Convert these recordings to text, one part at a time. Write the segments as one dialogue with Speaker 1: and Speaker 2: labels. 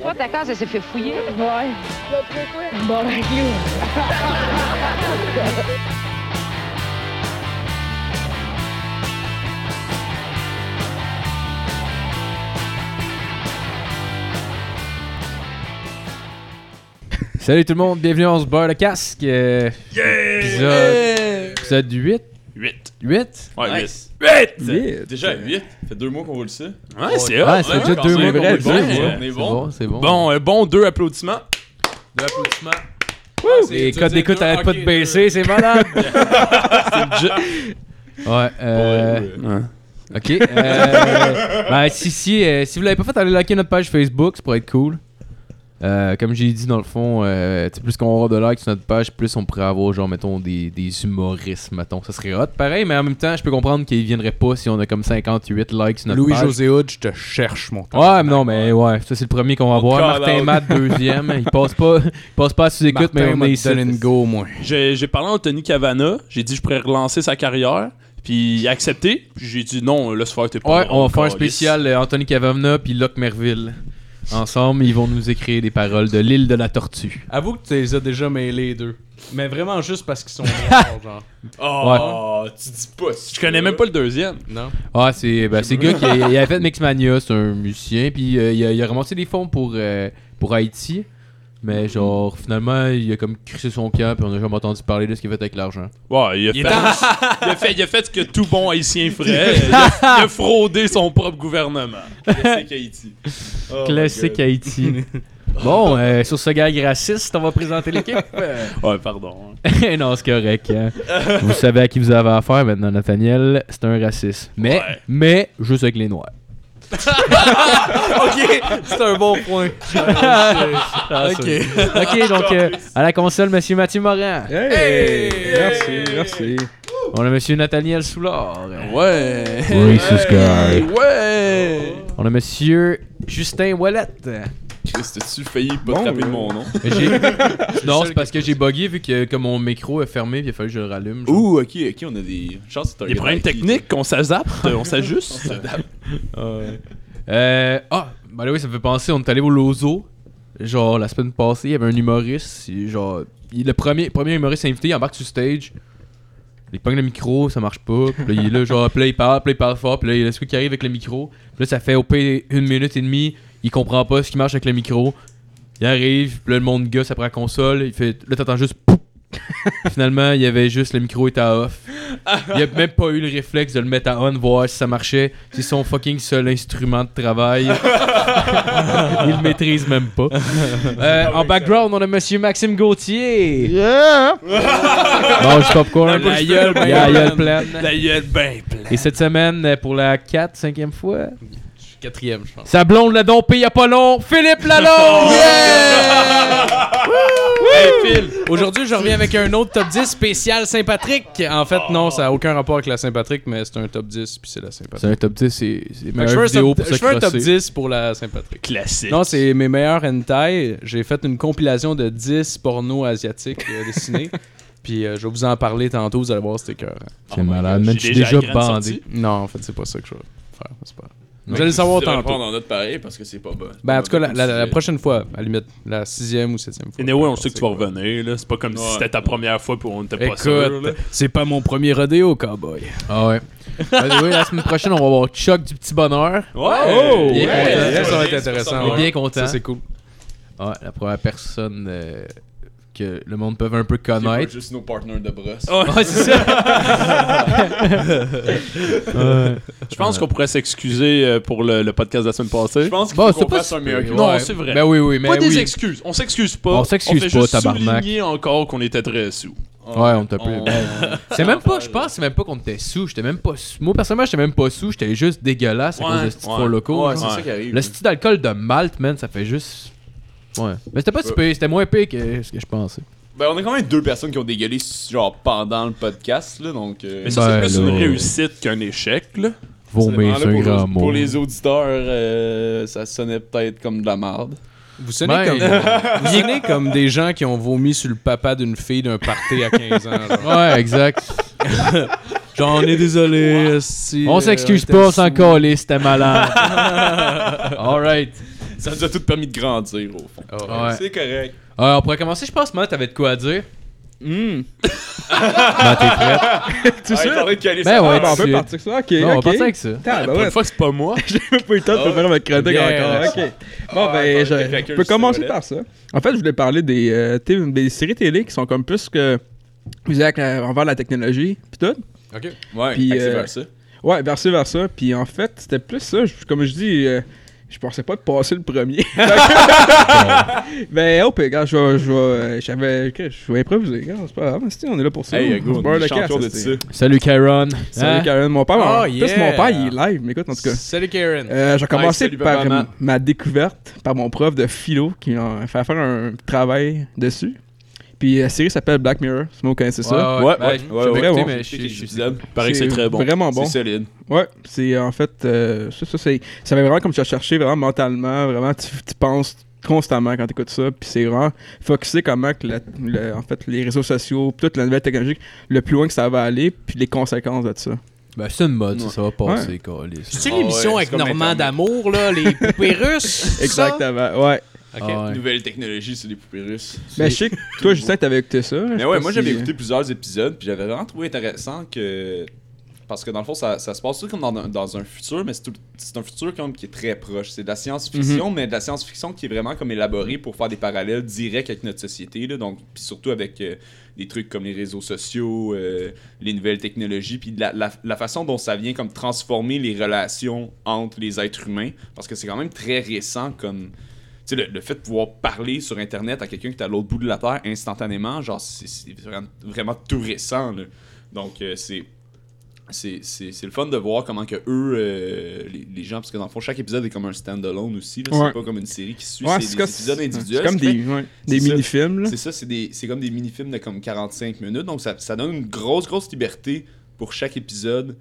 Speaker 1: Toi, ta case, elle s'est fait fouiller.
Speaker 2: Ouais. Bon, ben, you.
Speaker 3: Salut tout le monde, bienvenue on se barre le casque. euh, épisode, épisode 8.
Speaker 4: 8.
Speaker 3: 8?
Speaker 4: Ouais,
Speaker 5: Nice.
Speaker 4: 8.
Speaker 3: 8.
Speaker 5: Déjà 8, ça fait deux mois qu'on vous le sait.
Speaker 4: Ouais, c'est
Speaker 3: Ouais,
Speaker 4: hot,
Speaker 3: c'est déjà
Speaker 5: quand
Speaker 3: deux
Speaker 5: c'est
Speaker 3: mois
Speaker 5: vrai,
Speaker 3: qu'on le dit,
Speaker 5: on
Speaker 3: ouais.
Speaker 5: est
Speaker 3: C'est
Speaker 5: bon.
Speaker 3: bon, c'est bon.
Speaker 4: Bon, euh, bon deux applaudissements.
Speaker 6: Deux applaudissements.
Speaker 3: les codes d'écoute arrêtent pas de baisser, c'est malade. ouais, euh,
Speaker 5: Ouais, ouais.
Speaker 3: ok. euh, ben, si, si, euh, si vous l'avez pas fait, allez liker notre page Facebook, ça pourrait être cool. Euh, comme j'ai dit, dans le fond, euh, tu sais, plus qu'on aura de likes sur notre page, plus on pourrait avoir, genre, mettons, des, des humoristes, mettons. Ça serait hot. Pareil, mais en même temps, je peux comprendre qu'ils viendraient pas si on a comme 58 likes sur notre page.
Speaker 6: Louis-José Hood, je te cherche, mon temps.
Speaker 3: Ouais, mais non, mais ouais, ça c'est le premier qu'on va voir.
Speaker 5: call
Speaker 3: Martin
Speaker 5: out.
Speaker 3: Matt, deuxième. Il passe pas, il passe pas à sous-écoute, mais on est ici.
Speaker 6: une go, moi.
Speaker 4: J'ai j'ai parlé à Anthony Cavana, j'ai dit je pourrais relancer sa carrière, puis il a accepté. Puis J'ai dit non, là, ce soir, t'es pas
Speaker 3: Ouais,
Speaker 4: bon,
Speaker 3: on va faire un
Speaker 4: calice.
Speaker 3: spécial euh, Anthony Cavana puis Locke Merville. Ensemble, ils vont nous écrire des paroles de l'île de la tortue.
Speaker 6: Avoue que tu les as déjà mêlés, les deux. Mais vraiment juste parce qu'ils sont morts, genre.
Speaker 5: Oh, tu dis pas ça.
Speaker 4: Je connais même Ah, pas le deuxième.
Speaker 6: Non?
Speaker 3: Ah, c'est ben, c'est le gars qui a- il avait fait Mixmania, c'est un musicien, puis euh, il, a, il a ramassé des fonds pour, euh, pour Haïti. Mais genre, finalement, il a comme crissé son camp, puis on a jamais entendu parler de ce qu'il a fait avec l'argent.
Speaker 4: Ouais, il a, fait,
Speaker 6: Il est
Speaker 4: il a fait- il a fait ce que tout bon haïtien ferait. il, a, il a fraudé son propre gouvernement.
Speaker 5: Classique Haïti. Oh my
Speaker 3: Classique
Speaker 5: God.
Speaker 3: Haïti. bon, euh, sur ce gag raciste, on va présenter l'équipe.
Speaker 4: Ouais, pardon.
Speaker 3: Eh non, c'est correct. hein. vous savez à qui vous avez affaire maintenant, Nathaniel. C'est un raciste. Mais,
Speaker 4: Ouais.
Speaker 3: mais, juste avec les Noirs.
Speaker 6: C'est un bon point.
Speaker 3: ok. Ah, ok, donc, euh, à la console, Monsieur Mathieu Morin.
Speaker 6: Hey! Merci, merci.
Speaker 3: On a Monsieur Nathaniel Soulard.
Speaker 4: hein. Ouais.
Speaker 3: Oui, c'est ce que-
Speaker 4: Ouais.
Speaker 3: On a Monsieur Justin Wallet.
Speaker 5: Christ, tu failli pas
Speaker 6: Bon,
Speaker 5: te taper
Speaker 6: ouais.
Speaker 5: mon nom?
Speaker 3: J'ai- non, c'est parce que j'ai buggé vu que comme mon micro est fermé, puis il a fallu que je le rallume. genre.
Speaker 5: Ouh, ok, ok, on a des chances de
Speaker 4: Des problèmes techniques, on s'adapte, on s'ajuste.
Speaker 3: Euh, ah, bah oui, ça me fait penser, on est allé au Lozo. Genre, la semaine passée, il y avait un humoriste. il- Genre, il- le premier, premier humoriste invité, il embarque sur stage. Il pogne le micro, ça marche pas. Puis là, il est là, genre, puis là, il parle, puis là, il parle fort. Puis là, il y a celui qui arrive avec le micro. Puis là, ça fait au pire une minute et demie. Il comprend pas ce qui marche avec le micro. Il arrive, puis là, le monde gosse après la console. Il fait, là, t'entends juste pouf. Finalement, il y avait juste le micro était à off. Il a même pas eu le réflexe de le mettre à on, voir si ça marchait. C'est son fucking seul instrument de travail. Il le maîtrise même pas. Euh, en background, on a monsieur Maxime Gauthier. Yeah! Mange popcorn.
Speaker 4: La gueule, ben
Speaker 3: Yeah,
Speaker 4: pleine.
Speaker 3: gueule pleine.
Speaker 4: La gueule ben pleine.
Speaker 3: Et cette semaine, euh, pour la 4, 5e fois,
Speaker 6: Quatrième, je pense.
Speaker 3: sa blonde l'a dompé il y a pas long, Philippe Lalonde!
Speaker 6: Aujourd'hui, je reviens avec un autre top 10 spécial Saint-Patrick. En fait, non, ça n'a aucun rapport avec la Saint-Patrick, mais c'est un top 10, puis c'est la
Speaker 3: C'est
Speaker 6: Saint-Patrick.
Speaker 3: un top 10, c'est c'est
Speaker 6: Fait que
Speaker 3: meilleure
Speaker 6: Je fais un
Speaker 3: vidéo
Speaker 6: top-
Speaker 3: pour se
Speaker 6: je fais un top
Speaker 3: crosser.
Speaker 6: 10 pour la Saint-Patrick.
Speaker 4: Classique.
Speaker 6: Non, c'est mes meilleurs hentai. J'ai fait une compilation de 10 pornos asiatiques euh, dessinés. Puis euh, je vais vous en parler tantôt, vous allez voir, c'était cœur.
Speaker 4: Ah,
Speaker 3: C'est
Speaker 4: Oh
Speaker 3: malade, man, je suis déjà bandé.
Speaker 6: Non, en fait, c'est pas ça que je vais faire. c'est pas- Vous
Speaker 3: Mais
Speaker 6: allez le savoir
Speaker 5: Tu devrais le
Speaker 6: tantôt.
Speaker 5: prendre en note pareil parce que c'est pas bon.
Speaker 6: Ben, en tout cas, la, la- la prochaine fois, à la limite, la sixième ou septième fois.
Speaker 4: Et anyway, on sait que tu vas
Speaker 6: Écoute,
Speaker 4: revenir. là. C'est pas comme si
Speaker 5: Ouais.
Speaker 4: c'était ta première fois pour on était pas sûr. là.
Speaker 6: Écoute, c'est pas mon premier rodéo, cowboy.
Speaker 3: Ah ouais. By the way, la semaine prochaine, on va avoir Chuck du Petit Bonheur.
Speaker 4: Ah Ouais!
Speaker 3: Il est content.
Speaker 6: ça, ça va
Speaker 5: Ouais,
Speaker 6: être intéressant.
Speaker 5: c'est
Speaker 3: On est
Speaker 6: ouais.
Speaker 3: bien content. Ah
Speaker 6: Ça, c'est cool.
Speaker 3: Ouais, la première personne euh, que le monde peut un peu
Speaker 5: C'est pas
Speaker 3: connaître.
Speaker 5: juste nos partenaires de brosse.
Speaker 3: Ouais, c'est ça. Ouais.
Speaker 4: Je pense qu'on pourrait s'excuser euh, pour le, le podcast de la semaine passée.
Speaker 5: Je pense qu'il
Speaker 3: Bon,
Speaker 5: faut
Speaker 3: c'est
Speaker 5: qu'on
Speaker 3: pas
Speaker 5: fasse
Speaker 3: si
Speaker 5: un
Speaker 3: pire.
Speaker 5: meilleur que
Speaker 4: Non,
Speaker 3: Ouais.
Speaker 4: c'est vrai.
Speaker 3: Ben oui, oui, mais
Speaker 4: pas
Speaker 3: oui.
Speaker 4: des excuses. On s'excuse pas.
Speaker 3: On s'excuse
Speaker 4: fait
Speaker 3: pas,
Speaker 4: juste
Speaker 3: tabarnak. Ben
Speaker 4: souligner encore qu'on était très sous.
Speaker 3: Oh. Ouais, on t'a plu. C'est même pas,
Speaker 5: Ouais,
Speaker 3: je pense, c'est même pas qu'on était sous. J'étais même pas sous. Moi, personnellement, j'étais même pas sous. J'étais juste dégueulasse à
Speaker 4: Ouais,
Speaker 3: cause de ce petit
Speaker 4: ouais.
Speaker 3: four locaux.
Speaker 5: Ouais, c'est
Speaker 3: genre.
Speaker 5: ça qui arrive.
Speaker 3: Le style d'alcool de Malte, man, ça fait juste. Ouais. Mais c'était pas si pire, c'était moins pire que ce que je pensais.
Speaker 5: Ben, on a quand même deux personnes qui ont dégueulé genre pendant le podcast, là, donc. euh,
Speaker 4: Mais ça,
Speaker 3: Ben,
Speaker 4: c'est plus
Speaker 3: là.
Speaker 4: une réussite qu'un échec. Là.
Speaker 3: Vomir,
Speaker 5: Vraiment,
Speaker 3: c'est
Speaker 5: là,
Speaker 3: un
Speaker 5: pour
Speaker 3: grand
Speaker 5: les-
Speaker 3: mot.
Speaker 5: Pour les auditeurs, euh, ça sonnait peut-être comme de la marde.
Speaker 6: Vous sonnez,
Speaker 3: Ben,
Speaker 6: comme, vous sonnez comme des gens qui ont vomi sur le papa d'une fille d'un party à 15 ans. genre.
Speaker 3: Ouais, exact.
Speaker 6: Genre, on est désolé. si,
Speaker 3: On
Speaker 6: euh,
Speaker 3: s'excuse
Speaker 6: était
Speaker 3: pas, on
Speaker 6: sous.
Speaker 3: s'en calait, c'était malade. Alright.
Speaker 5: Ça nous a tout permis de grandir, au fond.
Speaker 6: Ah,
Speaker 3: Ouais.
Speaker 5: C'est correct.
Speaker 3: Euh, on pourrait commencer, je pense, Matt, t'avais de quoi à dire.
Speaker 1: Hum.
Speaker 3: Matt, t'es prêt?
Speaker 5: Tu sais? Ben
Speaker 3: Ben ouais,
Speaker 1: Ah, on
Speaker 3: tu-
Speaker 1: peut partir ça, ok.
Speaker 3: Non, on va
Speaker 1: ok.
Speaker 3: partir avec ça.
Speaker 1: Putain, ben
Speaker 4: Pour
Speaker 1: ouais,
Speaker 4: une fois que c'est pas moi.
Speaker 1: j'ai même pas eu le
Speaker 5: Ah
Speaker 1: temps de préparer ma chronique
Speaker 3: Bien.
Speaker 1: encore. hein, Ok. Bon,
Speaker 5: attends,
Speaker 1: ben, je,
Speaker 5: quelqu'un
Speaker 1: je
Speaker 5: qui
Speaker 1: peux
Speaker 5: se
Speaker 1: commencer
Speaker 5: relève.
Speaker 1: par ça. En fait, je voulais parler des, euh, t- des séries télé qui sont comme plus que visées avec la- envers la technologie, pis tout.
Speaker 5: Ouais,
Speaker 1: Puis,
Speaker 5: axé
Speaker 1: euh,
Speaker 5: vers ça.
Speaker 1: Ouais, versé vers ça. Puis en fait, c'était plus ça. Je- comme je dis, euh, je pensais pas de passer le premier. ben, hop, regarde, je vais- je vais. euh, J'avais. que- Je vais improviser. regarde, C'est pas grave, c'est- on est là pour ça.
Speaker 5: Hey,
Speaker 1: On
Speaker 5: go,
Speaker 1: se beurre
Speaker 5: on est
Speaker 1: le
Speaker 5: champion de
Speaker 1: casse, c'est-
Speaker 5: ça.
Speaker 3: Salut, Kyron.
Speaker 1: Salut,
Speaker 3: Hein?
Speaker 1: Karen. Mon père,
Speaker 6: Oh,
Speaker 1: en plus,
Speaker 6: yeah.
Speaker 1: mon père, il est live. Mais écoute, en tout cas.
Speaker 6: Salut Karen.
Speaker 1: Euh, je vais commencer
Speaker 5: salut,
Speaker 1: par
Speaker 5: maman.
Speaker 1: m- ma découverte, par mon prof de philo qui m'a fait faire un travail dessus. Puis euh, la série s'appelle Black Mirror, si vous connaissez ça.
Speaker 3: Ouais, ouais, ouais.
Speaker 5: ouais,
Speaker 3: J'avais
Speaker 1: ouais,
Speaker 3: écouté,
Speaker 1: ouais.
Speaker 3: mais je- je je suis...
Speaker 5: épisode.
Speaker 4: Paraît que c'est très bon.
Speaker 1: Vraiment Ah bon.
Speaker 5: C'est solide.
Speaker 1: Ouais, c'est en fait, euh, ça, ça, c'est- ça fait vraiment comme tu as cherché, vraiment mentalement, vraiment, tu, tu penses constamment quand tu écoutes ça, puis c'est vraiment focusé comment que la- le- en fait, les réseaux sociaux, puis toute la nouvelle technologie, le plus loin que ça va aller, puis les conséquences de ça.
Speaker 3: Ben, c'est une mode, ça, ça va passer,
Speaker 6: C'est
Speaker 5: Ah ouais,
Speaker 6: l'émission
Speaker 5: c'est
Speaker 6: avec
Speaker 5: comme
Speaker 6: Normand
Speaker 5: l'Internet.
Speaker 6: d'amour, là, les poupées russes.
Speaker 1: Exactement, ouais.
Speaker 6: ça? Ok.
Speaker 3: Ah, Ouais.
Speaker 5: Nouvelle technologie, c'est des poupées russes.
Speaker 1: Mais je sais euh, que toi, Justin, t'avais écouté ça.
Speaker 5: Mais ouais, moi j'avais écouté plusieurs épisodes, puis j'avais vraiment trouvé intéressant que. Parce que dans le fond, ça, ça se passe tout comme dans un, dans un futur, mais c'est tout- c'est un futur comme qui est très proche. C'est de la science-fiction,
Speaker 1: Mhm.
Speaker 5: mais de la science-fiction qui est vraiment comme élaborée pour faire des parallèles directs avec notre société. Là, donc, puis surtout avec euh, des trucs comme les réseaux sociaux, euh, les nouvelles technologies, puis de la, la- la façon dont ça vient comme transformer les relations entre les êtres humains. Parce que c'est quand même très récent comme, tu sais, le, le fait de pouvoir parler sur Internet à quelqu'un qui est à l'autre bout de la Terre instantanément, genre, c'est- c'est vraiment, vraiment tout récent, là. Donc, euh, c'est... C'est c'est- c'est le fun de voir comment que eux, euh, les, les gens, parce que dans le fond, chaque épisode est comme un stand-alone aussi. là. C'est
Speaker 1: Ouais.
Speaker 5: pas comme une série qui suit,
Speaker 1: Ouais,
Speaker 5: c'est
Speaker 1: c'est
Speaker 5: des
Speaker 1: comme-
Speaker 5: épisodes individuels.
Speaker 1: C'est comme
Speaker 5: ce qui fait
Speaker 1: des, ouais, des
Speaker 5: c'est ça.
Speaker 1: mini-films, là.
Speaker 5: c'est ça, c'est des- c'est comme des mini-films de comme 45 minutes. Donc, ça, ça donne une grosse, grosse liberté pour chaque épisode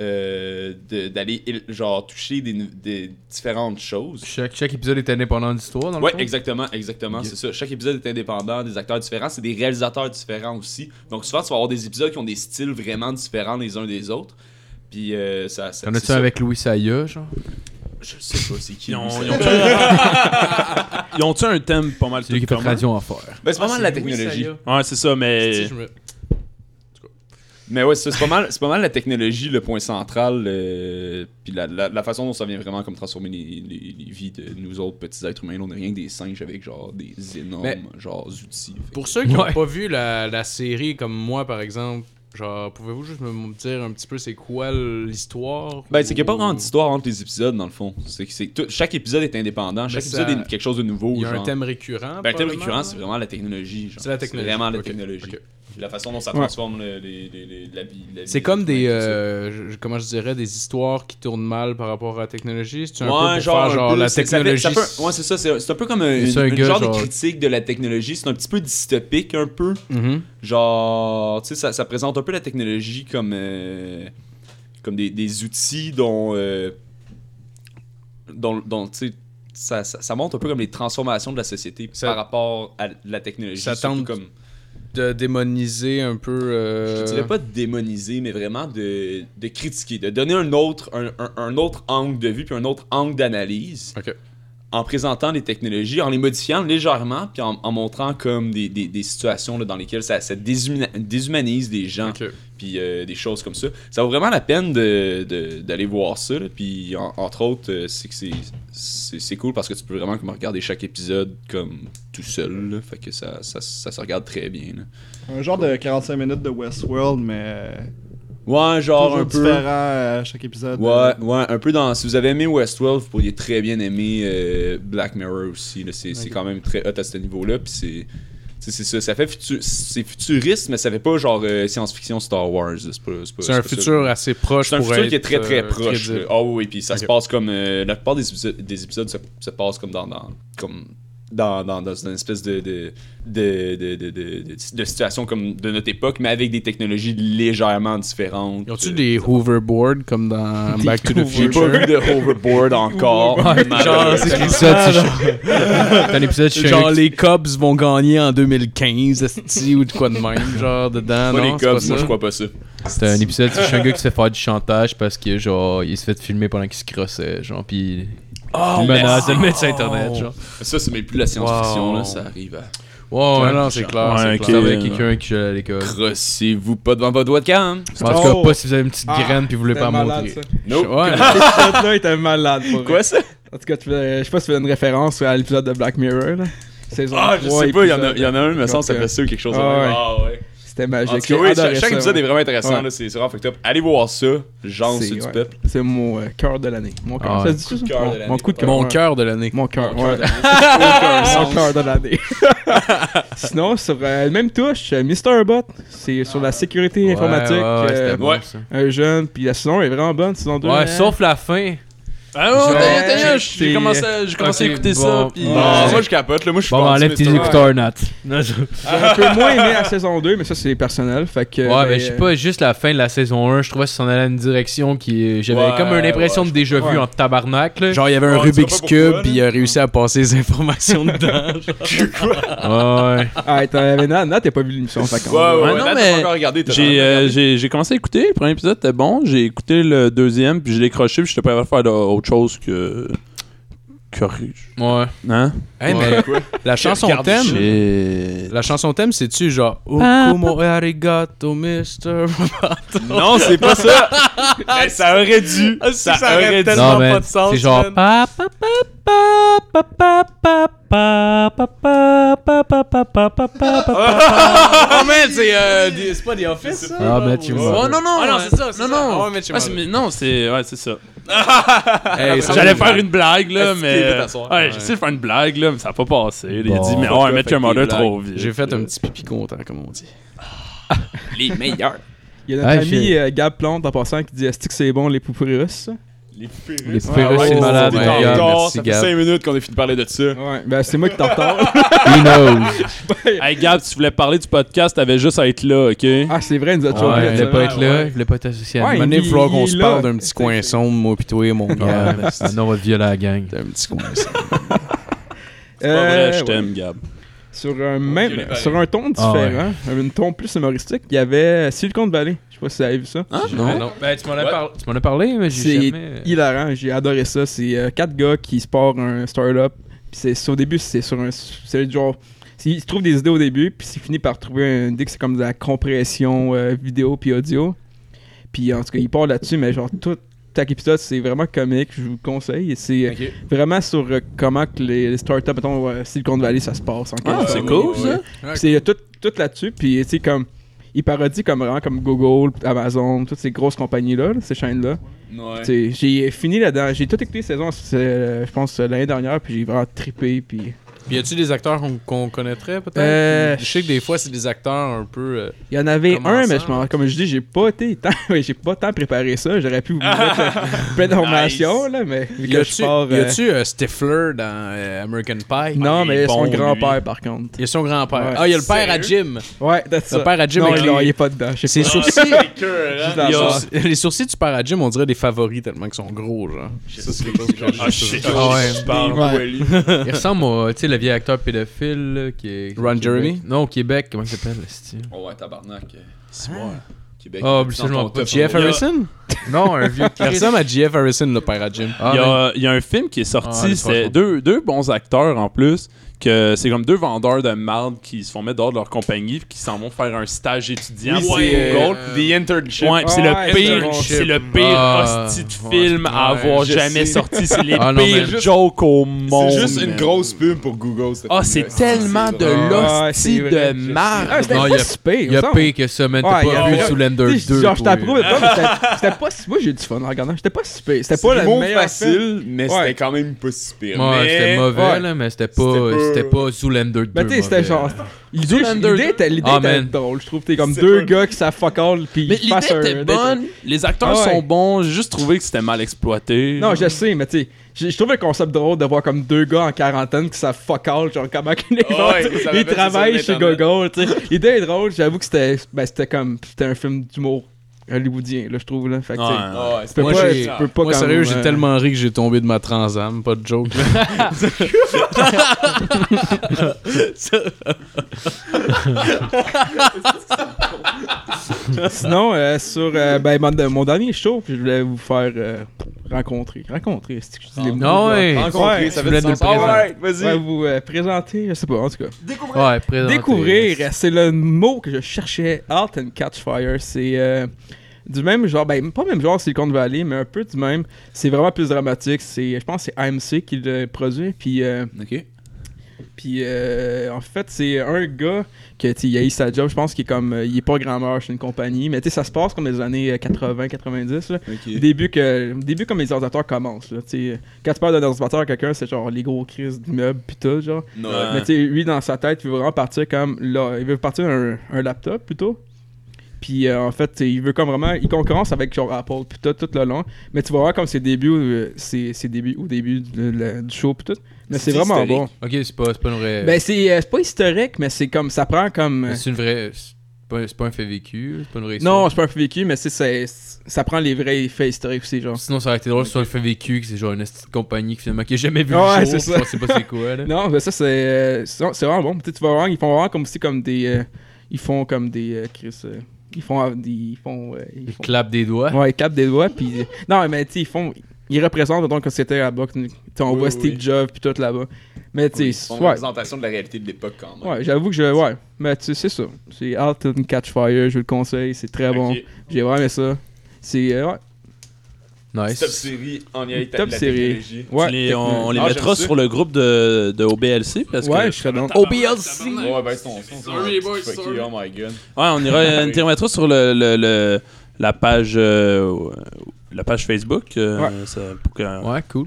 Speaker 5: euh, de- d'aller, il- genre, toucher des, nu- des différentes choses.
Speaker 3: Chaque, chaque épisode est indépendant de l'histoire, dans le
Speaker 5: Ouais,
Speaker 3: fond?
Speaker 5: exactement, exactement,
Speaker 3: Ok.
Speaker 5: c'est ça. Chaque épisode est indépendant, des acteurs différents, c'est des réalisateurs différents aussi. Donc, souvent, tu vas avoir des épisodes qui ont des styles vraiment différents les uns des autres. Puis, euh, ça. ça
Speaker 3: T'en
Speaker 5: c'est
Speaker 3: as-tu
Speaker 5: ça.
Speaker 3: un avec Louis Saya, genre?
Speaker 5: Je sais pas, c'est qui.
Speaker 4: Ils
Speaker 5: lui,
Speaker 4: ont-
Speaker 5: ça.
Speaker 4: ils ont- Ils ont-tu un thème pas mal
Speaker 3: C'est lui
Speaker 4: tout
Speaker 3: qui fait
Speaker 4: commun?
Speaker 3: Radio Enfer.
Speaker 5: Ben, c'est vraiment de la technologie.
Speaker 4: Ouais, c'est ça, mais.
Speaker 5: Mais ouais, c'est c'est pas mal, c'est pas mal la technologie, le point central, euh, puis la, la- la façon dont ça vient vraiment comme transformer les, les- les vies de nous autres petits êtres humains. Là, on est rien que des singes avec genre des énormes
Speaker 6: Mais-
Speaker 5: genre outils. Fait
Speaker 6: Pour ceux qui n'ont
Speaker 3: Ouais.
Speaker 6: pas vu la, la série comme moi, par exemple, genre, pouvez-vous juste me- me dire un petit peu c'est quoi l'histoire?
Speaker 5: Ben, c'est qu'il n'y a pas
Speaker 6: Ou-
Speaker 5: vraiment d'histoire entre les épisodes, dans le fond. C'est que c'est tout- chaque épisode est indépendant, chaque
Speaker 6: ça-
Speaker 5: épisode est quelque chose de nouveau.
Speaker 6: Il y a
Speaker 5: genre.
Speaker 6: un thème récurrent.
Speaker 5: Ben, le thème
Speaker 6: probablement,
Speaker 5: récurrent,
Speaker 6: là?
Speaker 5: c'est vraiment la technologie. genre.
Speaker 6: C'est la technologie.
Speaker 5: vraiment la
Speaker 6: Ok,
Speaker 5: technologie.
Speaker 6: ok.
Speaker 5: Puis La façon dont ça
Speaker 1: Ouais.
Speaker 5: transforme le- les- les- les- la vie. la
Speaker 6: C'est
Speaker 5: vie
Speaker 6: comme des.
Speaker 5: humaine, tout ça.
Speaker 6: euh, je- je- comment je dirais, des histoires qui tournent mal par rapport à la technologie. C'est un
Speaker 5: Ouais,
Speaker 6: peu pour faire,
Speaker 5: un
Speaker 6: genre,
Speaker 5: peu,
Speaker 6: la
Speaker 5: c'est- ça fait-
Speaker 6: technologie.
Speaker 5: ça fait un- ouais, c'est ça. C'est c'est un peu comme un,
Speaker 3: C'est
Speaker 5: une-
Speaker 3: un
Speaker 5: une
Speaker 3: gars,
Speaker 5: genre,
Speaker 3: genre-
Speaker 5: de critique de la technologie. C'est un petit peu dystopique, un peu.
Speaker 6: Mhm.
Speaker 5: Genre, tu sais, ça, ça présente un peu la technologie comme, euh, comme des, des outils dont. euh, dont, dont, tu sais, ça, ça, ça montre un peu comme les transformations de la société
Speaker 6: Ça-
Speaker 5: par rapport à la technologie.
Speaker 6: Ça
Speaker 5: surtout
Speaker 6: tente-
Speaker 5: comme
Speaker 6: De démoniser un peu. euh,
Speaker 5: je dirais pas de démoniser, mais vraiment de, de critiquer, de donner un autre, un, un- un autre angle de vue puis un autre angle d'analyse.
Speaker 6: Ok.
Speaker 5: En présentant les technologies, en les modifiant légèrement, puis en, en montrant comme des, des- des situations là, dans lesquelles ça, ça déshumana- déshumanise des gens,
Speaker 6: Ok.
Speaker 5: puis euh, des choses comme ça. Ça vaut vraiment la peine de- de- d'aller voir ça. là, Puis en- entre autres, euh, c'est que c'est- c'est c'est cool parce que tu peux vraiment comme, regarder chaque épisode comme tout seul. là. fait que ça, ça- ça se regarde très bien. là.
Speaker 7: Un genre de 45 minutes de Westworld, mais euh,
Speaker 5: Ouais, genre
Speaker 7: toujours
Speaker 5: un peu.
Speaker 7: différent à chaque épisode.
Speaker 5: Ouais, ouais, un peu dans. Si vous avez aimé Westworld, vous pourriez très bien aimer euh, Black Mirror aussi. là. C'est c'est quand même très hot à ce niveau-là. Puis c'est. tu sais, C'est ça, ça fait futu- c'est futuriste, mais ça fait pas genre euh, science-fiction Star Wars. là. C'est pas- pas-
Speaker 6: C'est un
Speaker 5: pas ça.
Speaker 6: futur assez proche
Speaker 5: C'est un
Speaker 6: pour
Speaker 5: futur qui est
Speaker 6: être,
Speaker 5: très très
Speaker 6: euh,
Speaker 5: proche.
Speaker 6: crédible.
Speaker 5: là. Ah oui, puis ça se
Speaker 6: Ok.
Speaker 5: passe comme. euh, la plupart des épisodes, des épisodes se, se passent comme dans. dans- comme dans, dans, dans une espèce de de, de, de, de, de- de- de situation comme de notre époque, mais avec des technologies légèrement différentes.
Speaker 6: Ils ont-tu
Speaker 5: Euh,
Speaker 6: des hoverboards comme dans
Speaker 1: Des
Speaker 6: Back to the
Speaker 5: j'ai pas
Speaker 6: Future?
Speaker 5: vu de hoverboard encore.
Speaker 6: Genre, c'est écrit ça, tu-
Speaker 3: C'est un épisode chez
Speaker 6: Genre les Cubs vont gagner en 2015, esti, ou de quoi de même, genre dedans.
Speaker 5: Pas
Speaker 6: non,
Speaker 5: les
Speaker 6: c'est pas
Speaker 5: cops,
Speaker 6: ça.
Speaker 5: moi je crois pas ça.
Speaker 3: C'est un épisode chez un gars qui se fait faire du chantage parce que genre il se fait filmer pendant qu'il se crossait, genre puis
Speaker 4: Oh,
Speaker 3: Une menace de le mettre sur
Speaker 4: oh.
Speaker 3: Internet, genre.
Speaker 5: Ça, c'est même plus de la science-fiction,
Speaker 6: Wow.
Speaker 5: là, ça arrive à...
Speaker 3: Ouais, ouais,
Speaker 6: Ouais, non, c'est clair.
Speaker 4: Ouais,
Speaker 6: c'est
Speaker 4: ok.
Speaker 3: Ça
Speaker 6: clair.
Speaker 3: va avec quelqu'un qui gèle à l'école.
Speaker 5: Crossez-vous pas devant votre webcam!
Speaker 3: En tout cas,
Speaker 1: Oh.
Speaker 3: pas si vous avez une petite
Speaker 1: Ah,
Speaker 3: graine puis vous voulez
Speaker 1: C'était
Speaker 3: pas la
Speaker 1: malade,
Speaker 3: montrer.
Speaker 1: ça.
Speaker 5: Nope.
Speaker 6: Ouais.
Speaker 1: Cet là était malade. pour vrai.
Speaker 5: Quoi ça?
Speaker 1: En tout cas, tu fais- je sais pas si tu fais une référence à l'épisode de Black Mirror. Là. Saison
Speaker 5: Ah, je
Speaker 1: 3,
Speaker 5: sais pas, il y, en a-
Speaker 1: épisode-
Speaker 5: il y en a un, me semble, ça
Speaker 1: Donc,
Speaker 5: fait ça ou quelque chose.
Speaker 1: ah,
Speaker 5: de même.
Speaker 1: ouais.
Speaker 5: Ah, ouais.
Speaker 1: C'était
Speaker 5: En
Speaker 1: magique.
Speaker 5: tout cas, oui,
Speaker 1: J'ai
Speaker 5: chaque,
Speaker 1: adoré
Speaker 5: chaque
Speaker 1: ça,
Speaker 5: épisode est
Speaker 1: ouais.
Speaker 5: vraiment intéressant,
Speaker 1: Ouais.
Speaker 5: là, c'est c'est vraiment fucked up. Allez voir ça, genre,
Speaker 1: C'est-
Speaker 5: c'est du
Speaker 1: ouais.
Speaker 5: peuple.
Speaker 1: C'est mon euh, cœur de l'année. Mon cœur.
Speaker 3: Ah,
Speaker 1: ça se dit ça?
Speaker 5: cœur de
Speaker 1: Mon-
Speaker 5: l'année,
Speaker 1: Mon coup de
Speaker 5: ouais.
Speaker 1: cœur.
Speaker 6: Mon
Speaker 1: ouais.
Speaker 6: cœur de l'année.
Speaker 1: Mon cœur,
Speaker 5: Mon cœur
Speaker 1: ouais.
Speaker 5: de l'année.
Speaker 1: Mon cœur de l'année. Sinon, sur euh, la même touche, euh, Mr. Bot, c'est sur la sécurité
Speaker 3: Ouais,
Speaker 1: informatique.
Speaker 3: ouais, ouais,
Speaker 1: euh,
Speaker 3: c'était bon,
Speaker 5: ouais.
Speaker 3: ça.
Speaker 1: un jeune, puis la saison est vraiment bonne, saison hein? 2.
Speaker 3: Ouais, sauf la fin.
Speaker 4: Ah non,
Speaker 1: Ouais.
Speaker 4: t'as- t'as-
Speaker 1: J'ai-
Speaker 4: j'ai commencé, à- j'ai commencé
Speaker 3: Ok,
Speaker 4: à écouter
Speaker 3: bon.
Speaker 4: ça. Puis...
Speaker 1: Ouais.
Speaker 5: Ah, moi, je capote, là, moi, je suis
Speaker 3: Bon,
Speaker 5: pas
Speaker 3: enlève
Speaker 5: anti-
Speaker 3: tes
Speaker 5: Mr.
Speaker 3: écouteurs, Nat. Non, je-
Speaker 1: J'ai un peu moins aimé la saison 2, mais ça, c'est personnel. Fait que,
Speaker 3: Ouais, mais je sais pas, juste la fin de la saison 1, je trouvais que ça s'en allait dans une direction qui. est- J'avais
Speaker 5: Ouais,
Speaker 3: comme une impression
Speaker 5: ouais,
Speaker 3: de déjà vu
Speaker 1: ouais.
Speaker 3: en tabarnak, là.
Speaker 6: Genre, il y avait un
Speaker 5: Ouais, tu
Speaker 6: Rubik's
Speaker 5: sais pas pourquoi,
Speaker 6: Cube,
Speaker 5: là.
Speaker 6: puis il a réussi à passer les informations dedans.
Speaker 3: Ouais, ouais.
Speaker 1: Ah, t'as- mais Nat, Nat, t'as pas vu l'émission. Fait qu'on-
Speaker 5: Ouais, ouais,
Speaker 4: Ouais,
Speaker 5: ouais,
Speaker 4: non,
Speaker 5: Nat,
Speaker 4: mais
Speaker 5: t'as pas encore regardé, t'as
Speaker 4: J'ai
Speaker 5: vraiment
Speaker 4: euh,
Speaker 5: regardé.
Speaker 4: j'ai- j'ai commencé à écouter, le premier épisode était bon, j'ai écouté le deuxième, puis j'ai décroché, puis j'étais pas capable de faire de- autre chose que... que...
Speaker 3: Ouais.
Speaker 4: Hein?
Speaker 6: Hey,
Speaker 3: Ouais.
Speaker 6: mais la chanson
Speaker 5: Regarde,
Speaker 6: thème,
Speaker 4: J'ai...
Speaker 6: la chanson thème, c'est-tu genre oh, Okumo arigato, Mr.
Speaker 5: Non, c'est pas ça! Hey, ça aurait dû!
Speaker 4: Ah,
Speaker 5: Ça, aurait dû!
Speaker 3: Non, mais c'est genre. pa, pa, pa, pa, pa, pa, pa, pa, pa, pa, pa, pa, pa, pa, pa, pa.
Speaker 6: Oh man, c'est euh, des- c'est pas The Office ça?
Speaker 3: Ah, ben, tu
Speaker 6: Ouais,
Speaker 3: vois.
Speaker 6: Oh, non, non, non, c'est ça, c'est
Speaker 4: Non,
Speaker 6: ça.
Speaker 4: non.
Speaker 6: Oh, mais tu
Speaker 4: Ah, c'est- mais non, c'est... Ouais, c'est ça.
Speaker 6: Hey, ça-
Speaker 4: Ah, J'allais faire une blague, là,
Speaker 5: Est-ce qu'il est vite
Speaker 4: mais...
Speaker 5: à soir?
Speaker 4: Ouais, j'ai essayé de faire une blague, là, mais ça a pas passé. Il a
Speaker 3: Bon.
Speaker 4: dit, mais
Speaker 5: Pourquoi
Speaker 4: ouais, mettre
Speaker 5: fait
Speaker 4: un murder
Speaker 5: des blagues?
Speaker 4: trop vite.
Speaker 6: J'ai fait un petit pipi content, comme on dit.
Speaker 5: Les meilleurs!
Speaker 1: Il y a notre
Speaker 3: Ah,
Speaker 1: ami
Speaker 3: j'ai-
Speaker 1: euh, Gab Plante en passant qui dit Est-ce que c'est bon les poupées russes
Speaker 5: Les poupées
Speaker 3: Les poupées russes, c'est
Speaker 5: ouais,
Speaker 3: malade, euh,
Speaker 5: on est
Speaker 6: ouais,
Speaker 5: en
Speaker 6: Gab,
Speaker 5: retard,
Speaker 6: merci,
Speaker 5: Ça fait
Speaker 6: Gab.
Speaker 5: 5 minutes qu'on a fini de parler de ça.
Speaker 1: Ouais, ben c'est moi qui t'en parle.
Speaker 3: He knows.
Speaker 4: Hey, Gab, si tu voulais parler du podcast, t'avais juste à être là, OK?
Speaker 5: Euh,
Speaker 1: ah, c'est vrai, il nous a toujours
Speaker 3: Ouais, il
Speaker 1: dit ça.
Speaker 3: voulait pas être là, il voulait pas être associé à
Speaker 1: Ouais,
Speaker 3: nous.
Speaker 6: Maintenant, il
Speaker 1: il-
Speaker 6: va falloir qu'on
Speaker 1: il
Speaker 6: se
Speaker 1: est là.
Speaker 6: parle d'un petit coin sombre, moi pis toi, mon gars.
Speaker 3: Ouais, Sinon, on va te violer la gang.
Speaker 6: D'un petit coin sombre.
Speaker 4: C'est pas
Speaker 1: Euh,
Speaker 4: vrai, je
Speaker 1: ouais.
Speaker 4: t'aime, Gab.
Speaker 1: Sur un,
Speaker 5: les
Speaker 1: même,
Speaker 5: pareils.
Speaker 1: sur un ton
Speaker 3: Ah, ouais.
Speaker 1: différent, un ton plus humoristique, il y avait Silicon Valley. Je sais pas si vous avez vu ça.
Speaker 5: Hein?
Speaker 6: Non?
Speaker 3: Ben, tu m'en
Speaker 5: as
Speaker 3: parlé. Tu m'en as parlé, mais
Speaker 1: C'est
Speaker 3: j'ai jamais.
Speaker 1: hilarant, j'ai adoré ça. C'est euh, quatre gars qui se portent un startup. Puis c'est c'est- au début, c'est sur un. C'est genre. c'est- Ils se trouvent des idées au début, puis c'est fini par trouver un. Dès que c'est comme de la compression euh, vidéo puis audio. Puis en tout cas, ils partent là-dessus, mais genre tout. Chaque épisode, c'est vraiment comique, je vous le conseille. Et C'est euh,
Speaker 5: Ok.
Speaker 1: vraiment sur euh, comment que les, les startups, mettons, euh, Silicon Valley, ça se passe. en
Speaker 4: Ah,
Speaker 1: Californie.
Speaker 4: c'est cool, ça.
Speaker 1: Puis c'est euh, tout, tout là-dessus, puis tu sais, comme. Ils parodient comme vraiment comme Google, Amazon, toutes ces grosses compagnies-là, là, ces chaînes-là.
Speaker 5: Ouais.
Speaker 1: Tu sais, J'ai fini là-dedans. J'ai tout écouté saison, euh, je pense, euh, l'année dernière, puis j'ai vraiment trippé. Puis...
Speaker 6: Puis y a-tu des acteurs qu'on qu'on connaîtrait peut-être
Speaker 1: Euh,
Speaker 6: Je sais que des fois c'est des acteurs un peu. euh,
Speaker 1: Il y en avait
Speaker 6: Comment
Speaker 1: un,
Speaker 6: ça?
Speaker 1: mais je m'en- comme je dis, j'ai pas été tant, ouais, j'ai pas tant préparé ça. J'aurais pu vous mettre euh, plein d'informations, là, mais vu
Speaker 6: Y
Speaker 1: que je
Speaker 6: a-tu
Speaker 1: pars.
Speaker 6: y
Speaker 1: euh,
Speaker 6: a-tu, euh, Stifler dans euh, American Pie
Speaker 1: Non, mais
Speaker 5: bon,
Speaker 1: son
Speaker 5: lui.
Speaker 1: grand-père, par contre.
Speaker 6: Il y a son grand-père.
Speaker 1: Ouais.
Speaker 6: Ah, il y a le père à
Speaker 5: Sérieux?
Speaker 6: Jim.
Speaker 1: Ouais, that's
Speaker 6: Le
Speaker 1: ça.
Speaker 6: père à Jim.
Speaker 1: non,
Speaker 6: avec
Speaker 1: il non,
Speaker 6: les-
Speaker 1: il est pas dedans. Je sais
Speaker 6: Ses
Speaker 1: pas.
Speaker 6: sourcils.
Speaker 4: hein?
Speaker 1: Juste dans
Speaker 6: il
Speaker 1: la
Speaker 6: a-
Speaker 1: barre.
Speaker 6: Les sourcils du père à Jim, on dirait des favoris tellement qu'ils sont gros, genre.
Speaker 5: Ça, c'est quelque chose que j'ai-
Speaker 4: Ah, shit.
Speaker 3: Ah ouais.
Speaker 5: Je parle.
Speaker 1: Ouais.
Speaker 5: Wally.
Speaker 3: Il ressemble à, tu sais, le vieil acteur pédophile là, qui est.
Speaker 6: Ron
Speaker 3: Québec.
Speaker 6: Jeremy?
Speaker 3: Non, au Québec, comment il s'appelle, le style
Speaker 5: Oh ouais, tabarnak. C'est moi. Québec.
Speaker 3: Ah,
Speaker 5: C'est
Speaker 3: absolument
Speaker 5: dans ton
Speaker 3: pas.
Speaker 5: top.
Speaker 6: Jeff
Speaker 5: Il y a-
Speaker 6: Harrison
Speaker 3: Non, un vieux Chris.
Speaker 6: Il ressemble à Jeff Harrison, le père à Jim.
Speaker 3: Ah,
Speaker 4: Il y,
Speaker 3: mais-
Speaker 4: a, il y a un film qui est
Speaker 3: Ah,
Speaker 4: sorti,
Speaker 3: allez,
Speaker 4: c'est
Speaker 3: franchement.
Speaker 4: deux, deux bons acteurs en plus, que c'est comme deux vendeurs de marde qui se font mettre dehors de leur compagnie puis qui s'en vont faire un stage étudiant
Speaker 5: Oui,
Speaker 4: pour
Speaker 5: c'est
Speaker 4: Google.
Speaker 5: euh, The Internship.
Speaker 4: Ouais, pis c'est
Speaker 1: Ouais,
Speaker 4: le
Speaker 1: c'est
Speaker 4: pire,
Speaker 1: bon,
Speaker 4: c'est le
Speaker 3: Ah,
Speaker 4: pire hostie de
Speaker 3: ouais,
Speaker 4: film à
Speaker 3: ouais,
Speaker 4: avoir
Speaker 5: je
Speaker 4: jamais
Speaker 5: sais.
Speaker 4: sorti. C'est les
Speaker 3: Ah non, mais
Speaker 4: pires
Speaker 5: juste-
Speaker 4: jokes au monde.
Speaker 5: C'est juste une
Speaker 4: man.
Speaker 5: grosse pub pour Google. ce
Speaker 4: Ah,
Speaker 5: film-là.
Speaker 4: c'est tellement de
Speaker 3: drôle.
Speaker 1: Ouais,
Speaker 4: l'hostie
Speaker 1: c'est
Speaker 4: de
Speaker 1: vrai, je sais. Ah,
Speaker 4: marde.
Speaker 1: c'était
Speaker 3: Non,
Speaker 1: pas
Speaker 3: il y a-
Speaker 1: si pire,
Speaker 3: Il y a
Speaker 1: ça.
Speaker 3: pire que ça, man. T'as
Speaker 1: Ouais, il y
Speaker 3: pas vu
Speaker 1: a-
Speaker 3: Zoolander
Speaker 1: Tu sais,
Speaker 3: 2.
Speaker 1: Genre, je
Speaker 3: toi.
Speaker 1: t'approuve pas, mais c'était- c'était pas si. Moi, j'ai eu du fun en regardant. J'étais pas si pire. C'était pas
Speaker 5: C'est
Speaker 1: le
Speaker 5: du monde
Speaker 1: meilleur. film.
Speaker 5: facile, mais
Speaker 1: Ouais.
Speaker 5: c'était quand même pas si pire.
Speaker 3: Ouais,
Speaker 5: mais...
Speaker 3: c'était mauvais,
Speaker 1: ouais.
Speaker 3: là, mais c'était pas,
Speaker 5: C'était pas-
Speaker 3: c'était pas Zoolander 2.
Speaker 1: Ben, tu sais, c'était
Speaker 3: mauvais.
Speaker 1: genre. L'idée
Speaker 4: Zoolander
Speaker 1: l'idée était, l'idée
Speaker 3: Ah,
Speaker 1: était
Speaker 3: man.
Speaker 1: drôle, je trouve. T'es comme
Speaker 5: C'est
Speaker 1: deux
Speaker 5: pas-
Speaker 1: gars qui savent fuck all, pis
Speaker 4: Mais
Speaker 1: ils fassent
Speaker 4: l'idée
Speaker 1: un.
Speaker 4: était bonne, les acteurs
Speaker 1: Ah ouais.
Speaker 4: sont bons, j'ai juste trouvé que c'était mal exploité.
Speaker 1: Non, je sais, mais tu sais, je je trouve le concept drôle de voir comme deux gars en quarantaine qui savent fuck all, genre comment que les
Speaker 5: Ouais,
Speaker 1: autres,
Speaker 5: ça
Speaker 1: ils
Speaker 5: rappelle
Speaker 1: travaillent
Speaker 5: ça sur
Speaker 1: chez
Speaker 5: Internet.
Speaker 1: Google, tu sais. L'idée est drôle, j'avoue que c'était ben, c'était comme c'était un film d'humour hollywoodien, là, je trouve, là. Fait que, tu sais,
Speaker 4: Ouais.
Speaker 5: Ah, ouais,
Speaker 1: tu peux
Speaker 6: Moi,
Speaker 1: pas,
Speaker 6: j'ai-
Speaker 1: tu peux pas
Speaker 6: Moi,
Speaker 1: comme,
Speaker 6: sérieux,
Speaker 1: euh,
Speaker 6: j'ai tellement ri que j'ai tombé de ma transam, pas de joke.
Speaker 1: Sinon, euh, sur euh, ben, mon, mon dernier show, puis je voulais vous faire euh, rencontrer. Rencontrer, est-ce que je dis les mots,
Speaker 3: Ah
Speaker 1: là?
Speaker 3: ouais.
Speaker 5: Rencontrer,
Speaker 3: tu
Speaker 5: ça
Speaker 1: Ouais,
Speaker 5: fait
Speaker 3: voulais
Speaker 5: du
Speaker 3: nous le
Speaker 5: sens. Alright,
Speaker 1: Ouais,
Speaker 5: vas-y.
Speaker 1: vous euh, présenter, je sais pas, en tout cas.
Speaker 3: Ouais, présenter.
Speaker 1: Découvrir, c'est le mot que je cherchais. Out and Catch Fire, c'est euh, du même genre, ben pas même genre Silicon Valley, mais un peu du même. C'est vraiment plus dramatique. C'est, je pense, que c'est AMC qui le produit. Puis, euh,
Speaker 5: Ok.
Speaker 1: puis euh, en fait, c'est un gars qui il a eu sa job. Je pense qu'il est comme, euh, il est pas grand-mère chez une compagnie, mais tu sais, ça se passe comme les années 80-90 là. Au début, que, au début comme les ordinateurs commencent. Là, tu sais. quand tu parles d'un ordinateur à quelqu'un, c'est genre les gros crises d'immeubles pis tout, genre.
Speaker 5: Non.
Speaker 1: Mais tu sais, lui, dans sa tête, il veut vraiment partir comme. Là, il veut partir un, un laptop plutôt. Puis euh, en fait, tu sais, il veut comme vraiment. Il concurrence avec genre Apple pis tout, tout le long. Mais tu vas voir comme ses débuts, euh, ses, ses débuts au début du, le- du show pis tout. Mais c'est
Speaker 5: C'est
Speaker 1: vraiment
Speaker 5: historique.
Speaker 1: bon.
Speaker 3: Ok, c'est pas, c'est pas une vraie.
Speaker 1: Ben c'est euh, c'est pas historique, mais c'est comme. Ça prend comme. euh,
Speaker 3: c'est une vraie. C'est pas, c'est pas un fait vécu, c'est pas une vraie
Speaker 1: non,
Speaker 3: histoire.
Speaker 1: je pas un peu vécu, mais c'est c'est- ça prend les vrais faits historiques aussi, genre.
Speaker 3: Sinon, ça aurait été drôle si c'est un fait vécu, que c'est genre une petite compagnie qui finalement qui a jamais vu
Speaker 1: Ouais,
Speaker 3: le jour.
Speaker 1: c'est ça.
Speaker 3: Je sais pas c'est quoi, là.
Speaker 1: Non, mais ça, c'est euh, c'est c'est vraiment bon. Tu sais, tu vas voir, ils font vraiment comme si comme des. euh, ils font comme des. euh, Chris, euh, ils font. euh, des- ils font, euh, ils
Speaker 3: Il
Speaker 1: font-
Speaker 3: clappe des doigts.
Speaker 1: Ouais, ils tapent des doigts, puis... euh, Non, mais tu sais, ils font... Ils représentent, donc, que c'était là-bas. que- tu sais, On
Speaker 5: Oui,
Speaker 1: voit
Speaker 5: oui,
Speaker 1: Steve
Speaker 5: oui.
Speaker 1: Jobs, puis tout là-bas. Mais tu sais,
Speaker 5: C'est une
Speaker 1: ouais.
Speaker 5: représentation de la réalité de l'époque quand même.
Speaker 1: Ouais, j'avoue que je... Ouais, mais tu sais, c'est ça. C'est Out and Catch Fire, je vous le conseille, c'est très bon.
Speaker 5: Ok.
Speaker 1: J'ai vraiment aimé ça. C'est... euh, ouais.
Speaker 5: Top
Speaker 3: Nice.
Speaker 5: série en lien avec la
Speaker 1: Top
Speaker 5: la
Speaker 1: série.
Speaker 5: technologie.
Speaker 1: Ouais,
Speaker 4: Tu les- on, on les
Speaker 5: Ah,
Speaker 4: mettra
Speaker 5: j'aime ça.
Speaker 4: sur le groupe de, de OBLC. Parce
Speaker 1: ouais,
Speaker 5: euh,
Speaker 4: que,
Speaker 1: je serais
Speaker 3: Oh,
Speaker 1: donc...
Speaker 3: OBLC.
Speaker 5: Ouais, ben c'est ton son.
Speaker 3: Sorry, boys,
Speaker 5: Fuck you,
Speaker 3: sorry.
Speaker 5: Oh my god.
Speaker 4: Ouais, on ira, on les remettra sur le, le- le- la page euh, la page Facebook euh,
Speaker 1: Ouais.
Speaker 4: ça- pour qu'on
Speaker 3: Ouais, cool.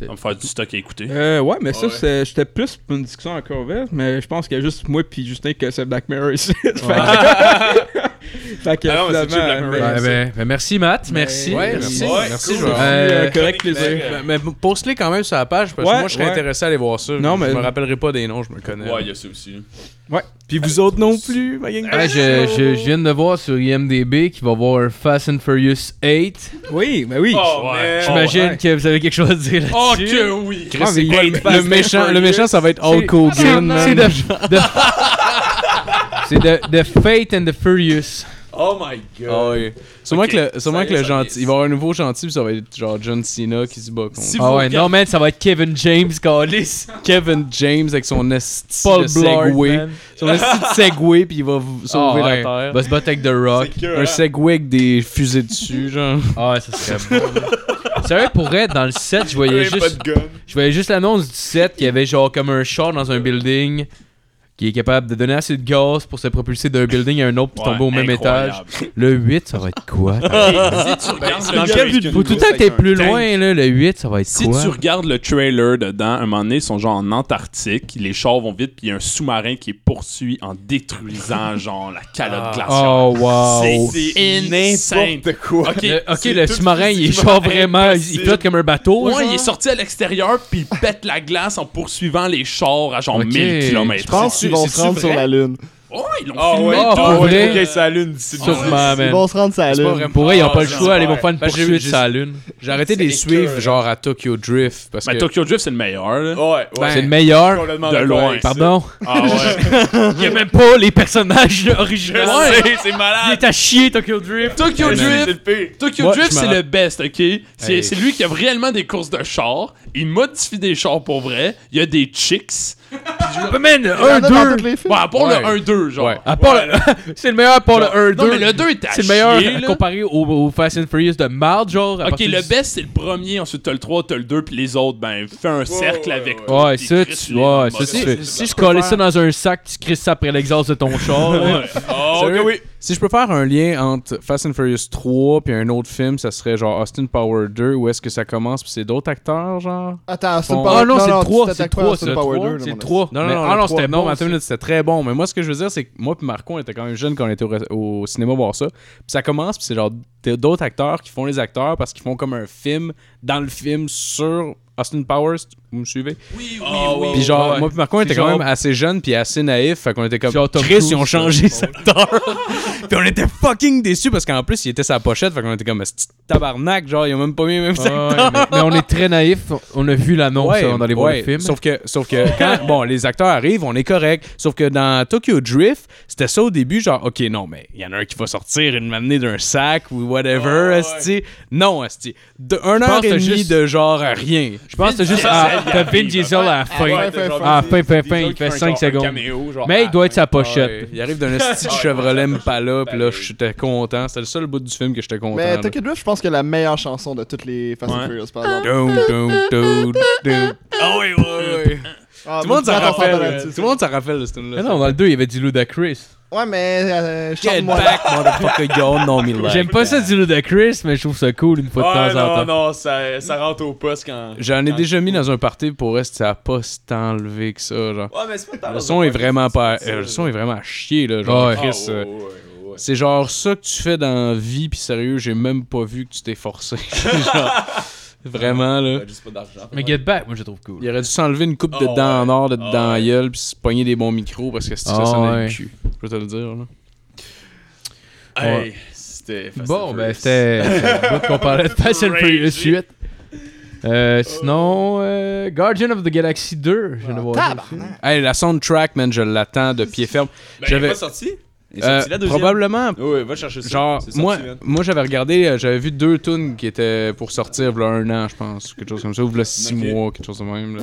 Speaker 4: va me faire du stock à écouter.
Speaker 1: Euh, ouais, mais ça,
Speaker 5: Ouais.
Speaker 1: c'est- j'étais plus pour une discussion encore ouverte, mais je pense qu'il y a juste moi puis Justin que c'est Black Mirror ici. fait que, fait que
Speaker 5: Ah non, mais c'est
Speaker 1: finalement, euh,
Speaker 5: chill, Black Mirror.
Speaker 1: mais-
Speaker 3: Ouais, ben, ben, merci, Matt. Merci.
Speaker 6: Ouais, merci.
Speaker 5: Ouais,
Speaker 6: merci,
Speaker 5: cool.
Speaker 6: je vais-
Speaker 5: Ouais.
Speaker 1: Euh,
Speaker 6: Euh,
Speaker 1: correct plaisir.
Speaker 5: Ouais.
Speaker 6: mais mais poste-les quand même sur la page parce que
Speaker 1: Ouais,
Speaker 6: moi je serais
Speaker 1: ouais.
Speaker 6: intéressé à aller voir ça.
Speaker 1: Non,
Speaker 6: je
Speaker 1: mais-
Speaker 6: me rappellerai pas des noms, je me connais.
Speaker 5: Ouais, il y a ça aussi.
Speaker 6: Puis vous autres non plus, ma gang.
Speaker 4: euh,
Speaker 5: Ah,
Speaker 3: Ouais, je, je- je viens de voir sur IMDB qu'il va y avoir un Fast and Furious 8.
Speaker 1: Oui, ben oui.
Speaker 5: Oh,
Speaker 4: Ouais.
Speaker 5: man.
Speaker 3: J'imagine que vous avez quelque chose à dire là-dessus.
Speaker 5: Oh, que oui.
Speaker 6: Chris, c'est
Speaker 1: Ah, mais
Speaker 6: quoi
Speaker 1: il-
Speaker 6: le, le méchant, le méchant, ça va être Hulk
Speaker 3: C'est-
Speaker 6: Hogan. man.
Speaker 3: C'est de, de- c'est de, de Fate and the Furious.
Speaker 5: Oh my god.
Speaker 6: Ah oui. Sûrement
Speaker 5: Ok,
Speaker 6: que le, sûrement
Speaker 5: ça
Speaker 6: que
Speaker 5: y est,
Speaker 6: le
Speaker 5: ça y est.
Speaker 6: gentil. Il va y avoir un nouveau gentil, puis ça va être genre John Cena qui se bat contre
Speaker 5: Si
Speaker 3: Ah
Speaker 5: vous
Speaker 3: ouais,
Speaker 5: regardez-
Speaker 3: non, man, ça va être Kevin James, Callis.
Speaker 6: Kevin James avec son esti
Speaker 3: Paul
Speaker 6: de
Speaker 3: Blart.
Speaker 6: Segway.
Speaker 3: man.
Speaker 6: Son esti de Segway, puis il va v- sauver
Speaker 3: Ah ouais.
Speaker 6: la Terre.
Speaker 3: Va se battre avec The Rock.
Speaker 5: Bah, C'est que,
Speaker 6: Un
Speaker 5: hein.
Speaker 6: Segway avec des fusées dessus, genre.
Speaker 3: Ah ouais, ça serait bon. man. Sérieux, pour être dans le set, je voyais
Speaker 5: Même pas
Speaker 3: juste
Speaker 5: de gun.
Speaker 3: Je voyais juste l'annonce du set qui avait genre comme un char dans un building qui est capable de donner assez de gaz pour se propulser d'un building à un autre pour tomber au même étage. Le 8, ça va être quoi?
Speaker 4: si tu regardes
Speaker 5: Dans
Speaker 4: le
Speaker 5: quel but de
Speaker 3: Faut tout le temps que t'es plus
Speaker 4: tank.
Speaker 3: loin, là. Le 8, ça va être
Speaker 4: Si
Speaker 3: quoi?
Speaker 4: tu regardes le trailer dedans, à un moment donné, ils sont genre en Antarctique, les chars vont vite, puis il y a un sous-marin qui est poursuit en détruisant genre la calotte glaciaire.
Speaker 3: Oh, wow.
Speaker 4: C'est insane.
Speaker 5: N'importe quoi.
Speaker 3: Le- ok,
Speaker 5: c'est
Speaker 3: le
Speaker 5: tout
Speaker 3: sous-marin, il est
Speaker 5: physiquement
Speaker 3: genre vraiment. il- Il
Speaker 5: impossible.
Speaker 3: flotte comme un bateau.
Speaker 4: Ouais,
Speaker 3: genre.
Speaker 4: il est sorti à l'extérieur, puis il pète la glace en poursuivant les chars à genre
Speaker 3: Ok.
Speaker 4: 1000 km.
Speaker 7: Je pense qu'ils vont se rendre sur la Lune.
Speaker 4: Ouais, ils l'ont
Speaker 5: Ah
Speaker 4: filmé
Speaker 5: ouais,
Speaker 3: Oh,
Speaker 4: tout.
Speaker 3: pour
Speaker 5: ah
Speaker 3: vrai?
Speaker 5: ouais, ok, ça allume d'ici le
Speaker 3: Sûrement,
Speaker 5: jour.
Speaker 7: Ils
Speaker 3: man.
Speaker 7: vont se rendre sur la
Speaker 6: C'est pas
Speaker 7: Lune.
Speaker 6: vraiment-
Speaker 3: Pour vrai, ils ont pas le
Speaker 5: Ah,
Speaker 3: choix. Ils vont
Speaker 5: j'espère.
Speaker 3: faire une
Speaker 6: Ben, j'ai-
Speaker 3: poursuite
Speaker 6: j'ai-
Speaker 3: sur la lune.
Speaker 6: J'ai arrêté de les
Speaker 5: C'est
Speaker 6: suivre,
Speaker 5: écœurant.
Speaker 6: genre à Tokyo Drift. Parce
Speaker 5: Ben,
Speaker 4: Mais
Speaker 6: que.
Speaker 4: Ben, Tokyo Drift, c'est le meilleur. là.
Speaker 5: Ouais, ouais.
Speaker 3: C'est le meilleur.
Speaker 5: complètement
Speaker 4: de
Speaker 5: d'accord
Speaker 4: loin,
Speaker 5: avec ça.
Speaker 3: Pardon.
Speaker 4: Ah ouais.
Speaker 3: Il y a même pas les personnages originaux.
Speaker 4: Ouais.
Speaker 5: C'est malade.
Speaker 3: Il est à chier, Tokyo Drift.
Speaker 4: Tokyo
Speaker 5: C'est
Speaker 4: Drift,
Speaker 5: le pire.
Speaker 4: Tokyo
Speaker 6: Moi,
Speaker 4: Drift,
Speaker 6: je me
Speaker 4: c'est
Speaker 6: rapp-
Speaker 4: le best, ok? C'est
Speaker 6: Hey.
Speaker 4: c'est lui qui a réellement des courses de chars. Il modifie des chars pour vrai. Il y a des chicks.
Speaker 3: Man,
Speaker 7: Il y en a
Speaker 3: 1,
Speaker 7: dans
Speaker 3: 2,
Speaker 7: tous les films.
Speaker 4: Ouais, à part
Speaker 6: Ouais.
Speaker 4: le 1-2, genre.
Speaker 6: Ouais. À part le-
Speaker 3: C'est le meilleur pour
Speaker 4: Genre-
Speaker 3: le 1-2.
Speaker 4: Non, mais le 2 était à
Speaker 3: C'est le meilleur
Speaker 4: chier, là.
Speaker 3: comparé au, au Fast and Furious de marde, genre. à
Speaker 4: Ok,
Speaker 3: partir
Speaker 4: le
Speaker 3: du-
Speaker 4: best, c'est le premier. Ensuite, t'as le 3, t'as le 2, puis les autres, ben, fais un cercle
Speaker 5: ouais,
Speaker 4: avec
Speaker 5: ouais.
Speaker 4: toi,
Speaker 3: Ouais,
Speaker 4: puis
Speaker 3: ça,
Speaker 4: Chris,
Speaker 3: tu.
Speaker 4: les
Speaker 3: Ouais,
Speaker 4: modes
Speaker 3: ça,
Speaker 4: de-
Speaker 3: tu- Si je collais ça dans un sac, tu crisses ça après l'exhaust de ton char. là.
Speaker 4: Ah
Speaker 5: Oh,
Speaker 6: Sérieux?
Speaker 5: ok, oui.
Speaker 6: Si je peux faire un lien entre Fast and Furious 3 puis un autre film, ça serait genre Austin Power 2, où est-ce que ça commence, puis c'est d'autres acteurs, genre.
Speaker 7: Attends, Austin
Speaker 6: Bon.
Speaker 7: Power
Speaker 6: Ah non,
Speaker 3: c'est le
Speaker 7: tu
Speaker 3: trois,
Speaker 7: t'attaques
Speaker 3: c'est le
Speaker 7: pas à
Speaker 3: trois,
Speaker 7: Austin
Speaker 3: c'est le
Speaker 7: Power
Speaker 3: trois,
Speaker 7: 2, là,
Speaker 3: c'est
Speaker 7: mon
Speaker 3: le
Speaker 7: ami.
Speaker 3: 3.
Speaker 6: Non, non,
Speaker 3: Mais-
Speaker 6: non,
Speaker 3: ah
Speaker 6: le
Speaker 3: non,
Speaker 6: trois-
Speaker 3: c'était
Speaker 6: non,
Speaker 3: bon.
Speaker 6: mais attends
Speaker 3: ça.
Speaker 6: une minute, c'était très bon. Mais moi, ce que je veux dire, c'est que moi puis Marco, on était quand même jeunes quand on était au, res- au cinéma voir ça. Puis ça commence, puis c'est genre d- d'autres acteurs qui font les acteurs parce qu'ils font comme un film dans le film sur Austin Powers. Vous me suivez?
Speaker 3: Oui, oui,
Speaker 4: oui.
Speaker 6: Puis genre, moi puis Marco, on
Speaker 3: Puis
Speaker 6: était quand
Speaker 3: genre-
Speaker 6: même assez jeunes puis assez naïfs. Fait qu'on était comme,
Speaker 3: Genre Tom
Speaker 6: Chris,
Speaker 3: Cruise,
Speaker 6: ils ont changé
Speaker 3: ouais.
Speaker 6: secteur. puis on était fucking déçus parce qu'en plus, il était sa pochette. Fait qu'on était comme, c'est tabarnak, genre, ils ont même pas mis le même secteur.
Speaker 3: mais, mais on est très naïf. On a vu l'annonce
Speaker 6: Ouais,
Speaker 3: on dans les voir
Speaker 6: ouais.
Speaker 3: le film.
Speaker 6: Sauf que, sauf que quand bon, les acteurs arrivent, on est correct. Sauf que dans Tokyo Drift, c'était ça au début, genre, OK, non, mais il y en a un qui va sortir et m'amener d'un sac ou whatever, esti. Non, esti. De, un
Speaker 3: pense
Speaker 6: heure et
Speaker 3: que
Speaker 6: demie
Speaker 3: juste-
Speaker 6: de genre à rien.
Speaker 3: je pense que c'est juste. Ah, t'as Vin Diesel à la fin. Ah, fin, fin, fin, il fait 5 secondes. Mais il doit être sa
Speaker 6: Ouais, Ben
Speaker 3: pochette.
Speaker 6: il arrive d'un esti de Chevrolet Impala, puis là, j'étais content. C'était le seul bout du film que j'étais content.
Speaker 7: Mais
Speaker 6: là.
Speaker 7: Tokyo Drift, je pense que la meilleure chanson de toutes les Fast and
Speaker 4: Ouais.
Speaker 7: Furious, par exemple.
Speaker 6: Dum, dum, dum, dum. Ah oui, oui, oui.
Speaker 7: Ah,
Speaker 6: Tout le monde s'en
Speaker 7: moi, je m'attends pas
Speaker 6: rappelle.
Speaker 7: là-dessus.
Speaker 6: Tout le monde s'en rappelle de ce
Speaker 3: Mais
Speaker 6: film-là.
Speaker 3: non, dans le 2, il y avait du Ludacris.
Speaker 7: Ouais, mais euh,
Speaker 6: Get
Speaker 7: chante-moi là.
Speaker 6: back, motherfucker, you know me like
Speaker 3: J'aime pas ça du Ludacris, mais je trouve ça cool une fois de temps en temps.
Speaker 4: non, non, ça, ça rentre au poste quand.
Speaker 6: J'en ai déjà mis dans un party pour reste, ça a pas si tant levé que ça, genre.
Speaker 5: Ah, Ouais, mais c'est pas tant
Speaker 6: Le
Speaker 5: dans
Speaker 6: son
Speaker 5: un
Speaker 6: est
Speaker 5: podcast,
Speaker 6: vraiment pas.
Speaker 5: c'est-
Speaker 6: euh, le son est vraiment à chier, là. Genre,
Speaker 3: Ouais.
Speaker 5: Ah,
Speaker 6: Chris,
Speaker 5: ouais,
Speaker 6: euh,
Speaker 5: ouais, ouais, ouais.
Speaker 6: C'est genre ça que tu fais dans la vie, puis sérieux, j'ai même pas vu que tu t'es forcé. Genre, vraiment, là.
Speaker 5: T'as juste pas d'argent.
Speaker 3: Mais Get Back, moi je le trouve cool.
Speaker 6: Il aurait dû s'enlever une coupe de
Speaker 5: Ah
Speaker 6: dents en
Speaker 5: ouais.
Speaker 6: or, de
Speaker 5: Ah
Speaker 6: dents en
Speaker 5: ouais.
Speaker 6: gueule, puis se pogner des bons micros parce que c'est ça
Speaker 3: Ah
Speaker 6: sonnait
Speaker 3: ouais.
Speaker 6: le cul. Je peux te le dire, là.
Speaker 5: Hey, c'était Fast
Speaker 3: Bon,
Speaker 5: and
Speaker 3: ben
Speaker 5: Furious.
Speaker 3: c'était c'était le bout qu'on parlait de Fast and Furious
Speaker 5: Crazy.
Speaker 3: 8. Euh, sinon, euh, Guardian of the Galaxy 2, je viens de voir ça aussi.
Speaker 7: Tabarnak.
Speaker 6: Hey, la soundtrack, man, je l'attends de pied ferme.
Speaker 5: Ben, il est
Speaker 6: J'avais.
Speaker 5: pas sorti Il est
Speaker 6: euh,
Speaker 5: sorti la deuxième.
Speaker 6: probablement
Speaker 5: Ouais, ouais, va chercher ça.
Speaker 6: Genre,
Speaker 5: C'est sorti, hein.
Speaker 6: moi,
Speaker 5: man.
Speaker 6: moi j'avais regardé, euh, j'avais vu deux tunes qui étaient pour sortir v'là un an, je pense, ou quelque chose comme ça, ou v'là six
Speaker 5: Ok.
Speaker 6: mois, quelque chose de même. là.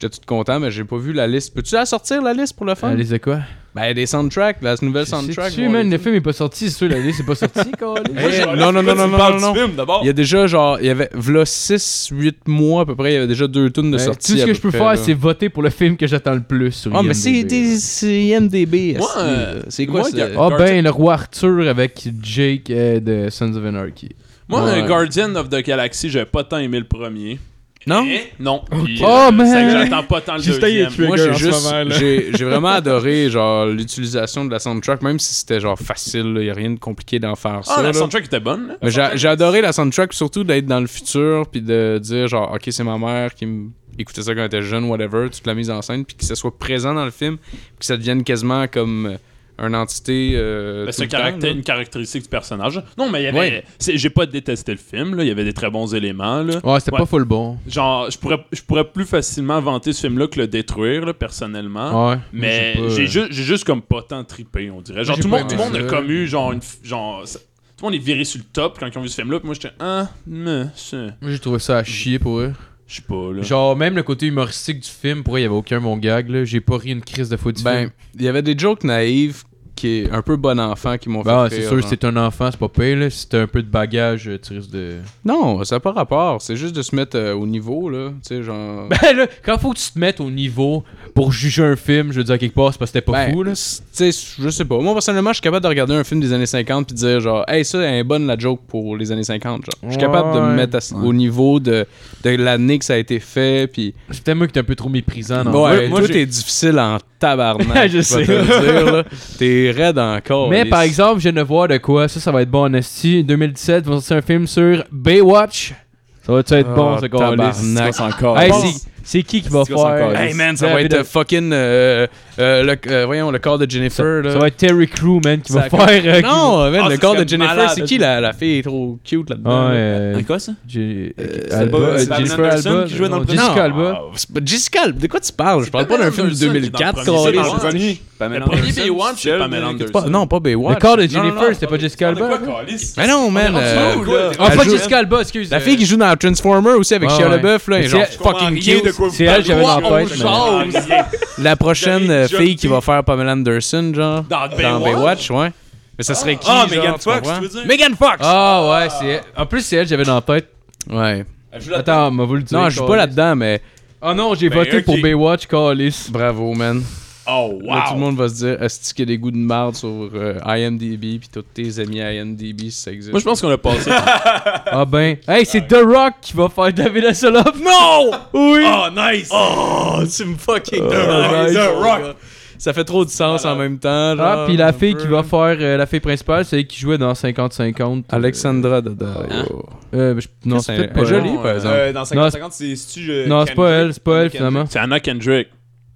Speaker 6: J'étais tout content, mais j'ai pas vu la liste. Peux-tu la sortir, la liste, pour le fun?
Speaker 3: Ah, les quoi?
Speaker 6: Ben, des soundtracks, la nouvelle soundtrack.
Speaker 3: Tu
Speaker 6: bon,
Speaker 3: man,
Speaker 6: les-
Speaker 3: le film est pas sorti, c'est sûr, la liste est pas sortie, câlisse.
Speaker 6: Eh,
Speaker 5: Genre,
Speaker 6: non, non, non, non,
Speaker 5: pourquoi tu me
Speaker 6: non,
Speaker 5: parles
Speaker 6: non,
Speaker 5: du
Speaker 6: non.
Speaker 5: film, d'abord?
Speaker 6: Il y a déjà, genre, il y avait v'là 6, 8 mois à peu près, il y avait déjà deux tunes de
Speaker 3: Euh,
Speaker 6: sortie.
Speaker 3: Tout ce
Speaker 6: à
Speaker 3: que
Speaker 6: peu
Speaker 3: je peux
Speaker 6: près,
Speaker 3: faire,
Speaker 6: là.
Speaker 3: c'est voter pour le film que j'attends le plus sur
Speaker 6: Ah, mais c'est
Speaker 3: IMDb.
Speaker 6: des c'est IMDB.
Speaker 5: Moi,
Speaker 6: esti,
Speaker 5: euh,
Speaker 6: là. C'est quoi
Speaker 5: moi,
Speaker 6: ça?
Speaker 5: il y a-
Speaker 3: Ah ben, le roi Arthur avec Jake euh, de Sons of Anarchy.
Speaker 4: Moi,
Speaker 6: Ouais.
Speaker 4: Guardian of the Galaxy, j'ai pas tant aimé le premier.
Speaker 6: Non?
Speaker 5: Hein?
Speaker 4: Non. Puis,
Speaker 3: Oh,
Speaker 4: euh,
Speaker 3: man!
Speaker 4: c'est que J'attends pas tant le
Speaker 1: Juste
Speaker 4: deuxième.
Speaker 1: à y tuer.
Speaker 6: Moi, j'ai
Speaker 1: Trigger en
Speaker 6: juste.
Speaker 1: ce moment, là.
Speaker 6: J'ai j'ai vraiment adoré, genre, l'utilisation de la soundtrack, même si c'était, genre, facile, il y a rien de compliqué d'en faire ça.
Speaker 4: Ah, la
Speaker 6: là.
Speaker 4: soundtrack était bonne, là.
Speaker 6: Mais j'ai j'ai adoré la soundtrack, surtout d'être dans le futur, puis de dire genre, ok, c'est ma mère qui m- écoutait ça quand elle était jeune, whatever, toute la mise en scène, puis que ça soit présent dans le film, puis que ça devienne quasiment comme euh, une entité.
Speaker 4: Ben,
Speaker 6: euh, tout
Speaker 4: c'est
Speaker 6: le
Speaker 4: un caractère-
Speaker 6: temps, là.
Speaker 4: une caractéristique du personnage. Non, mais il y avait.
Speaker 6: Ouais.
Speaker 4: c'est- J'ai pas détesté le film, là. Il y avait des très bons éléments, là.
Speaker 3: Ouais, c'était
Speaker 4: Ouais.
Speaker 3: pas full bon.
Speaker 4: Genre, je pourrais, je pourrais plus facilement vanter ce film-là que le détruire, là, personnellement.
Speaker 3: Ouais.
Speaker 4: Hein? Mais j'ai
Speaker 3: juste
Speaker 4: juste, j'ai juste comme pas tant trippé, on dirait. Genre,
Speaker 3: euh, J'ai
Speaker 4: tout le
Speaker 3: pas
Speaker 4: monde, tout le
Speaker 3: aimé
Speaker 4: monde a
Speaker 3: ça.
Speaker 4: comme eu, genre, une f- genre ça- tout le monde est viré sur le top quand ils ont vu ce film-là. Puis moi, j'étais, ah, mais, ça,
Speaker 3: Moi, j'ai trouvé ça à chier pour eux.
Speaker 4: je sais pas, là.
Speaker 3: Genre, même le côté humoristique du film, pour eux, il y avait aucun bon gag, là. J'ai pas ri une crise de fois du
Speaker 6: Ben,
Speaker 3: film.
Speaker 6: il y avait des jokes naïves qui est un peu bon enfant qui m'ont fait.
Speaker 3: Ben, c'est
Speaker 6: rire,
Speaker 3: sûr,
Speaker 6: genre.
Speaker 3: si t'es un enfant, c'est pas pire, là. Si t'as un peu de bagage, euh, tu risques de.
Speaker 6: Non, ça n'a pas rapport. C'est juste de se mettre euh, au niveau, là. Tu sais, genre.
Speaker 3: Ben, là, quand faut que tu te mettes au niveau pour juger un film, je veux dire, quelque part, c'est parce que t'es pas
Speaker 6: Ben,
Speaker 3: fou, là.
Speaker 6: c- Tu sais, je sais pas. Moi, personnellement, je suis capable de regarder un film des années 50 puis de dire, genre, hey, ça, elle est bonne la joke pour les années 50. Genre, je suis capable de me
Speaker 3: Ouais.
Speaker 6: mettre à ce- au niveau de, de l'année que ça a été fait. Puis,
Speaker 3: C'est peut-être moi qui t'es un peu trop méprisant, Ah non?
Speaker 6: ouais,
Speaker 4: moi, moi,
Speaker 6: toi,
Speaker 4: j'ai-
Speaker 6: t'es difficile en tabarnak.
Speaker 3: Je
Speaker 6: vais
Speaker 3: sais.
Speaker 6: te le dire, là. T'es raide encore.
Speaker 3: Mais
Speaker 6: les-
Speaker 3: par exemple, je viens de voir de quoi, ça, ça va être bon en esti. 2017, ils vont sortir un film sur Baywatch. Ça va être
Speaker 6: Ah,
Speaker 3: bon, ce gars-là?
Speaker 6: tabarnak.
Speaker 5: encore.
Speaker 3: Hey,
Speaker 5: Bon.
Speaker 3: c'est- Ah, c'est qui qui va
Speaker 5: C'est quoi son
Speaker 3: faire?
Speaker 5: calice?
Speaker 6: Hey, man, ça va
Speaker 3: David-
Speaker 6: être euh, fucking. euh, euh, le, euh, voyons, le corps de Jennifer, là.
Speaker 3: Ça va être Terry Crew, man, qui va
Speaker 6: Ça-
Speaker 3: faire. euh, qui-
Speaker 6: Non, man,
Speaker 5: Ah,
Speaker 6: le
Speaker 5: ça
Speaker 6: corps de
Speaker 5: serait
Speaker 6: Jennifer,
Speaker 5: malade.
Speaker 6: c'est qui la, la fille trop cute là-dedans?
Speaker 3: Ah,
Speaker 6: là?
Speaker 3: euh,
Speaker 5: quoi ça
Speaker 3: J'ai- euh,
Speaker 5: pas-
Speaker 3: Alba,
Speaker 5: c'est
Speaker 3: euh,
Speaker 5: Pamela
Speaker 3: Jennifer
Speaker 5: Anderson
Speaker 3: Alba.
Speaker 5: qui jouait dans le
Speaker 3: non, Jessica
Speaker 6: premier?
Speaker 3: Alba.
Speaker 6: Ah, c'est pas- Jessica, Alba, de quoi tu parles? Je parle pas d'un film de
Speaker 4: Anderson qui est dans le
Speaker 6: 2004.
Speaker 4: premier. C'est
Speaker 6: câlisse.
Speaker 4: dans le premier.
Speaker 5: Pamela
Speaker 4: Le premier
Speaker 5: Anderson,
Speaker 4: Baywatch, c'est
Speaker 5: celle
Speaker 4: Pamela
Speaker 5: de-
Speaker 4: Anderson.
Speaker 6: Pas- non, pas Baywatch.
Speaker 3: Le corps de
Speaker 6: Non, non,
Speaker 3: Jennifer, c'était pas Jessica
Speaker 5: Parle de
Speaker 3: Alba.
Speaker 5: quoi, Calice?
Speaker 6: Mais non, man. euh,
Speaker 5: rendu où, là?
Speaker 3: Ah,
Speaker 6: Elle
Speaker 3: pas
Speaker 6: joue-
Speaker 3: Jessica Alba, excuse.
Speaker 6: la fille qui joue dans Transformer aussi avec
Speaker 3: Ouais,
Speaker 6: Shia
Speaker 3: ouais.
Speaker 6: LaBeouf, là,
Speaker 3: Mais c'est-
Speaker 6: est genre
Speaker 3: je
Speaker 6: fucking
Speaker 5: rien
Speaker 6: cute.
Speaker 5: de quoi vous
Speaker 3: C'est elle, j'avais dans la
Speaker 5: parlez.
Speaker 3: tête,
Speaker 5: Wow,
Speaker 3: mais-
Speaker 5: on jase.
Speaker 6: La prochaine
Speaker 5: J'avais
Speaker 6: euh,
Speaker 5: déjà
Speaker 6: fille qui
Speaker 5: dit.
Speaker 6: va faire Pamela Anderson, genre,
Speaker 5: Dans
Speaker 6: dans
Speaker 5: Baywatch?
Speaker 6: Baywatch, ouais. Mais ça serait qui,
Speaker 5: Ah,
Speaker 6: genre,
Speaker 5: Megan
Speaker 6: tu
Speaker 5: Fox,
Speaker 6: comprends?
Speaker 5: tu veux dire?
Speaker 6: Megan Fox!
Speaker 3: Ah ouais, c'est elle. En plus, c'est elle, j'avais dans la tête.
Speaker 6: Ouais.
Speaker 5: Elle joue là-dedans.
Speaker 3: Attends, m'a voulu le dire.
Speaker 6: Non, je joue pas
Speaker 3: Carlis.
Speaker 6: là-dedans, mais
Speaker 3: Ah non, j'ai
Speaker 5: Ben,
Speaker 3: voté
Speaker 5: ok.
Speaker 3: pour Baywatch, Callis.
Speaker 6: bravo, man.
Speaker 5: Oh,
Speaker 6: Là, tout le
Speaker 5: wow.
Speaker 6: monde va se dire, est-ce qu'il y a des goûts de marde sur euh, IMDb, puis tous tes amis IMDb, si ça existe.
Speaker 4: Moi, je pense qu'on a passé.
Speaker 3: Ah ben. Hey, c'est The Rock qui va faire David Hasselhoff. Non! Oui!
Speaker 5: Oh,
Speaker 4: Ah,
Speaker 5: nice.
Speaker 6: Oh, tu me fucking
Speaker 5: Euh, nice. The Rock.
Speaker 6: Ça fait trop de sens en même
Speaker 3: Ah,
Speaker 6: temps. genre,
Speaker 3: puis la
Speaker 6: un
Speaker 3: fille
Speaker 6: peu.
Speaker 3: qui va faire euh, la fille principale, c'est elle qui jouait dans 50-50. euh,
Speaker 6: Alexandra Daddario.
Speaker 3: Euh, ben, je- non, c'est peut-être pas
Speaker 6: joli,
Speaker 3: elle.
Speaker 6: par exemple.
Speaker 5: Euh, dans
Speaker 3: Non,
Speaker 5: 50-50, c'est c'est-tu. euh,
Speaker 3: Non, c'est pas
Speaker 5: Kendrick?
Speaker 3: elle, c'est pas elle
Speaker 5: Kendrick.
Speaker 3: finalement.
Speaker 4: C'est Anna Kendrick.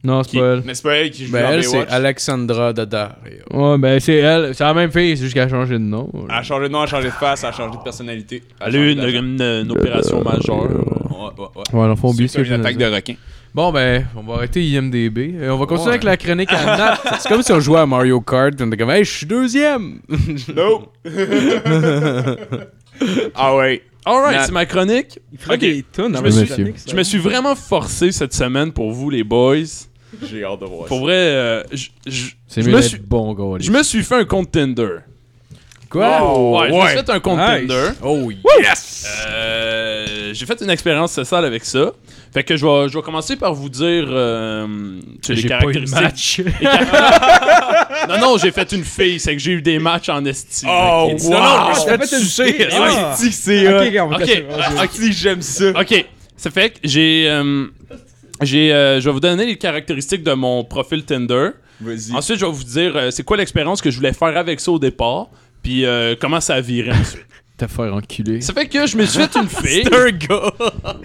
Speaker 3: Non, c'est
Speaker 4: Qui-
Speaker 3: pas elle.
Speaker 5: Mais c'est pas elle qui joue
Speaker 6: Ben,
Speaker 5: dans
Speaker 6: elle, c'est
Speaker 5: Baywatch.
Speaker 6: Alexandra Daddario.
Speaker 3: Ouais, ben c'est elle, c'est la même fille, c'est juste qu'elle a changé de nom.
Speaker 5: Elle a changé de nom, elle a changé de face, elle a changé de personnalité.
Speaker 4: Elle a eu une, une- une opération majeure.
Speaker 5: Euh, Ouais, ouais, ouais.
Speaker 3: Ouais, l'enfant oublie ce
Speaker 5: C'est
Speaker 3: que
Speaker 5: une
Speaker 3: je viens de
Speaker 5: attaque
Speaker 3: dire.
Speaker 5: de requin.
Speaker 3: Bon, ben, on va arrêter IMDB. Euh, on va continuer
Speaker 6: Ouais.
Speaker 3: avec la chronique à Nat.
Speaker 6: C'est comme si on jouait à Mario Kart et on était comme Hey, je suis deuxième!
Speaker 5: No! ah ouais.
Speaker 4: Alright,
Speaker 5: Nat.
Speaker 4: c'est ma chronique.
Speaker 1: Il ferait
Speaker 4: Ok.
Speaker 1: des tonnes dans
Speaker 4: Je
Speaker 1: la
Speaker 3: me suis-
Speaker 1: chronique, ça.
Speaker 4: Je me suis vraiment forcé cette semaine pour vous, les boys.
Speaker 5: J'ai hâte de voir
Speaker 4: Pour vrai, euh, je- je
Speaker 3: C'est
Speaker 4: je
Speaker 3: mieux
Speaker 4: me
Speaker 3: d'être
Speaker 4: suis-
Speaker 3: bon, gars.
Speaker 4: je me suis fait un compte Tinder.
Speaker 3: Quoi?
Speaker 5: Oh,
Speaker 4: ouais, je me suis fait un compte
Speaker 1: Nice.
Speaker 4: Tinder.
Speaker 6: Oh, oui.
Speaker 4: Euh, j'ai fait une expérience sale avec ça. Fait que je vais, je vais commencer par vous dire euh, tu sais, les
Speaker 3: J'ai pas eu de
Speaker 4: caractéristiques.
Speaker 3: match.
Speaker 4: non, non, j'ai fait une fille, c'est que j'ai eu des matchs en estime.
Speaker 5: Oh,
Speaker 4: ok. Non,
Speaker 5: wow!
Speaker 4: non, je-
Speaker 1: Ah, t'as fait une série.
Speaker 4: Ah.
Speaker 1: Ah.
Speaker 5: Si c'est
Speaker 1: Ok, regarde, on va
Speaker 4: Ok.
Speaker 1: casser. Ah,
Speaker 4: Ah,
Speaker 5: Si j'aime ça.
Speaker 4: Ok, ça fait que j'ai. euh, j'ai, euh, je vais vous donner les caractéristiques de mon profil Tinder.
Speaker 5: Vas-y.
Speaker 4: Ensuite, je vais vous dire euh, c'est quoi l'expérience que je voulais faire avec ça au départ, puis euh, comment ça a viré ensuite.
Speaker 3: T'as fait enculer.
Speaker 4: Ça fait que je me suis fait une fille.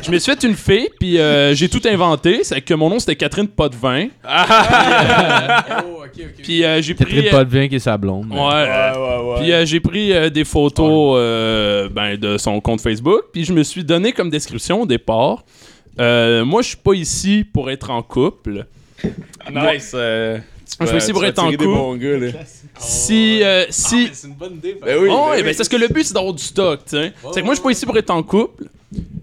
Speaker 4: Je me suis fait une fille, puis euh, j'ai tout inventé. C'est que mon nom, c'était Catherine Potvin.
Speaker 5: Ah.
Speaker 6: ok, ok.
Speaker 4: Puis euh, j'ai pris...
Speaker 3: Catherine Potvin qui est sa blonde.
Speaker 4: Ouais. euh,
Speaker 5: ouais,
Speaker 4: Puis euh, j'ai pris euh, des photos euh, ben, de son compte Facebook, puis je me suis donné comme description au départ. Euh, moi, je suis pas ici pour être en couple.
Speaker 5: Nice. euh, tu
Speaker 4: Je
Speaker 5: peux-
Speaker 4: me suis
Speaker 5: tu
Speaker 4: dit pour
Speaker 5: vas
Speaker 4: être en
Speaker 5: tirer des
Speaker 4: couple.
Speaker 5: bons gars, là.
Speaker 4: Si... euh, si...
Speaker 6: C'est une bonne idée.
Speaker 5: Ben oui.
Speaker 4: Oh, ouais,
Speaker 5: ben
Speaker 4: ben,
Speaker 5: oui.
Speaker 4: c'est parce que le but, c'est d'avoir du stock, tu sais. C'est que moi, je suis pas ici pour être en couple.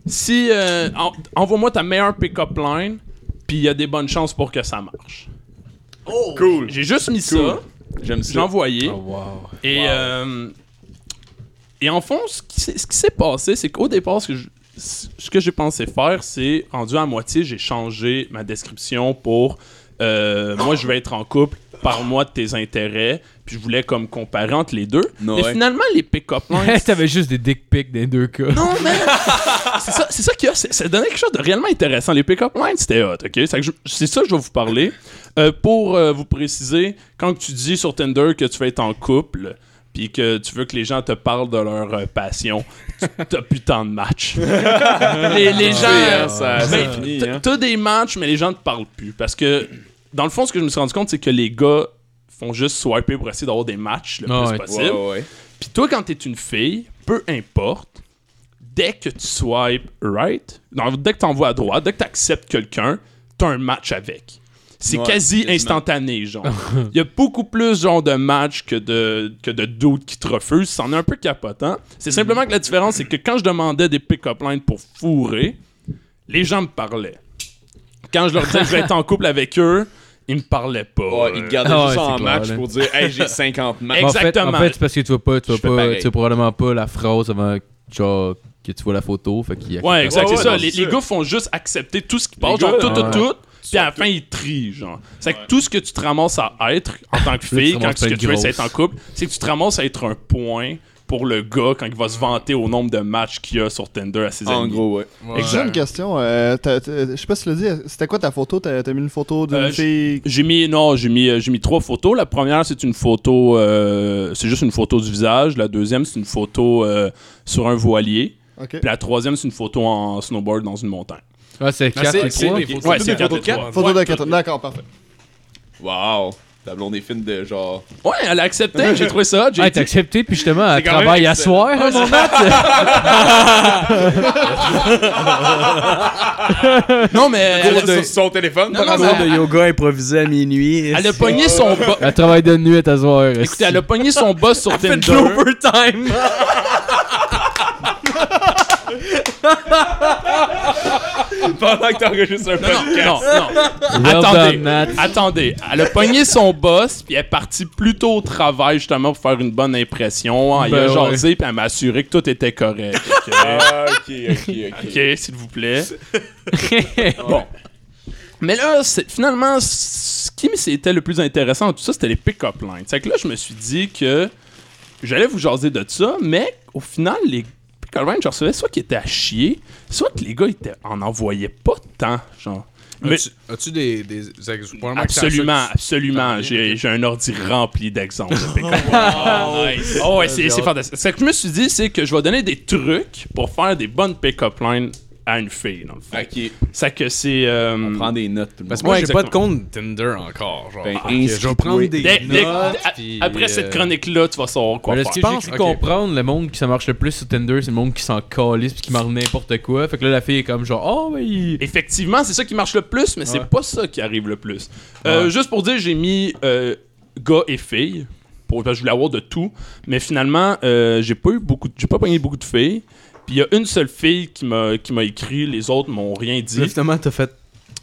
Speaker 4: Si... euh, en- Envoie-moi ta meilleure pick-up line, puis il y a des bonnes chances pour que ça marche.
Speaker 5: Cool.
Speaker 4: J'ai juste mis ça.
Speaker 5: J'aime
Speaker 4: Je l'ai
Speaker 5: ça.
Speaker 4: envoyé. Et, euh, et en fond, ce qui, s'est- ce qui s'est passé, c'est qu'au départ, ce que je- ce que j'ai pensé faire, c'est rendu à moitié, j'ai changé ma description pour euh, moi, je vais être en couple, parle-moi de tes intérêts, puis je voulais comme comparer entre les deux.
Speaker 5: Non,
Speaker 4: Mais
Speaker 5: ouais.
Speaker 4: finalement, les pick-up lines.
Speaker 3: Hey, T'avais juste des dick pics des deux cas.
Speaker 4: Non, mais c'est ça, c'est ça qu'il y a. c'est- Ça donnait quelque chose de réellement intéressant. Les pick-up lines, c'était hot, OK? C'est que je- c'est ça que je vais vous parler. Euh, pour euh, vous préciser, quand tu dis sur Tinder que tu veux être en couple, puis que tu veux que les gens te parlent de leur euh, passion, tu- t'as plus tant de matchs. les, les gens...
Speaker 5: hein,
Speaker 4: euh,
Speaker 5: ça- ça
Speaker 4: ben,
Speaker 5: finit,
Speaker 4: t'as-
Speaker 5: hein.
Speaker 4: T'as des matchs, mais les gens te parlent plus. Parce que, dans le fond, ce que je me suis rendu compte, c'est que les gars font juste swiper pour essayer d'avoir des matchs le
Speaker 3: Ah
Speaker 4: plus
Speaker 3: ouais.
Speaker 4: possible.
Speaker 5: Ouais, ouais, ouais.
Speaker 4: Puis toi, quand t'es une fille, peu importe, dès que tu swipes right, non, dès que t'envoies à droite, dès que t'acceptes quelqu'un, t'as un match avec. C'est
Speaker 5: Ouais,
Speaker 4: quasi
Speaker 5: quasiment.
Speaker 4: instantané, genre. Il y a beaucoup plus genre de matchs que de, que de doutes qui te refusent. C'en est un peu capotant. C'est simplement que la différence, c'est que quand je demandais des pick-up lines pour fourrer, les gens me parlaient. Quand je leur disais que je vais être en couple avec eux, ils me parlaient pas.
Speaker 5: Ouais, Oh, il te gardait
Speaker 3: Ah
Speaker 5: juste
Speaker 3: ouais,
Speaker 5: en
Speaker 3: c'est
Speaker 5: match
Speaker 3: clair, là.
Speaker 5: pour dire Hey, j'ai 50 matchs.
Speaker 3: En fait- En
Speaker 4: Exactement.
Speaker 3: fait, c'est parce que tu vois pas, tu vois
Speaker 5: Je fais
Speaker 3: pas,
Speaker 5: pareil.
Speaker 3: tu vois probablement pas la phrase avant genre, que tu vois la photo. Fait qu'il y a
Speaker 4: Ouais,
Speaker 3: quelque
Speaker 4: exact,
Speaker 5: Ouais,
Speaker 4: c'est
Speaker 5: ouais,
Speaker 4: ça.
Speaker 5: non,
Speaker 4: Les,
Speaker 5: c'est
Speaker 4: les
Speaker 5: ça.
Speaker 4: gars font juste accepter tout ce qui passe,
Speaker 5: Les
Speaker 4: genre
Speaker 5: gars,
Speaker 4: tout, tout,
Speaker 3: ouais.
Speaker 4: tout. Puis à la fin, ils trient, genre. C'est que tout ce que tu te ramasses à être en tant que
Speaker 3: Là, tu
Speaker 4: fille,
Speaker 3: te
Speaker 4: quand
Speaker 3: ramasses
Speaker 4: ce
Speaker 3: à
Speaker 4: que
Speaker 3: être
Speaker 4: tu veux, c'est
Speaker 3: grosse.
Speaker 4: être en couple, c'est que tu te ramasses à être un point pour le gars quand il va se vanter au nombre de matchs qu'il a sur Tinder à ses
Speaker 5: En
Speaker 4: amis.
Speaker 5: gros, ouais.
Speaker 7: J'ai une question. euh, t'as- t'as- Je sais pas si tu l'as dit. C'était quoi ta photo T'as t'as mis une photo d'une
Speaker 4: Euh,
Speaker 7: fille.
Speaker 4: J'ai mis, non, j'ai mis, euh, j'ai mis trois photos. La première, c'est une photo, euh, c'est juste une photo du visage. La deuxième, c'est une photo euh, sur un voilier.
Speaker 7: Ok.
Speaker 4: Puis la troisième, c'est une photo en snowboard dans une montagne.
Speaker 3: chose. Ouais, Ah,
Speaker 5: Ah,
Speaker 3: c'est 4 et 3.
Speaker 4: Ouais, c'est quatre et
Speaker 5: quatre.
Speaker 4: trois.
Speaker 7: Photo de Catherine. D'accord, parfait.
Speaker 5: Wow. La blonde est fine de genre.
Speaker 4: Ouais, elle a accepté. J'ai trouvé ça. hot, J'ai
Speaker 3: Hey, Ah, t'as
Speaker 4: été-
Speaker 3: accepté, puis justement, elle
Speaker 5: quand même
Speaker 3: travaille à soir, hein, mon Matt.
Speaker 4: Non, mais elle a-
Speaker 5: Elle sur son téléphone.
Speaker 4: Non, non,
Speaker 5: pendant
Speaker 4: mais-
Speaker 5: ça.
Speaker 4: de
Speaker 6: yoga improvisé à minuit.
Speaker 4: Elle a pogné son boss.
Speaker 3: Elle travaille de nuit à soir.
Speaker 4: Écoutez, elle a pogné son boss sur Tinder.
Speaker 6: l'overtime!
Speaker 5: Pendant que t'enregistres un
Speaker 4: Non,
Speaker 5: podcast.
Speaker 4: non, non.
Speaker 3: Well
Speaker 4: Attendez.
Speaker 3: done, Matt.
Speaker 4: Attendez, elle a pogné son boss, puis elle est partie plutôt au travail, justement, pour faire une bonne impression. Elle
Speaker 3: Ben
Speaker 4: a
Speaker 3: ouais.
Speaker 4: jasé, puis elle m'a assuré que tout était correct. OK,
Speaker 5: Ah, ok, ok, ok.
Speaker 4: Ok, s'il vous plaît. bon. Mais là, c'est- finalement, ce qui c'était le plus intéressant dans tout ça, c'était les pick-up lines. C'est que là, je me suis dit que j'allais vous jaser de ça, mais au final, les pick-up lines, je recevais soit qu'ils étaient à chier, soit que les gars, ils étaient- en envoyaient pas tant, genre. Mais-
Speaker 6: As-tu- As-tu des, des, des ex- probablement que c'est à ça Ah, que
Speaker 4: Absolument,
Speaker 6: tu-
Speaker 4: absolument. J'ai j'ai un ordi rempli d'exemples. de Pékin. Oh, ouais, c'est c'est fantastique. Ce que je me suis dit, c'est que je vais donner des trucs pour faire des bonnes pick-up lines à une fille, dans le fond.
Speaker 5: Ok,
Speaker 4: Ça que c'est... euh,
Speaker 5: on prend des notes. tout le
Speaker 6: Parce que
Speaker 5: monde.
Speaker 6: moi,
Speaker 4: Ouais,
Speaker 6: j'ai pas de
Speaker 4: exactement.
Speaker 6: compte Tinder encore. Genre.
Speaker 5: Ben,
Speaker 6: Fait que je vais prendre des
Speaker 4: Dès- dès-
Speaker 6: notes.
Speaker 4: a-
Speaker 6: puis,
Speaker 4: après
Speaker 6: euh,
Speaker 4: cette chronique-là, tu vas savoir quoi
Speaker 3: Mais
Speaker 4: faire.
Speaker 3: ce que
Speaker 6: pense-
Speaker 3: j'ai cru
Speaker 6: ok.
Speaker 3: comprendre, le monde qui ça marche le plus sur Tinder, c'est le monde qui s'en calisse puis qui marque n'importe quoi. Fait que là, la fille est comme genre, oh, mais il-
Speaker 4: Effectivement, c'est ça qui marche le plus, mais c'est
Speaker 3: Ouais.
Speaker 4: pas ça qui arrive le plus. Euh, Juste pour dire, j'ai mis euh, gars et filles. Pour, parce que je voulais avoir de tout. Mais finalement, euh, j'ai pas eu beaucoup. de- J'ai pas pogné beaucoup de filles. Puis il y a une seule fille qui m'a qui m'a écrit, les autres m'ont rien
Speaker 6: Là,
Speaker 4: dit.
Speaker 6: finalement, t'as fait.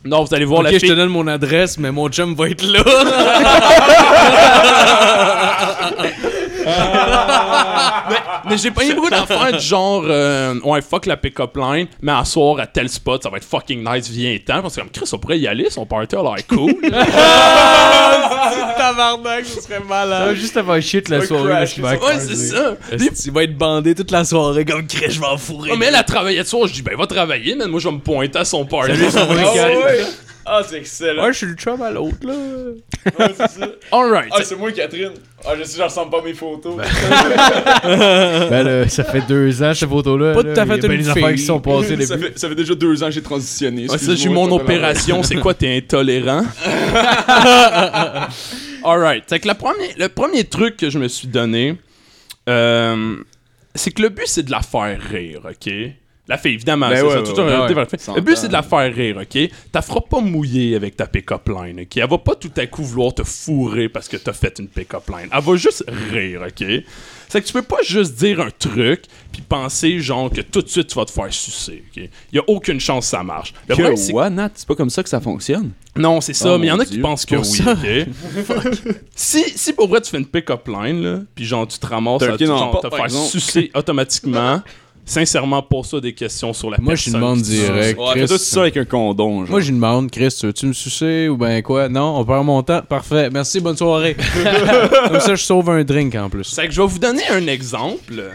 Speaker 4: Non, vous allez voir
Speaker 6: ok,
Speaker 4: la
Speaker 6: je te
Speaker 4: fille.
Speaker 6: donne mon adresse, mais mon chum va être là.
Speaker 4: Mais j'ai pogné beaucoup d'affaires du genre euh, Ouais, fuck la pick-up line, mais à soir à tel spot, ça va être fucking nice, viens ten Parce que comme Chris, on pourrait y aller, son party a l'air cool.
Speaker 6: Tabarnak, ce serait
Speaker 3: Ça
Speaker 6: malade.
Speaker 3: va juste avoir chier toute la soirée. là, je suis back.
Speaker 4: ouais, c'est ça. Des
Speaker 6: Il va être bandé toute la soirée comme crèche, je vais en fourrer.
Speaker 4: Ouais, Oh, mais elle, elle travaillait de soir. Je dis, ben, va travailler, mais moi, je vais me pointer à son party.
Speaker 5: Ah ouais! Ah, c'est excellent!
Speaker 6: Ouais, je suis le chum à l'autre, là.
Speaker 5: Ouais, c'est ça.
Speaker 4: Alright.
Speaker 5: Ah, c'est moi, Catherine! Ah, je sais, je ressemble pas à mes photos.
Speaker 3: Ben là, ça fait deux ans, cette photo-là.
Speaker 6: Pas
Speaker 3: là,
Speaker 6: tout à fait
Speaker 3: il y a bien
Speaker 6: une
Speaker 3: des affaires
Speaker 6: fille.
Speaker 3: qui sont passées
Speaker 5: ça,
Speaker 3: depuis.
Speaker 5: fait, ça fait déjà deux ans que j'ai transitionné.
Speaker 4: Ouais, ça, j'ai eu
Speaker 5: excuse-moi,
Speaker 4: mon
Speaker 5: je t'appelle
Speaker 4: opération. C'est quoi, t'es intolérant? Alright. Fait que la première, le premier truc que je me suis donné, euh, c'est que le but, c'est de la faire rire, OK? La fille, évidemment,
Speaker 5: Ben
Speaker 4: c'est
Speaker 5: ouais,
Speaker 4: ça,
Speaker 5: ouais,
Speaker 4: toujours
Speaker 5: ouais,
Speaker 4: orienté
Speaker 5: ouais.
Speaker 4: vers la fille. Le
Speaker 5: S'entend.
Speaker 4: but, c'est de la faire rire, OK? T'as feras pas mouiller avec ta pick-up line, OK? Elle va pas tout à coup vouloir te fourrer parce que t'as fait une pick-up line. Elle va juste rire, OK? C'est que tu peux pas juste dire un truc puis penser, genre, que tout de suite, tu vas te faire sucer, OK? Y a aucune chance que ça marche. Le problème, c'est
Speaker 5: Que what, Nat? C'est pas comme ça que ça fonctionne?
Speaker 4: non, c'est ça,
Speaker 5: Oh
Speaker 4: mais il y en
Speaker 5: mon
Speaker 4: a qui
Speaker 5: Dieu.
Speaker 4: pensent que oui. ok? si, si pour vrai tu fais une pick-up line, là, puis genre tu te ramasses
Speaker 5: T'as
Speaker 4: à
Speaker 5: le pied dans la
Speaker 4: genre,
Speaker 5: porte,
Speaker 4: te
Speaker 5: par
Speaker 4: faire
Speaker 5: exemple.
Speaker 4: sucer automatiquement, sincèrement pose ça des questions sur la
Speaker 6: Moi, je
Speaker 4: personne.
Speaker 6: demande
Speaker 4: qui te suce.
Speaker 6: direct.
Speaker 5: Ouais,
Speaker 6: Chris,
Speaker 5: fais tout ça avec un condom, genre.
Speaker 6: Moi, j'ai une demande, Chris, tu veux-tu me sucer ou ben quoi? Non, on perd mon temps. Parfait, merci, bonne soirée. Comme ça, je sauve un drink en plus.
Speaker 4: C'est que je vais vous donner un exemple.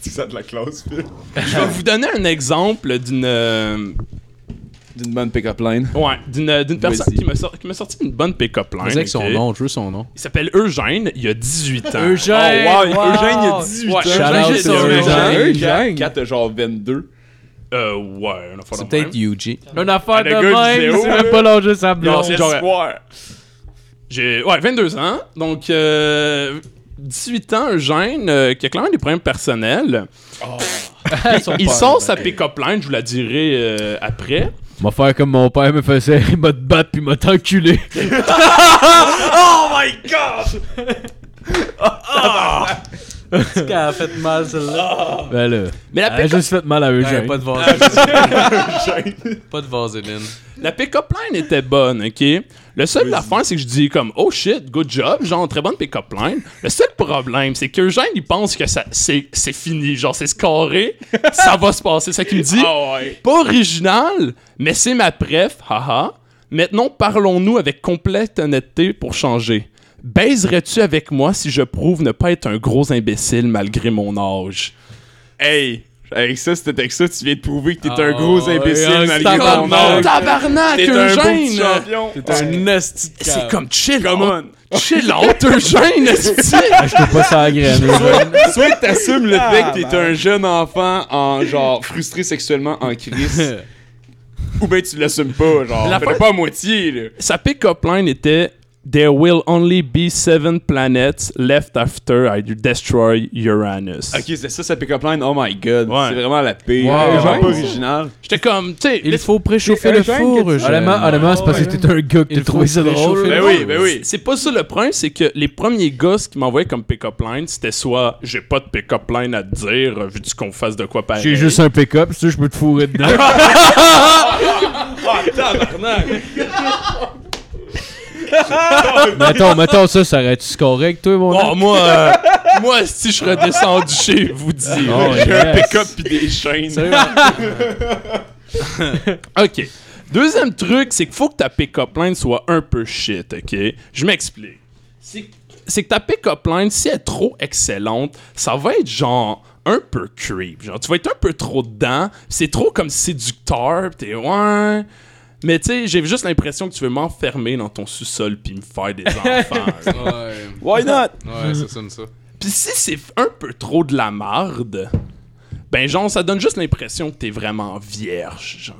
Speaker 5: C'est ça de la classe,
Speaker 4: Je vais vous donner un exemple d'une euh,
Speaker 5: D'une bonne pick-up line.
Speaker 4: ouais, d'une d'une personne
Speaker 5: Vas-y.
Speaker 4: qui m'a sor- qui m'a sorti une bonne pick-up line.
Speaker 6: Vas-y avec son
Speaker 4: ok?
Speaker 6: nom, je veux son nom.
Speaker 4: Il s'appelle Eugène, il a 18 ans.
Speaker 3: Eugène!
Speaker 5: oh, wow, Eugène, il a 18
Speaker 4: Ouais,
Speaker 5: ans.
Speaker 6: Shout out
Speaker 5: Juste
Speaker 6: to
Speaker 5: Eugène.
Speaker 1: Eugène. Eugène.
Speaker 5: Kat a genre 22.
Speaker 4: Euh, ouais, on a fait
Speaker 6: C'est peut-être Yuji.
Speaker 3: Une affaire
Speaker 4: Ah,
Speaker 3: de
Speaker 4: le gars, je
Speaker 3: même,
Speaker 4: disais,
Speaker 3: c'est
Speaker 4: oh,
Speaker 3: même pas l'enjeu sa
Speaker 4: Non,
Speaker 3: blonde.
Speaker 4: c'est genre. J'ai ouais, 22 ans. Donc euh, 18 ans, Eugène, euh, qui a clairement des problèmes personnels. Il sort sa pick-up line, je vous la dirai euh, après.
Speaker 3: M'a faire comme mon père me faisait, il m'a te battre puis il m'a t'enculé.
Speaker 6: Qu'elle a fait mal, celle-là.
Speaker 3: Ben là,
Speaker 4: Mais la
Speaker 3: elle a
Speaker 4: pick-up
Speaker 3: juste fait mal à Eugène.
Speaker 6: Ah. pas de vaseline. pas de vaseline.
Speaker 4: la pick-up line était bonne, ok? Le seul affaire, c'est que je dis comme Oh shit, good job, genre très bonne pick-up line. Le seul problème, c'est qu'Eugène, il pense que ça c'est c'est fini, genre c'est scoré, ça va se passer. C'est ça qu'il me dit.
Speaker 5: Ah
Speaker 4: Pas original, mais c'est ma préf, haha. Maintenant, parlons-nous avec complète honnêteté pour changer. Baiserais-tu avec moi si je prouve ne pas être un gros imbécile malgré mon âge?
Speaker 5: Hey! Avec ça, c'était avec ça, tu viens de prouver que t'es
Speaker 6: Ah,
Speaker 5: un gros
Speaker 6: ouais,
Speaker 5: imbécile
Speaker 6: ah,
Speaker 5: malgré
Speaker 6: c'est
Speaker 5: ton
Speaker 4: Comme
Speaker 6: tabarnak.
Speaker 5: âge.
Speaker 4: tabarnak,
Speaker 5: T'es un beau petit
Speaker 4: Eugène!
Speaker 5: champion.
Speaker 6: T'es un asti de
Speaker 4: C'est
Speaker 6: cave.
Speaker 4: comme chill,
Speaker 5: Come
Speaker 4: out.
Speaker 5: on!
Speaker 4: Chill out, Eugène! esti.
Speaker 3: J'étais pas sa graine, Eugène.
Speaker 5: Soit que t'assumes le fait que
Speaker 6: Ah,
Speaker 5: t'es
Speaker 6: ben.
Speaker 5: un jeune enfant en genre frustré sexuellement en crise, ou ben tu l'assumes pas, genre.
Speaker 4: La
Speaker 5: La
Speaker 4: fin-
Speaker 5: pas à moitié, là.
Speaker 4: Sa pick-up line était There will only be seven planets left after I destroy Uranus.
Speaker 5: Ok, c'est ça sa pick-up line, oh my god,
Speaker 4: Ouais.
Speaker 5: c'est vraiment la pire.
Speaker 3: Wow.
Speaker 5: C'est vraiment pas
Speaker 1: Ouais.
Speaker 5: original.
Speaker 4: J'étais comme, tu sais,
Speaker 6: Il faut préchauffer le
Speaker 1: Eugène que
Speaker 6: four,
Speaker 1: tu-
Speaker 6: Eugène.
Speaker 3: Honnêtement, honnêtement, c'est parce que
Speaker 1: ouais.
Speaker 3: t'es un gars que t'as
Speaker 6: Il faut
Speaker 3: trouvé ça
Speaker 6: réchauffer
Speaker 3: drôle.
Speaker 6: le
Speaker 3: là.
Speaker 5: Ben oui, ben oui.
Speaker 4: C'est pas ça le problème, c'est que les premiers gosses qui m'envoyaient comme pick-up line, c'était soit j'ai pas de pick-up line à te dire, euh, veux-tu qu'on fasse de quoi pareil?
Speaker 3: J'ai juste un pick-up, si tu veux, je peux te fourrer dedans. Mais attends, mettons ça, ça aurait-tu correct, toi, mon
Speaker 4: Oh,
Speaker 3: homme?
Speaker 4: moi, euh, moi, si je serais descendu chez vous, dire
Speaker 3: Oh,
Speaker 4: j'ai un
Speaker 3: yes.
Speaker 4: pick-up pis des chaînes. ok. Deuxième truc, c'est qu'il faut que ta pick-up line soit un peu shit, ok? Je m'explique. C'est- C'est que ta pick-up line, si elle est trop excellente, ça va être genre un peu creep. Genre, tu vas être un peu trop dedans, pis c'est trop comme séducteur, pis t'es ouais. Mais tu sais, j'ai juste l'impression que tu veux m'enfermer dans ton sous-sol puis me faire des enfants.
Speaker 6: Ouais,
Speaker 4: Why not?
Speaker 6: ouais, ça sonne ça.
Speaker 4: Pis si c'est un peu trop de la marde, ben genre, ça donne juste l'impression que t'es vraiment vierge, genre.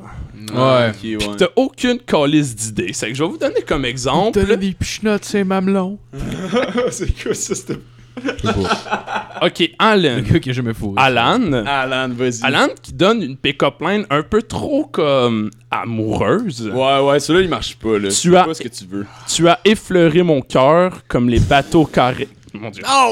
Speaker 3: Ouais.
Speaker 5: Qui, ouais.
Speaker 4: T'as aucune calice d'idées. C'est que je vais vous donner comme exemple.
Speaker 3: T'as des pichenottes, c'est mamelon.
Speaker 5: c'est quoi ça, c'était.
Speaker 4: Ok, Alan.
Speaker 3: Le gars que je me
Speaker 4: Ah,
Speaker 3: fous.
Speaker 4: Alan.
Speaker 5: Alan, vas-y.
Speaker 4: Alan qui donne une pick-up line un peu trop comme amoureuse.
Speaker 5: Ouais, ouais, celui-là, il marche pas, là.
Speaker 4: Tu
Speaker 5: C'est
Speaker 4: as-
Speaker 5: pas ce que tu veux.
Speaker 4: Tu as effleuré mon cœur comme les bateaux carrés. Mon dieu.
Speaker 5: Ah,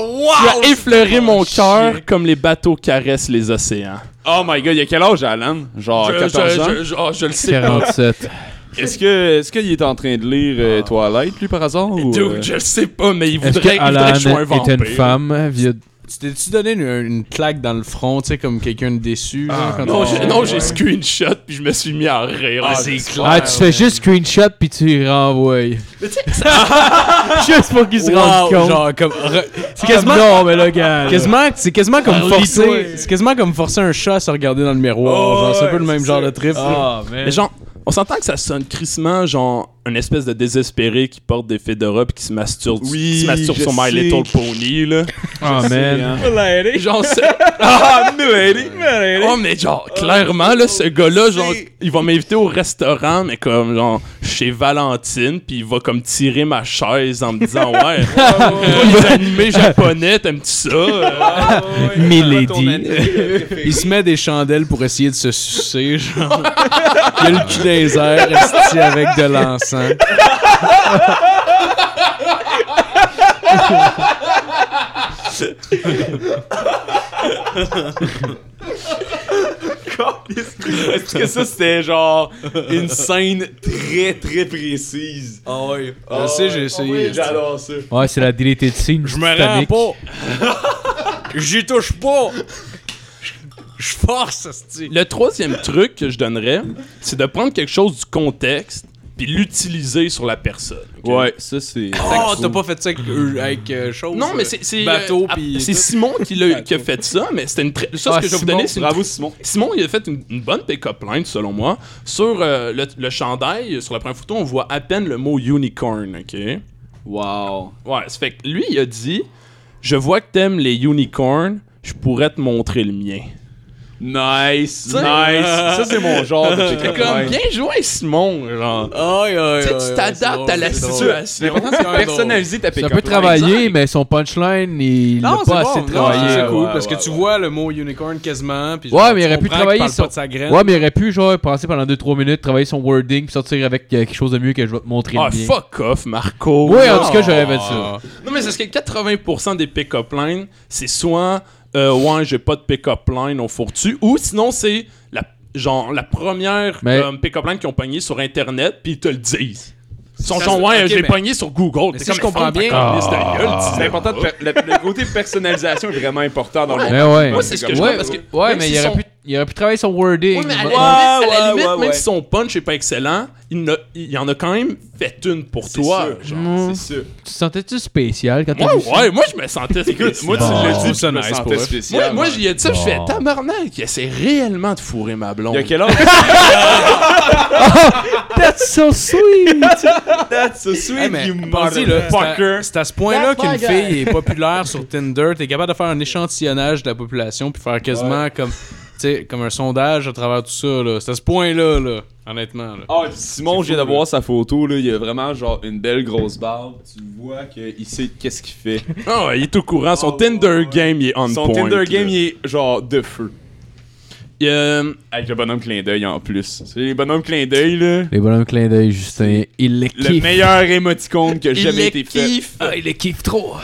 Speaker 4: Tu as effleuré mon cœur comme les bateaux caressent les océans.
Speaker 5: Oh my god, il y a quel âge, Alan Genre 14 Ah, ans
Speaker 4: je- je- oh, je le sais.
Speaker 3: 47.
Speaker 5: Est-ce que est-ce qu'il est en train de lire euh, Twilight, lui, par hasard ou,
Speaker 4: Dude,
Speaker 5: euh,
Speaker 4: je le sais pas, mais il
Speaker 3: Est-ce
Speaker 4: voudrait,
Speaker 3: que
Speaker 4: il voudrait que je sois un
Speaker 3: Alan
Speaker 4: vampire.
Speaker 3: était une femme hein, via
Speaker 6: Tu t'es-tu donné une, une claque dans le front, tu sais, comme quelqu'un de déçu? là, quand
Speaker 4: Non,
Speaker 6: on-
Speaker 4: j'ai, non, j'ai screenshot puis je me suis mis à rire. Ah, c'est
Speaker 3: Ah, tu fais juste screenshot puis tu renvoies. juste pour qu'ils se rendent
Speaker 6: Wow,
Speaker 3: compte.
Speaker 6: genre comme re- c'est
Speaker 3: quasiment.
Speaker 6: quasiment
Speaker 3: Non, mais le gars. là.
Speaker 6: quasiment c'est quasiment comme
Speaker 3: Parle-lui, toi.
Speaker 6: forcer c'est quasiment comme forcer un chat à se regarder dans le
Speaker 3: Oh,
Speaker 6: miroir Oh, genre c'est un peu le même genre de trip
Speaker 3: Ah, man.
Speaker 4: Mais genre, on s'entend que ça sonne crissement, genre, une espèce de désespéré qui porte des fedoras puis qui se masturbe,
Speaker 5: Oui,
Speaker 4: qui se masturbe
Speaker 5: je
Speaker 4: sur My
Speaker 5: sais.
Speaker 4: Little Pony, là.
Speaker 3: Ah, man.
Speaker 4: Genre, c'est- Ah, Oh, mais genre, clairement, là, ce gars-là, genre, il va m'inviter au restaurant, mais comme, genre, chez Valentine, puis il va comme tirer ma chaise en me disant, ouais, euh, les animés japonais, t'aimes-tu ça? Euh,
Speaker 6: Milady euh, il se met des chandelles pour essayer de se sucer genre il a le cul dans les airs esti, avec de l'encens
Speaker 5: Est-ce que ça c'était genre une scène très très précise
Speaker 6: ah oui je sais j'ai essayé
Speaker 5: J'adore ça.
Speaker 3: Ouais, c'est la deleted scene. Je
Speaker 4: Ah,
Speaker 6: rends pas j'y touche pas je force esti.
Speaker 4: Le troisième truc que je donnerais, c'est de prendre quelque chose du contexte, puis l'utiliser sur la personne. ok?
Speaker 5: Ouais, ça c'est.
Speaker 6: oh t'as pas fait ça avec, euh, avec, euh, chose
Speaker 4: Non, mais
Speaker 6: euh,
Speaker 4: c'est. c'est,
Speaker 6: bateau,
Speaker 4: euh, ah,
Speaker 6: puis
Speaker 4: C'est
Speaker 6: tout.
Speaker 4: Simon qui, l'a- qui a fait ça, mais c'était une. très- Ça, ce
Speaker 3: Ah,
Speaker 4: que je vais vous
Speaker 3: Simon,
Speaker 4: donner, c'est une
Speaker 5: Bravo Simon.
Speaker 4: Simon, il a fait une, une bonne pick-up line, selon moi. Sur euh, le, le chandail, sur la première photo, on voit à peine le mot unicorn, ok?
Speaker 5: Wow.
Speaker 4: Ouais, ça fait que lui, il a dit Je vois que t'aimes les unicorns, je pourrais te montrer le mien.
Speaker 5: Nice. Nice.
Speaker 4: T'sais,
Speaker 5: ça c'est mon genre de
Speaker 4: C'est comme
Speaker 5: Ouais.
Speaker 4: bien joué, Simon, genre.
Speaker 6: Aïe, aïe,
Speaker 4: Tu sais,
Speaker 6: aïe,
Speaker 4: tu
Speaker 6: aïe,
Speaker 4: t'adaptes
Speaker 6: c'est
Speaker 4: à la
Speaker 6: drôle, c'est drôle.
Speaker 4: situation.
Speaker 5: L'important c'est de
Speaker 6: Ouais,
Speaker 5: personnaliser ta
Speaker 3: Ça
Speaker 5: pick-up.
Speaker 3: peut travailler, mais son punchline, il l'a
Speaker 6: Non, c'est
Speaker 3: pas
Speaker 6: bon,
Speaker 3: assez
Speaker 6: non,
Speaker 3: travaillé.
Speaker 6: C'est
Speaker 3: ouais.
Speaker 6: cool,
Speaker 5: ouais,
Speaker 6: parce
Speaker 5: ouais,
Speaker 6: que tu
Speaker 5: ouais.
Speaker 6: vois le mot unicorn quasiment. Puis
Speaker 3: Ouais,
Speaker 6: genre,
Speaker 3: mais il
Speaker 6: tu
Speaker 3: aurait pu
Speaker 6: comprends qu'il
Speaker 3: travailler
Speaker 6: parle
Speaker 3: sur-
Speaker 6: pas de sa graine.
Speaker 3: Ouais, mais il aurait pu, genre, penser pendant 2-3 minutes, travailler son wording, puis sortir avec euh, quelque chose de mieux que je vais te montrer
Speaker 4: Ah,
Speaker 3: le bien.
Speaker 4: fuck off, Marco.
Speaker 3: Oui, en tout cas, j'aurais fait
Speaker 6: Ah.
Speaker 3: ça.
Speaker 4: Non, mais c'est parce que 80% des pick-up lines, c'est soit euh, ouais, j'ai pas de pick-up line, on fourre-tu, ou sinon c'est la, genre, la première
Speaker 3: Mais-
Speaker 4: comme, pick-up line qu'ils ont pogné sur Internet, puis ils te le disent. Ils sont
Speaker 6: Ça,
Speaker 4: genre,
Speaker 6: c'est-
Speaker 4: ouais,
Speaker 6: ok,
Speaker 4: j'ai
Speaker 6: mais-
Speaker 4: pogné sur Google.
Speaker 6: mais
Speaker 4: T'es
Speaker 6: si je comprends
Speaker 4: ferme ta
Speaker 6: bien-
Speaker 3: Ah.
Speaker 4: câlisse de gueule,
Speaker 5: C'est
Speaker 4: dis-le
Speaker 5: important. de
Speaker 4: pas.
Speaker 5: per- le, le côté personnalisation est vraiment important dans le
Speaker 4: Ouais.
Speaker 5: monde.
Speaker 3: Mais ouais.
Speaker 4: Moi, c'est ce que je
Speaker 3: ouais,
Speaker 4: pense, parce que
Speaker 3: ouais,
Speaker 4: même
Speaker 3: mais
Speaker 4: s'ils
Speaker 3: il aurait,
Speaker 4: sont-
Speaker 3: pu, il aurait pu travailler son wording.
Speaker 4: Ouais, mais
Speaker 3: Ouais.
Speaker 4: à la limite, à la
Speaker 5: ouais,
Speaker 4: limite,
Speaker 5: ouais,
Speaker 4: même
Speaker 5: ouais.
Speaker 4: si son punch est pas excellent, il, n'a- il y en a quand même fait une pour toi.
Speaker 5: C'est sûr,
Speaker 3: genre.
Speaker 5: genre, c'est sûr.
Speaker 3: Tu te sentais-tu spécial quand
Speaker 4: Moi,
Speaker 3: t'as vu ça?
Speaker 4: ouais, moi, je me sentais
Speaker 5: Écoute, moi, tu
Speaker 3: Bon.
Speaker 5: l'as dit,
Speaker 6: Ça,
Speaker 5: je me
Speaker 6: nice pour
Speaker 5: sentais
Speaker 6: vrai.
Speaker 5: spécial.
Speaker 4: Moi, moi
Speaker 5: ouais.
Speaker 4: j'y ai dit ça, je fais
Speaker 3: Bon.
Speaker 4: tabarnak, il essaie réellement de fourrer ma blonde.
Speaker 5: Il y a quel âge
Speaker 3: That's so sweet!
Speaker 5: That's so sweet,
Speaker 6: Hey, mais
Speaker 5: you
Speaker 6: vas-y, là, c'est à-
Speaker 5: motherfucker.
Speaker 6: C'est à ce point-là
Speaker 2: That's my
Speaker 6: qu'une
Speaker 2: guy.
Speaker 6: fille est populaire sur Tinder. T'es capable de faire un échantillonnage de la population puis faire quasiment comme, tu sais, comme un sondage à travers tout ça. là. C'est à ce point-là, là, honnêtement. là.
Speaker 5: Ah, Simon, je viens
Speaker 6: fou,
Speaker 5: de voir sa photo, là. Il a vraiment, genre, une belle grosse barbe. Tu vois qu'il sait qu'est-ce qu'il fait.
Speaker 4: Ah ouais, il est au courant. Son
Speaker 5: Oh,
Speaker 4: Tinder
Speaker 5: ouais.
Speaker 4: game, il est on
Speaker 5: Son
Speaker 4: point.
Speaker 5: Tinder
Speaker 4: là.
Speaker 5: game, il est, genre, de feu.
Speaker 4: Il, euh,
Speaker 5: Avec le bonhomme clin d'œil en plus. C'est les bonhommes clin d'œil, là.
Speaker 3: Les bonhommes clin d'œil, Justin, il les
Speaker 5: Le
Speaker 3: kiffe.
Speaker 5: meilleur émoticône qui a
Speaker 4: il
Speaker 5: jamais
Speaker 4: les
Speaker 5: été fait.
Speaker 4: kiffe.
Speaker 3: Ah, il les kiffe trop!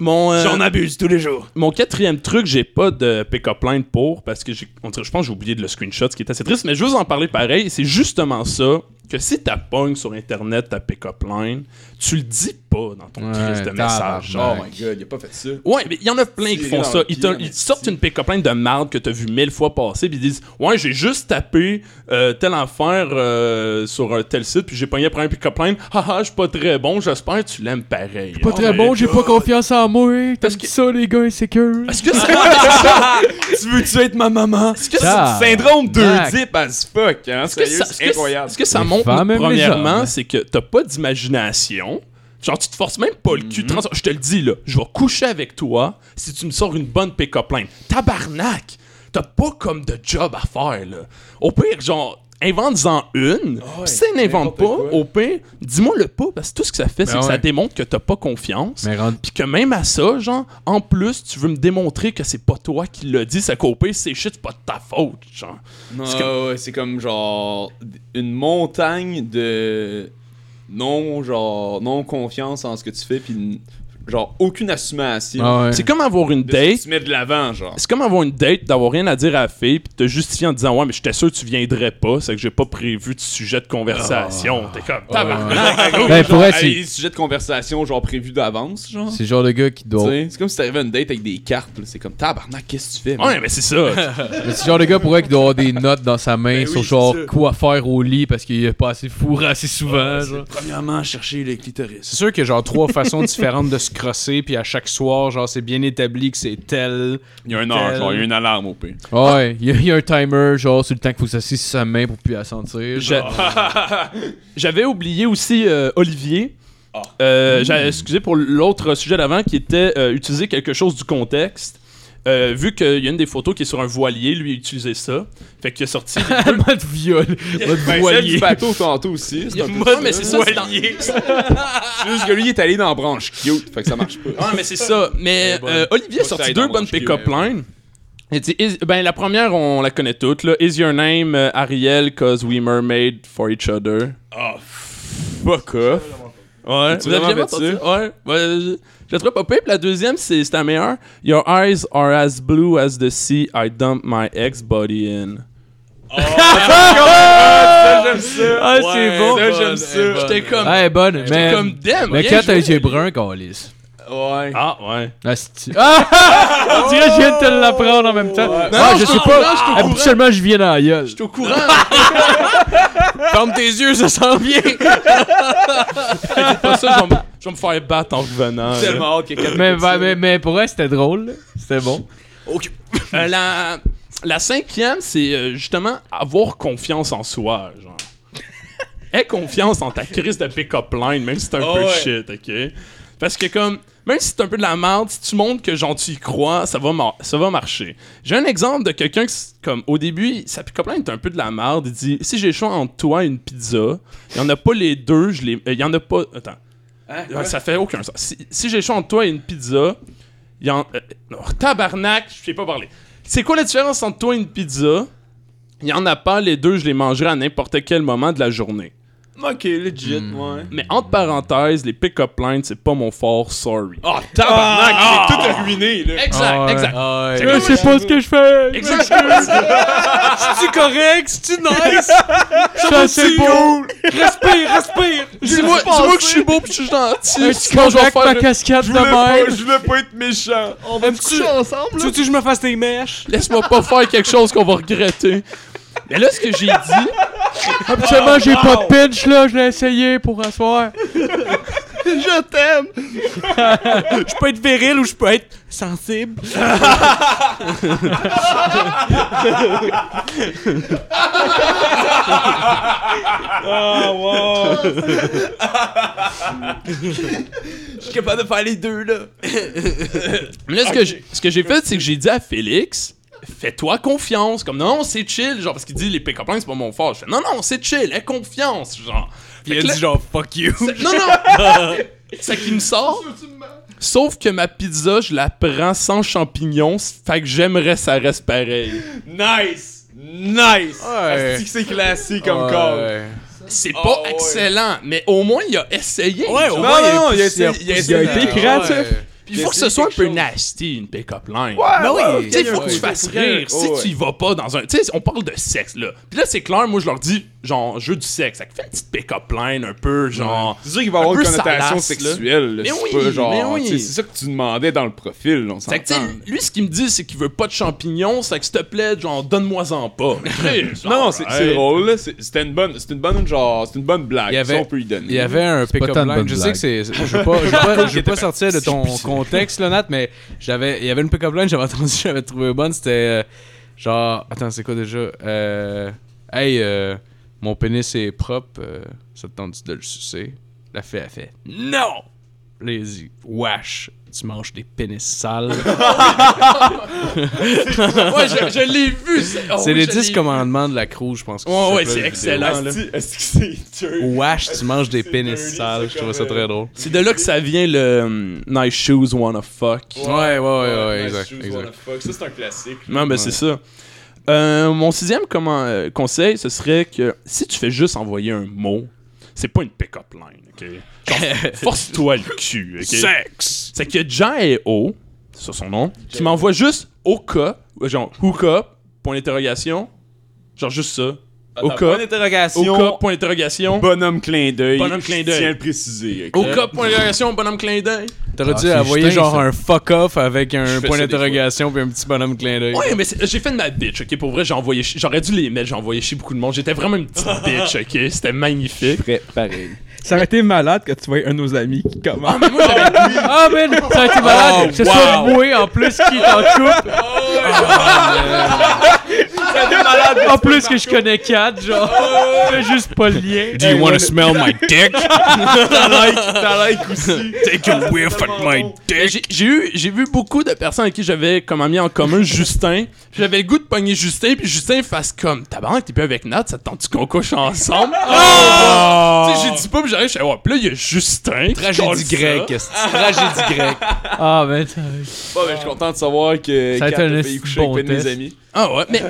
Speaker 4: Mon, euh,
Speaker 5: abuse tous les jours.
Speaker 4: mon quatrième truc, j'ai pas de pick-up line pour parce que j'ai- on dirait- je pense que j'ai oublié de le screenshot, ce qui est assez triste, mais je veux vous en parler pareil. C'est justement ça que si t'as pognes sur internet ta pick-up line, tu le dis pas dans ton
Speaker 3: Ouais,
Speaker 4: crise de message.
Speaker 5: Oh
Speaker 4: genre.
Speaker 5: my god, il a pas fait ça.
Speaker 4: Ouais, mais il y en a plein qui
Speaker 5: Tirer
Speaker 4: font
Speaker 5: dans
Speaker 4: ça.
Speaker 5: le
Speaker 4: Ils,
Speaker 5: pied,
Speaker 4: te-
Speaker 5: mais
Speaker 4: ils te sortent
Speaker 5: si.
Speaker 4: une pick-up line de marde que t'as vu mille fois passer, puis ils disent Ouais, j'ai juste tapé euh, telle affaire euh, sur un tel site, puis j'ai pogné après un pick-up line. Haha, je suis pas très bon, j'espère que tu l'aimes pareil.
Speaker 3: Pas
Speaker 4: Oh
Speaker 3: très
Speaker 4: my
Speaker 3: bon, j'ai
Speaker 4: God.
Speaker 3: pas confiance en moi. T'as
Speaker 4: Parce
Speaker 3: dit
Speaker 4: que-
Speaker 3: ça, les gars insécures.
Speaker 4: Est-ce que c'est.
Speaker 5: tu veux-tu être ma maman?
Speaker 4: Est-ce que
Speaker 5: C'est
Speaker 3: Ah,
Speaker 5: du syndrome de
Speaker 3: Mac.
Speaker 5: dip as fuck, hein?
Speaker 4: Est-ce que
Speaker 5: Sérieux,
Speaker 4: ça, est-ce
Speaker 5: c'est
Speaker 4: que-
Speaker 5: incroyable.
Speaker 4: est-ce que ça
Speaker 3: Les
Speaker 4: mon
Speaker 3: femmes aiment les
Speaker 4: premièrement,
Speaker 3: hommes.
Speaker 4: c'est que t'as pas d'imagination. Genre, tu te forces même pas le cul.
Speaker 5: Mhm.
Speaker 4: trans- Je te le dis, là, je vais coucher avec toi si tu me sors une bonne pick-up line. Tabarnak! T'as pas comme de job à faire, là. Au pire, genre, invente-en une.
Speaker 5: Ah ouais,
Speaker 4: si t'en inventes
Speaker 5: n'importe
Speaker 4: pas,
Speaker 5: quoi.
Speaker 4: au pire, dis-moi le pas, parce que tout ce que ça fait, c'est
Speaker 3: Ben
Speaker 4: que ça
Speaker 3: ouais. Ben
Speaker 4: démontre que t'as pas confiance.
Speaker 3: Mais rendu-
Speaker 4: Puis que même à ça, genre, en plus, tu veux me démontrer que c'est pas toi qui l'as dit, ça copé, c'est shit, c'est pas de ta faute, genre.
Speaker 5: Non,
Speaker 4: C'est comme-
Speaker 5: ouais, c'est comme genre une montagne de non genre non confiance en ce que tu fais puis n- genre aucune assumation.
Speaker 3: Ah ouais.
Speaker 4: C'est comme avoir une
Speaker 5: De ce que
Speaker 4: date
Speaker 5: tu mets de l'avant genre.
Speaker 4: C'est comme avoir une date, d'avoir rien à dire à la fille, puis te justifier en disant Ouais, mais j'étais sûr que tu viendrais pas, c'est que j'ai pas prévu de sujet de conversation. T'es comme Tabarnak, gros.
Speaker 3: Ben, pour
Speaker 5: Genre,
Speaker 3: être,
Speaker 5: hey,
Speaker 3: c'est-
Speaker 5: les sujets de conversation genre prévus d'avance genre.
Speaker 3: c'est le genre de gars qui doit.
Speaker 5: T'sais, C'est comme si t'arrivais à une date avec des cartes, là. c'est comme tabarnak, qu'est-ce que tu fais? man?
Speaker 4: Ouais, mais c'est ça.
Speaker 3: Mais C'est le genre de gars pour eux qui doit avoir des notes dans sa main
Speaker 4: Ben
Speaker 3: sur
Speaker 4: oui,
Speaker 3: genre
Speaker 4: c'est ça.
Speaker 3: quoi faire au lit parce qu'il est pas assez fourré assez souvent. genre.
Speaker 4: Premièrement, chercher les clitoris.
Speaker 6: C'est sûr qu'il y a genre trois façons différentes de se crosser, puis à chaque soir, genre, c'est bien établi que c'est tel.
Speaker 5: Il y a un heure,
Speaker 6: Tel-
Speaker 5: genre, il y a une alarme au pire.
Speaker 3: Ah Ouais, il y, a- il y a un timer genre sur le temps qu'il faut s'asseoir sur sa main pour plus la sentir.
Speaker 4: Je-
Speaker 3: genre.
Speaker 4: J'avais oublié aussi euh, Olivier.
Speaker 5: Ah.
Speaker 4: Euh, j'a- Excusez pour l'autre sujet d'avant qui était euh, utiliser quelque chose du contexte. Euh, vu qu'il y a une des photos qui est sur un voilier, lui, il a utilisé ça. Fait qu'il a sorti.
Speaker 3: mode viol, mode
Speaker 5: Ben, celle du
Speaker 3: voilier.
Speaker 5: bateau tantôt aussi. C'est un peu
Speaker 4: Ouais, mais c'est ça, c'est dans-
Speaker 5: C'est juste que lui, il est allé dans la branche cute, fait que ça marche pas.
Speaker 4: Ah, mais c'est ça. Mais
Speaker 5: Ouais, bon.
Speaker 4: euh, Olivier a
Speaker 5: Faut que ça
Speaker 4: sorti
Speaker 5: aille
Speaker 4: deux
Speaker 5: dans
Speaker 4: bonnes
Speaker 5: mon
Speaker 4: pick-up
Speaker 5: cul, ouais.
Speaker 4: lines. Il dit, Is- ben, la première, on la connaît toutes. Là. Is your name euh, Ariel, cause we mermaid for each other? Oh, fuck off. Ouais,
Speaker 5: tu
Speaker 4: vous avez
Speaker 5: vraiment
Speaker 4: jamais entendu?
Speaker 5: fait
Speaker 4: Ouais, ouais, je, je la trouve pas pire. Puis La deuxième, c'est c'est la meilleure. Your eyes are as blue as the sea I dump my ex body in.
Speaker 6: Ah, c'est bon!
Speaker 5: ça, j'aime ça.
Speaker 4: J'étais comme,
Speaker 3: Ouais, bonne, mais,
Speaker 4: j'étais comme damn.
Speaker 3: mais
Speaker 4: bien
Speaker 3: quand
Speaker 4: joué.
Speaker 3: t'as les yeux bruns, câlisse.
Speaker 5: Ouais.
Speaker 4: Ah, ouais.
Speaker 3: Ah, c'est- Ah! On dirait que je viens de te l'apprendre en même temps. ah,
Speaker 4: non,
Speaker 3: je
Speaker 4: je-
Speaker 3: sais
Speaker 4: non,
Speaker 3: pas.
Speaker 4: non, je suis au courant.
Speaker 3: Habituellement, je viens dans la gueule.
Speaker 4: J'étais au courant.
Speaker 6: Ferme tes yeux, ça sent bien!
Speaker 4: C'est pas ça, je vais me- je vais me faire battre en revenant. là.
Speaker 5: J'ai tellement hâte que
Speaker 6: Euh,
Speaker 5: quelqu'un
Speaker 3: Mais,
Speaker 5: dise ça.
Speaker 3: mais, mais pour elle, c'était drôle. là. C'était bon.
Speaker 4: Euh, la, la cinquième, c'est euh, justement avoir confiance en soi, genre. Aie confiance en ta crise de pick-up line, même si c'est un
Speaker 5: Ah
Speaker 4: peu de
Speaker 5: ouais.
Speaker 4: shit, ok? Parce que comme, même si c'est un peu de la merde, si tu montres que genre tu y crois, ça va, mar- ça va marcher. J'ai un exemple de quelqu'un qui, s- comme, au début, il- sa pick-up line est un peu de la merde, il dit « Si j'ai le choix entre toi et une pizza, il y en a pas les deux, je les... euh, Il y en a pas... Attends.
Speaker 5: Hein,
Speaker 4: Ouais, ça fait aucun sens. Si, si j'ai le choix entre toi et une pizza, il y en. euh, non, tabarnak, je sais pas parler. C'est quoi la différence entre toi et une pizza Il y en a pas, les deux, je les mangerai à n'importe quel moment de la journée.
Speaker 5: Ok, legit, ouais.
Speaker 4: Mais entre parenthèses, les pick-up lines, c'est pas mon fort, sorry. Ah!
Speaker 5: Oh, tabarnak, j'ai tout ruiné, là.
Speaker 4: Exact,
Speaker 6: Ah
Speaker 3: Ah
Speaker 4: exact.
Speaker 3: Je sais pas ce que je fais.
Speaker 4: Exact.
Speaker 6: C'est-tu correct? C'est-tu nice?
Speaker 3: Je sais pas.
Speaker 6: Respire, respire!
Speaker 4: Dis-moi dis-moi que je suis beau pis je suis gentil.
Speaker 3: Un
Speaker 4: Puis
Speaker 3: petit
Speaker 4: quand je vais
Speaker 3: contact, ma
Speaker 4: faire.
Speaker 3: cascade de
Speaker 5: voulais pas-
Speaker 3: même.
Speaker 5: voulais pas être méchant.
Speaker 7: On va se
Speaker 6: tu-
Speaker 7: coucher ensemble,
Speaker 6: Tu
Speaker 7: là?
Speaker 6: veux que je me fasse tes mèches?
Speaker 4: Laisse-moi pas faire quelque chose qu'on va regretter. Mais là, ce que j'ai dit.
Speaker 3: Habituellement, j'ai pas de pinch, là. Je l'ai essayé pour asseoir.
Speaker 7: Je t'aime!
Speaker 6: Je peux être viril ou je peux être sensible?
Speaker 5: Je suis capable de faire les deux, là.
Speaker 4: Mais là, ce que j'ai- ce que j'ai fait, c'est que j'ai dit à Félix, fais-toi confiance. Comme, non, non, c'est chill. Genre, parce qu'il dit, les pick-up lines, c'est pas mon fort. Je fais, non, non, c'est chill, aie confiance. Genre.
Speaker 6: Puis
Speaker 4: Fait que
Speaker 6: elle
Speaker 4: là-
Speaker 6: dit genre fuck you!
Speaker 4: C'est- Non, non! c'est qui me sort. Sauf que ma pizza, je la prends sans champignons. Fait que j'aimerais ça reste pareil.
Speaker 5: Nice! Nice!
Speaker 6: Ouais.
Speaker 5: Asti que c'est classique comme call.
Speaker 4: C'est pas
Speaker 5: ouais.
Speaker 4: excellent, mais au moins, il a essayé.
Speaker 6: Ouais,
Speaker 4: genre.
Speaker 6: au
Speaker 5: Non,
Speaker 6: moins,
Speaker 5: non,
Speaker 6: il
Speaker 5: il a
Speaker 6: a poussé-
Speaker 5: essayé- il a
Speaker 6: poussé
Speaker 5: essayé
Speaker 6: la-
Speaker 5: d'écrire,
Speaker 6: Ah,
Speaker 5: tu sais.
Speaker 6: ouais.
Speaker 4: Puis il faut que ce
Speaker 5: Essayer
Speaker 4: soit un
Speaker 5: quelque
Speaker 4: peu
Speaker 5: chose.
Speaker 4: nasty, une pick-up line.
Speaker 6: Ben oui!
Speaker 4: Tu sais, faut
Speaker 6: ouais.
Speaker 4: que tu fasses
Speaker 5: Ouais.
Speaker 4: rire. Si
Speaker 5: Ouais.
Speaker 4: tu y vas pas dans un. Tu sais, on parle de sexe, là. Puis là, c'est clair, moi, je leur dis, genre, jeu du sexe. Fait que fais une petite pick-up line, un peu, genre.
Speaker 5: C'est sûr qu'il va
Speaker 4: Un
Speaker 5: avoir une
Speaker 4: peu
Speaker 5: connotation
Speaker 4: salace, là.
Speaker 5: sexuelle, là.
Speaker 4: Mais
Speaker 5: c'est
Speaker 4: oui,
Speaker 5: pas genre,
Speaker 4: mais oui.
Speaker 5: tu sais, C'est ça que tu demandais dans le profil, on
Speaker 4: Fait que, tu sais,
Speaker 5: s'entend.
Speaker 4: lui, ce qu'il me dit, c'est qu'il veut pas de champignons. Fait que, s'il te plaît, genre, donne-moi-en pas. Mais Chris,
Speaker 5: Non, c'est
Speaker 4: alright.
Speaker 5: c'est drôle, là. C'est- C'était une bonne, c'était une bonne, genre, c'était une bonne blague.
Speaker 6: Il y avait-
Speaker 5: Ça, on peut y donner.
Speaker 6: Il y avait un
Speaker 3: pas
Speaker 6: pick-up
Speaker 3: tant de
Speaker 6: line.
Speaker 3: bonnes
Speaker 6: Je sais que c'est. Je veux pas, je veux pas, je veux pas sortir de ton contexte, là, Nat, mais j'avais, il y avait une pick-up line, j'avais entendu, j'avais trouvé bonne. C'était euh, genre. Attends, c'est quoi déjà Euh, Hey, euh, Mon pénis est propre, euh, ça te tente de le sucer. La fée a fait Non Les wesh, tu manges des pénis sales.
Speaker 5: Ah
Speaker 4: Ouais, je, je l'ai vu. C'est oh,
Speaker 6: c'est
Speaker 4: oui,
Speaker 6: les
Speaker 4: je
Speaker 6: 10
Speaker 4: l'ai
Speaker 6: commandements de la croix, je pense. que
Speaker 4: Ouais,
Speaker 6: ça
Speaker 4: ouais,
Speaker 6: s'appelle,
Speaker 4: c'est
Speaker 6: la vidéo.
Speaker 4: excellent. là.
Speaker 5: Asti, est-ce que c'est dur?
Speaker 6: Wesh, tu manges des
Speaker 5: C'est
Speaker 6: pénis
Speaker 5: dirty,
Speaker 6: sales.
Speaker 5: c'est
Speaker 6: Je trouvais ça
Speaker 5: comme,
Speaker 6: très drôle.
Speaker 4: C'est de là que ça vient le hum, Nice Shoes Wanna Fuck.
Speaker 6: Ouais, ouais, ouais, ouais,
Speaker 5: nice
Speaker 6: exact.
Speaker 5: shoes,
Speaker 6: exact.
Speaker 5: what the fuck. Ça, c'est un classique.
Speaker 4: Non, ben c'est ça. Euh, mon sixième comment, euh, conseil, ce serait que si tu fais juste envoyer un mot, c'est pas une pick-up line, ok? Genre, force-toi le cul, ok?
Speaker 6: Sexe
Speaker 4: C'est que J.A.O., c'est ça son nom, qui m'envoie juste au cas, genre hook up, point d'interrogation, genre juste ça. Au cas,
Speaker 5: Attends, point
Speaker 4: au cas,
Speaker 5: d'interrogation.
Speaker 4: point d'interrogation,
Speaker 5: Bonhomme clin d'œil.
Speaker 4: Bonhomme clin d'œil.
Speaker 5: Je tiens à le préciser. ok?
Speaker 4: au cas, point d'interrogation, bonhomme clin d'œil.
Speaker 6: T'aurais
Speaker 3: Ah,
Speaker 6: dû
Speaker 3: c'est
Speaker 6: envoyer
Speaker 3: Justin,
Speaker 6: genre
Speaker 3: ça.
Speaker 6: un fuck off avec un
Speaker 4: fais
Speaker 6: point
Speaker 4: ça des
Speaker 6: d'interrogation puis un petit bonhomme clin d'œil.
Speaker 4: Ouais, mais c'est- j'ai fait de ma bitch, ok? Pour vrai, j'ai envoyé, chi- j'aurais dû les mettre, j'ai envoyé chez beaucoup de monde. J'étais vraiment une petite bitch, ok? C'était magnifique.
Speaker 5: Prêt, pareil.
Speaker 1: Ça aurait été malade que tu vois un de nos amis qui commence.
Speaker 4: Mais moi, j'avais
Speaker 6: Ah, man, ça a été
Speaker 5: Oh,
Speaker 6: malade. C'est soit boué en plus qui est en couple. en plus que je connais 4, genre.
Speaker 5: Oh,
Speaker 6: Fais juste pas le lien. Do you wanna smell my dick?
Speaker 5: T'as like aussi.
Speaker 6: Take a whiff at my
Speaker 4: Mais J'ai j'ai eu, j'ai vu beaucoup de personnes avec qui j'avais comme ami en commun Justin. Puis J'avais le goût de pogner Justin, puis Justin fasse comme tabarnak, t'es plus avec Nat, ça te tente qu'on couche ensemble.
Speaker 5: Oh!
Speaker 4: Tu sais, j'ai dit pas, puis j'arrive, je fais ouais, puis là il y a Justin. qui colle
Speaker 6: Tragédie
Speaker 4: ça.
Speaker 6: grecque. est-ce que- Tragédie grecque.
Speaker 8: Ah, ben, ça-
Speaker 5: Bon, ben, je suis content de savoir que
Speaker 8: Ça a été
Speaker 5: Kat
Speaker 8: un
Speaker 5: a
Speaker 8: esti
Speaker 5: fait coucher
Speaker 8: bon
Speaker 5: avec un de mes
Speaker 8: test.
Speaker 5: amis.
Speaker 4: Ah ouais, mais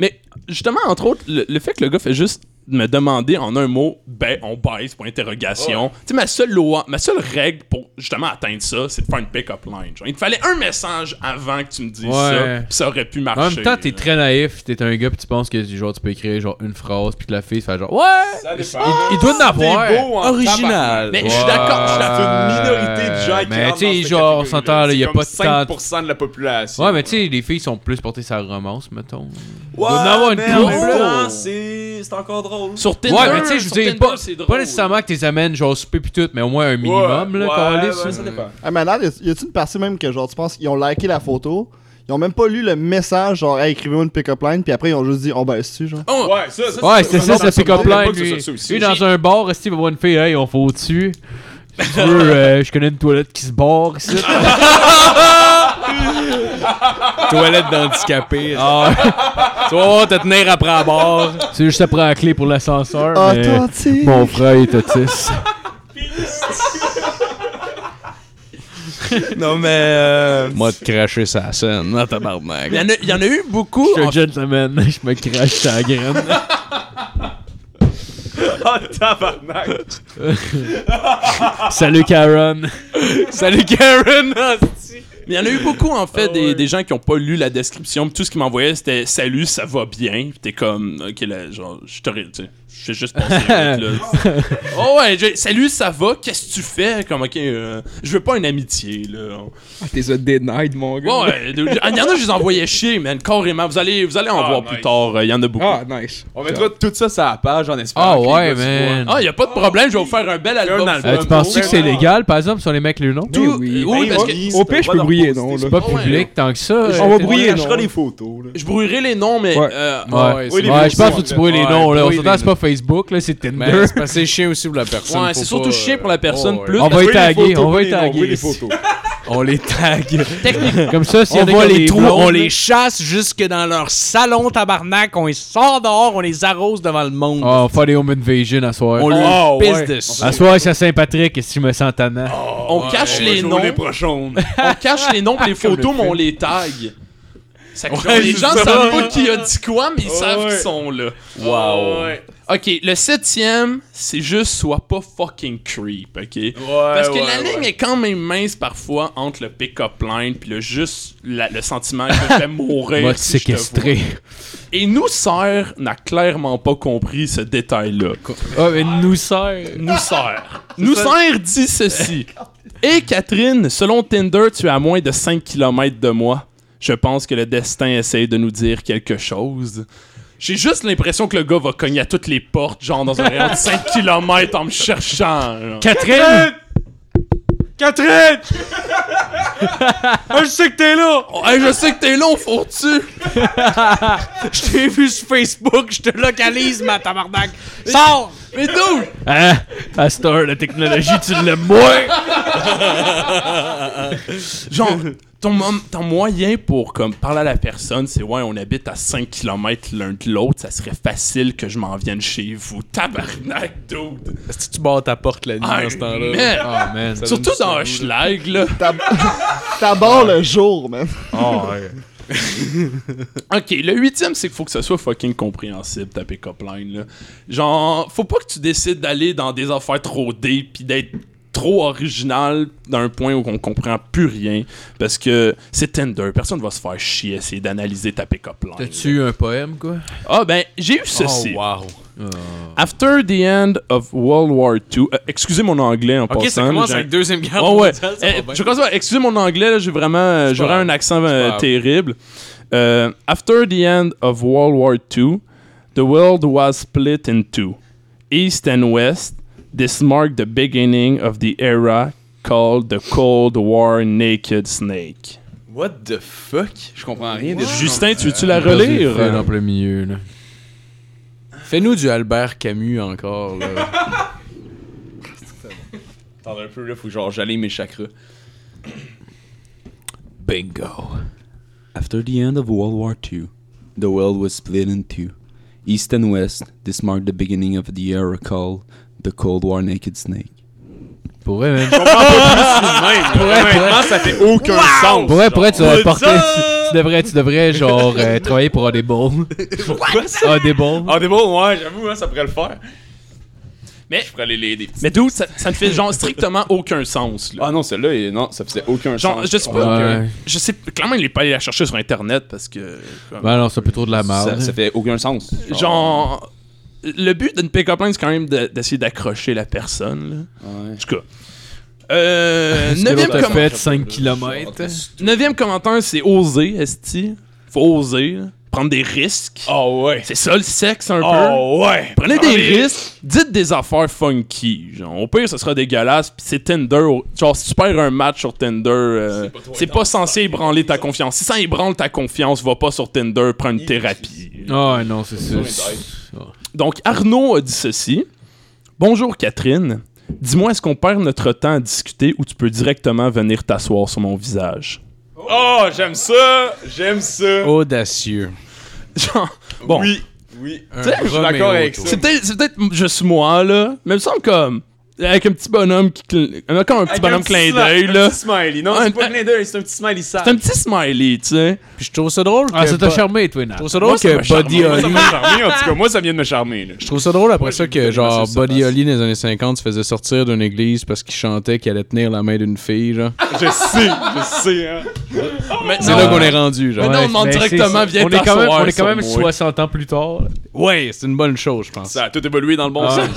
Speaker 4: mais justement entre autres, le, le fait que le gars fait juste me demander en un mot, ben on baise point interrogation. Tu sais ma seule loi, ma seule règle pour justement atteindre ça, c'est de faire une pick-up line. genre. Il te fallait un message avant que tu me dises ça,
Speaker 3: Ouais.
Speaker 4: puis ça aurait pu marcher.
Speaker 3: En même temps, t'es
Speaker 4: là.
Speaker 3: très naïf, t'es un gars, puis tu penses que genre, tu peux écrire genre une phrase, puis que la fille se fait genre Ouais!
Speaker 5: Ça dépend.
Speaker 3: Il doit en avoir!
Speaker 5: T'es beau hein. en
Speaker 6: Original.
Speaker 4: Mais je suis d'accord, je suis d'accord.
Speaker 5: C'est une minorité de gens qui
Speaker 3: Euh, Mais
Speaker 5: rentrent
Speaker 3: tu sais,
Speaker 5: dans cette
Speaker 3: genre, on
Speaker 5: catégorie-là.
Speaker 3: s'entend, là,
Speaker 5: C'est
Speaker 3: y a
Speaker 5: comme
Speaker 3: pas de temps.
Speaker 5: 5% de la population.
Speaker 3: Ouais, mais tu sais, les filles sont plus portées sur la romance, mettons.
Speaker 5: Ouais,
Speaker 3: doit en avoir une
Speaker 5: mais en
Speaker 3: couple,
Speaker 5: même
Speaker 3: là.
Speaker 5: temps, c'est c'est encore drôle.
Speaker 4: Sur Tinder,
Speaker 3: ouais, mais tu sais, je
Speaker 4: sur
Speaker 3: veux dire,
Speaker 4: Tinder,
Speaker 3: pas,
Speaker 4: c'est drôle.
Speaker 3: pas nécessairement que t'es amènes genre souper pis tout, mais au moins un minimum, là, quand
Speaker 5: ouais,
Speaker 3: on
Speaker 5: ouais,
Speaker 3: lit ça.
Speaker 5: ça dépend.
Speaker 7: Ah, mais là, y a-tu une partie même que genre, tu penses qu'ils ont liké la photo, ils ont même pas lu le message, genre, hey, écrivez-moi une pick-up line, puis après, ils ont juste dit, on baisse dessus, genre.
Speaker 4: Oh,
Speaker 5: Ouais, ça, ça,
Speaker 3: Ouais, c'est ça,
Speaker 5: non,
Speaker 3: c'est la
Speaker 5: ça,
Speaker 3: pick-up
Speaker 5: ça, ça,
Speaker 3: line.
Speaker 5: ça,
Speaker 3: lui.
Speaker 5: ça, ça aussi.
Speaker 3: Lui, dans un bar, est-ce va voir une fille, hey, on faut au-dessus. Si tu veux, euh, je connais une toilette qui se barre ici.
Speaker 6: Toilette d'handicapé.
Speaker 4: Ah.
Speaker 3: Ah.
Speaker 6: Tu vas voir te tenir après à bord.
Speaker 8: c'est juste après la clé pour l'ascenseur.
Speaker 1: Ah,
Speaker 8: mais
Speaker 7: Authentique!
Speaker 8: Mon frère est autiste.
Speaker 6: Non, mais. Euh... Moi, te cracher sa scène. Non, tabarnak.
Speaker 4: Il y, en a, il y en a eu beaucoup.
Speaker 8: Je suis
Speaker 4: en-
Speaker 8: un gentleman, je me crache sa graine.
Speaker 5: Tabarnak.
Speaker 8: Salut Karen.
Speaker 6: Salut, Karen!
Speaker 4: Ah, mais il y en a eu beaucoup, en fait,
Speaker 5: Ah
Speaker 4: des, des gens qui ont pas lu la description. Tout ce qu'ils m'envoyaient, c'était Salut, ça va bien. Puis t'es comme, ok, là, genre, je te ré- tu sais, je fais juste passer la minute, là. Oh ouais, j'ai- Salut, ça va, qu'est-ce que tu fais? Comme, ok, euh, je veux pas une amitié, là.
Speaker 1: Ah, T'es a denied, mon gars.
Speaker 4: Bon, ouais, de- ah, il y en a, je les envoyais chier, man, carrément. Vous allez, vous allez en
Speaker 5: Ah,
Speaker 4: voir
Speaker 5: nice.
Speaker 4: plus tard. euh, Il y en a beaucoup.
Speaker 1: Ah, nice.
Speaker 5: On mettra
Speaker 6: Ben
Speaker 5: tout ça sur la page en espérant.
Speaker 3: Ah
Speaker 5: que les
Speaker 3: ouais,
Speaker 5: gars se
Speaker 3: man.
Speaker 4: Ah, il y a pas de problème, je vais vous faire un bel album.
Speaker 5: album.
Speaker 3: Euh, tu penses-tu que c'est légal, par exemple, sur les mecs le nom?
Speaker 1: Oui,
Speaker 4: Tout-
Speaker 1: oui.
Speaker 4: oui,
Speaker 5: Ben,
Speaker 4: parce
Speaker 5: oui,
Speaker 4: que
Speaker 1: Au pire, je peux briller, non, là.
Speaker 3: C'est pas
Speaker 4: Ah ouais.
Speaker 3: public tant que ça.
Speaker 1: On va
Speaker 3: euh,
Speaker 1: briller,
Speaker 5: On
Speaker 1: non.
Speaker 5: lâchera des photos, là.
Speaker 4: je brûlerai les noms, mais.
Speaker 1: Ouais.
Speaker 4: euh,
Speaker 3: Ouais,
Speaker 6: Ouais,
Speaker 3: ouais,
Speaker 6: oui, les
Speaker 3: je pense
Speaker 5: noms,
Speaker 3: que tu brûles les
Speaker 6: ouais,
Speaker 3: noms. Là. On
Speaker 6: brûle
Speaker 3: s'entend,
Speaker 6: les
Speaker 3: c'est pas Facebook, là, c'est Tinder.
Speaker 6: Ben, c'est parce que c'est chiant aussi pour la personne.
Speaker 4: Ouais,
Speaker 6: faut
Speaker 4: c'est
Speaker 6: pas,
Speaker 4: surtout
Speaker 6: euh,
Speaker 4: chiant pour la personne,
Speaker 6: ouais.
Speaker 4: plus.
Speaker 3: On va
Speaker 5: Oui,
Speaker 3: y
Speaker 5: les
Speaker 3: taguer,
Speaker 5: photos,
Speaker 3: on va
Speaker 5: oui,
Speaker 3: y
Speaker 5: les noms, oui,
Speaker 3: taguer.
Speaker 5: les photos.
Speaker 6: On les tag.
Speaker 3: Comme ça, si
Speaker 6: on voit les trous, on les chasse jusque dans leur salon tabarnak, on les sort dehors, on les arrose devant le monde.
Speaker 4: Ah.
Speaker 3: Oh, faire des home invasion à soir. Ah.
Speaker 6: On les
Speaker 4: Oh,
Speaker 6: pisse
Speaker 4: ouais.
Speaker 6: dessus.
Speaker 8: À soir, c'est à Saint-Patrick, si je me sens tannant.
Speaker 6: Ah,
Speaker 4: on cache les noms. on cache les noms pis les photos, mais on les tag. Ça crée-
Speaker 6: Ouais,
Speaker 4: les
Speaker 6: c'est
Speaker 4: gens
Speaker 6: ça.
Speaker 4: savent pas qui a dit quoi, mais ils savent
Speaker 5: ouais.
Speaker 4: qu'ils sont là. Wow. Ok, le septième, c'est juste sois pas fucking creep, ok? Parce que la ligne est quand même mince parfois entre le pick-up line puis le juste la- le sentiment que je vais mourir.
Speaker 8: Va te
Speaker 4: si je te vois.
Speaker 8: séquestrer.
Speaker 4: Et nous, sœurs, n'a clairement pas compris ce détail-là.
Speaker 8: Ah, mais nous sert.
Speaker 4: Nous sœurs. Nous sœurs dit ceci. Et Catherine, selon Tinder, tu es à moins de 5 km de moi. Je pense que le destin essaye de nous dire quelque chose. J'ai juste l'impression que le gars va cogner à toutes les
Speaker 6: Euh,
Speaker 4: portes, genre dans un rayon de 5 km en me cherchant. là.
Speaker 8: Catherine!
Speaker 6: Catherine! Ah, je sais que t'es là!
Speaker 4: Oh, hey, je sais que t'es long, fourtu!
Speaker 6: Je t'ai vu sur Facebook, je te localise, ma tabarnak! Sors!
Speaker 4: Mais d'où?
Speaker 8: Hein? À cette heure, la technologie, tu l'aimes moins!
Speaker 4: Genre, ton, mom- ton moyen pour comme parler à la personne, c'est ouais, on habite à 5 km l'un de l'autre, ça serait facile que je m'en vienne chez vous. Tabarnak, dude!
Speaker 6: Est-ce que tu barres ta porte la nuit
Speaker 4: Ah,
Speaker 6: dans ce temps-là?
Speaker 4: man.
Speaker 3: Ah, man.
Speaker 6: Ça
Speaker 4: Surtout
Speaker 6: donne du
Speaker 4: dans un
Speaker 6: goût,
Speaker 4: schlag, là.
Speaker 7: T'as T'abords le jour, man.
Speaker 4: Ok, le huitième, c'est qu'il faut que ce soit fucking compréhensible, ta pick-up line. Là. Genre, faut pas que tu décides d'aller dans des affaires trop deep pis d'être trop original d'un point où on comprend plus rien. Parce que c'est Tinder, personne va se faire chier à essayer d'analyser ta pick-up line. là.
Speaker 3: T'as-tu un poème, quoi?
Speaker 4: Ah ben, j'ai eu ceci.
Speaker 6: Oh,
Speaker 4: Euh,
Speaker 6: wow.
Speaker 4: After the end of World War II... euh, excusez mon anglais en
Speaker 6: Ok, ça
Speaker 4: passant.
Speaker 6: commence
Speaker 4: j'ai un-
Speaker 6: avec Deuxième Guerre
Speaker 4: Oh ouais.
Speaker 6: mondiale, ça va
Speaker 4: Eh,
Speaker 6: bien.
Speaker 4: je commence par- excusez mon anglais, là, j'ai vraiment, euh, j'ai vraiment
Speaker 6: grave.
Speaker 4: un accent euh,
Speaker 6: pas grave.
Speaker 4: terrible. Euh, after the end of World War II, the world was split in two, East and West. This marked the beginning of the era called the Cold War Naked Snake.
Speaker 5: What the fuck? Je comprends rien de
Speaker 4: Justin, tu veux-tu la
Speaker 3: Dans le fil,
Speaker 4: relire?
Speaker 3: en plein milieu, là.
Speaker 6: Fais-nous du Albert Camus encore, là.
Speaker 5: Attends un peu, là, faut que genre j'allie mes chakras.
Speaker 4: Bingo.
Speaker 5: After the end of World War II, the world was split in two. East and West, this marked the beginning of the era called the Cold War Naked Snake.
Speaker 3: Pour vrai, man.
Speaker 5: Pour honnêtement, ça fait aucun sens.
Speaker 3: Pour vrai, pour vrai, tu devrais porter- tu, tu devrais, tu devrais, genre, euh, travailler pour Audible.
Speaker 5: Pourquoi ça?
Speaker 3: Audible.
Speaker 5: Ah, des bons, ouais, j'avoue, hein, ça pourrait le faire. Mais je pourrais aller l'aider.
Speaker 4: Mais d'où ça, ça ne fait genre strictement aucun sens. Là.
Speaker 5: Ah non, celle-là, il- non, ça faisait aucun
Speaker 4: Genre,
Speaker 5: sens.
Speaker 4: je sais pas.
Speaker 3: Ouais.
Speaker 4: Je sais, clairement, il est pas allé la chercher sur Internet parce que. comme-
Speaker 3: Ben non, c'est un peu trop de la
Speaker 5: Ça,
Speaker 3: merde.
Speaker 5: ça fait aucun sens.
Speaker 4: Genre, le but d'une pick-up line, c'est quand même de- d'essayer d'accrocher la personne. Là.
Speaker 5: Ouais.
Speaker 4: En tout cas. Euh,
Speaker 3: que
Speaker 4: neuvième,
Speaker 3: l'autre a
Speaker 4: com-
Speaker 3: fait 5 km.
Speaker 4: neuvième commentaire, c'est oser, Esti. Faut oser. là. Prendre des risques.
Speaker 5: Oh ouais. Ah
Speaker 4: C'est ça le sexe, un peu.
Speaker 5: ouais.
Speaker 4: Prenez des risques, dites des affaires funky. Genre, au pire, ce sera dégueulasse. Puis c'est Tinder. Genre, si tu perds un match sur Tinder, euh, c'est pas, censé ébranler ta confiance. Si ça ébranle ta confiance, va pas sur Tinder, prends une thérapie.
Speaker 3: Ah ouais, non, c'est ça.
Speaker 4: Donc, Arnaud a dit ceci. Bonjour Catherine. Dis-moi, est-ce qu'on perd notre temps à discuter ou tu peux directement venir t'asseoir sur mon visage?
Speaker 5: Oh, j'aime ça. J'aime ça.
Speaker 4: Oh.
Speaker 6: Audacieux.
Speaker 4: Genre, bon,
Speaker 5: Oui. Oui.
Speaker 6: Un
Speaker 4: Tu sais, je suis
Speaker 6: Roméo,
Speaker 5: d'accord avec
Speaker 6: toi.
Speaker 5: ça.
Speaker 4: c'est peut-être c'est peut-être juste moi, là, mais il me semble comme. Avec un petit bonhomme qui. cl- Comme un petit bonhomme clin d'œil, là.
Speaker 5: Un petit smiley. Non,
Speaker 4: Un-
Speaker 5: c'est pas un clin d'œil, c'est un petit smiley sale.
Speaker 4: C'est un petit smiley, tu sais.
Speaker 6: Puis je trouve ça drôle.
Speaker 3: Ah,
Speaker 6: que
Speaker 3: ça t'a
Speaker 6: Bo-
Speaker 3: charmé, toi, Nat.
Speaker 6: Je trouve ça drôle
Speaker 4: Moi, ça
Speaker 6: que
Speaker 4: m'a charmé.
Speaker 6: Buddy
Speaker 4: Moi,
Speaker 5: Ça
Speaker 6: Holly.
Speaker 5: m'a charmé, en tout cas, moi, ça vient de me charmer. Là.
Speaker 6: Je trouve ça drôle après ça
Speaker 5: j'ai
Speaker 6: que
Speaker 5: vu
Speaker 6: genre
Speaker 5: ça, ça
Speaker 6: Buddy
Speaker 5: passe.
Speaker 6: Holly dans les années 50 se faisait sortir d'une église parce qu'il chantait qu'il allait tenir la main d'une fille. Genre.
Speaker 3: Ah,
Speaker 5: Je sais, je sais. Hein.
Speaker 6: C'est
Speaker 4: Maintenant,
Speaker 6: là qu'on est rendu. Genre.
Speaker 4: Maintenant, on demande
Speaker 3: mais
Speaker 4: directement,
Speaker 3: c'est-
Speaker 4: viens
Speaker 3: on est quand même,
Speaker 4: t'asseoir
Speaker 3: on est quand
Speaker 4: sur
Speaker 3: même
Speaker 4: moi.
Speaker 3: 60 ans plus tard.
Speaker 6: Ouais, c'est une bonne chose, je pense.
Speaker 5: Ça a tout évolué dans le
Speaker 4: Ah.
Speaker 5: bon sens.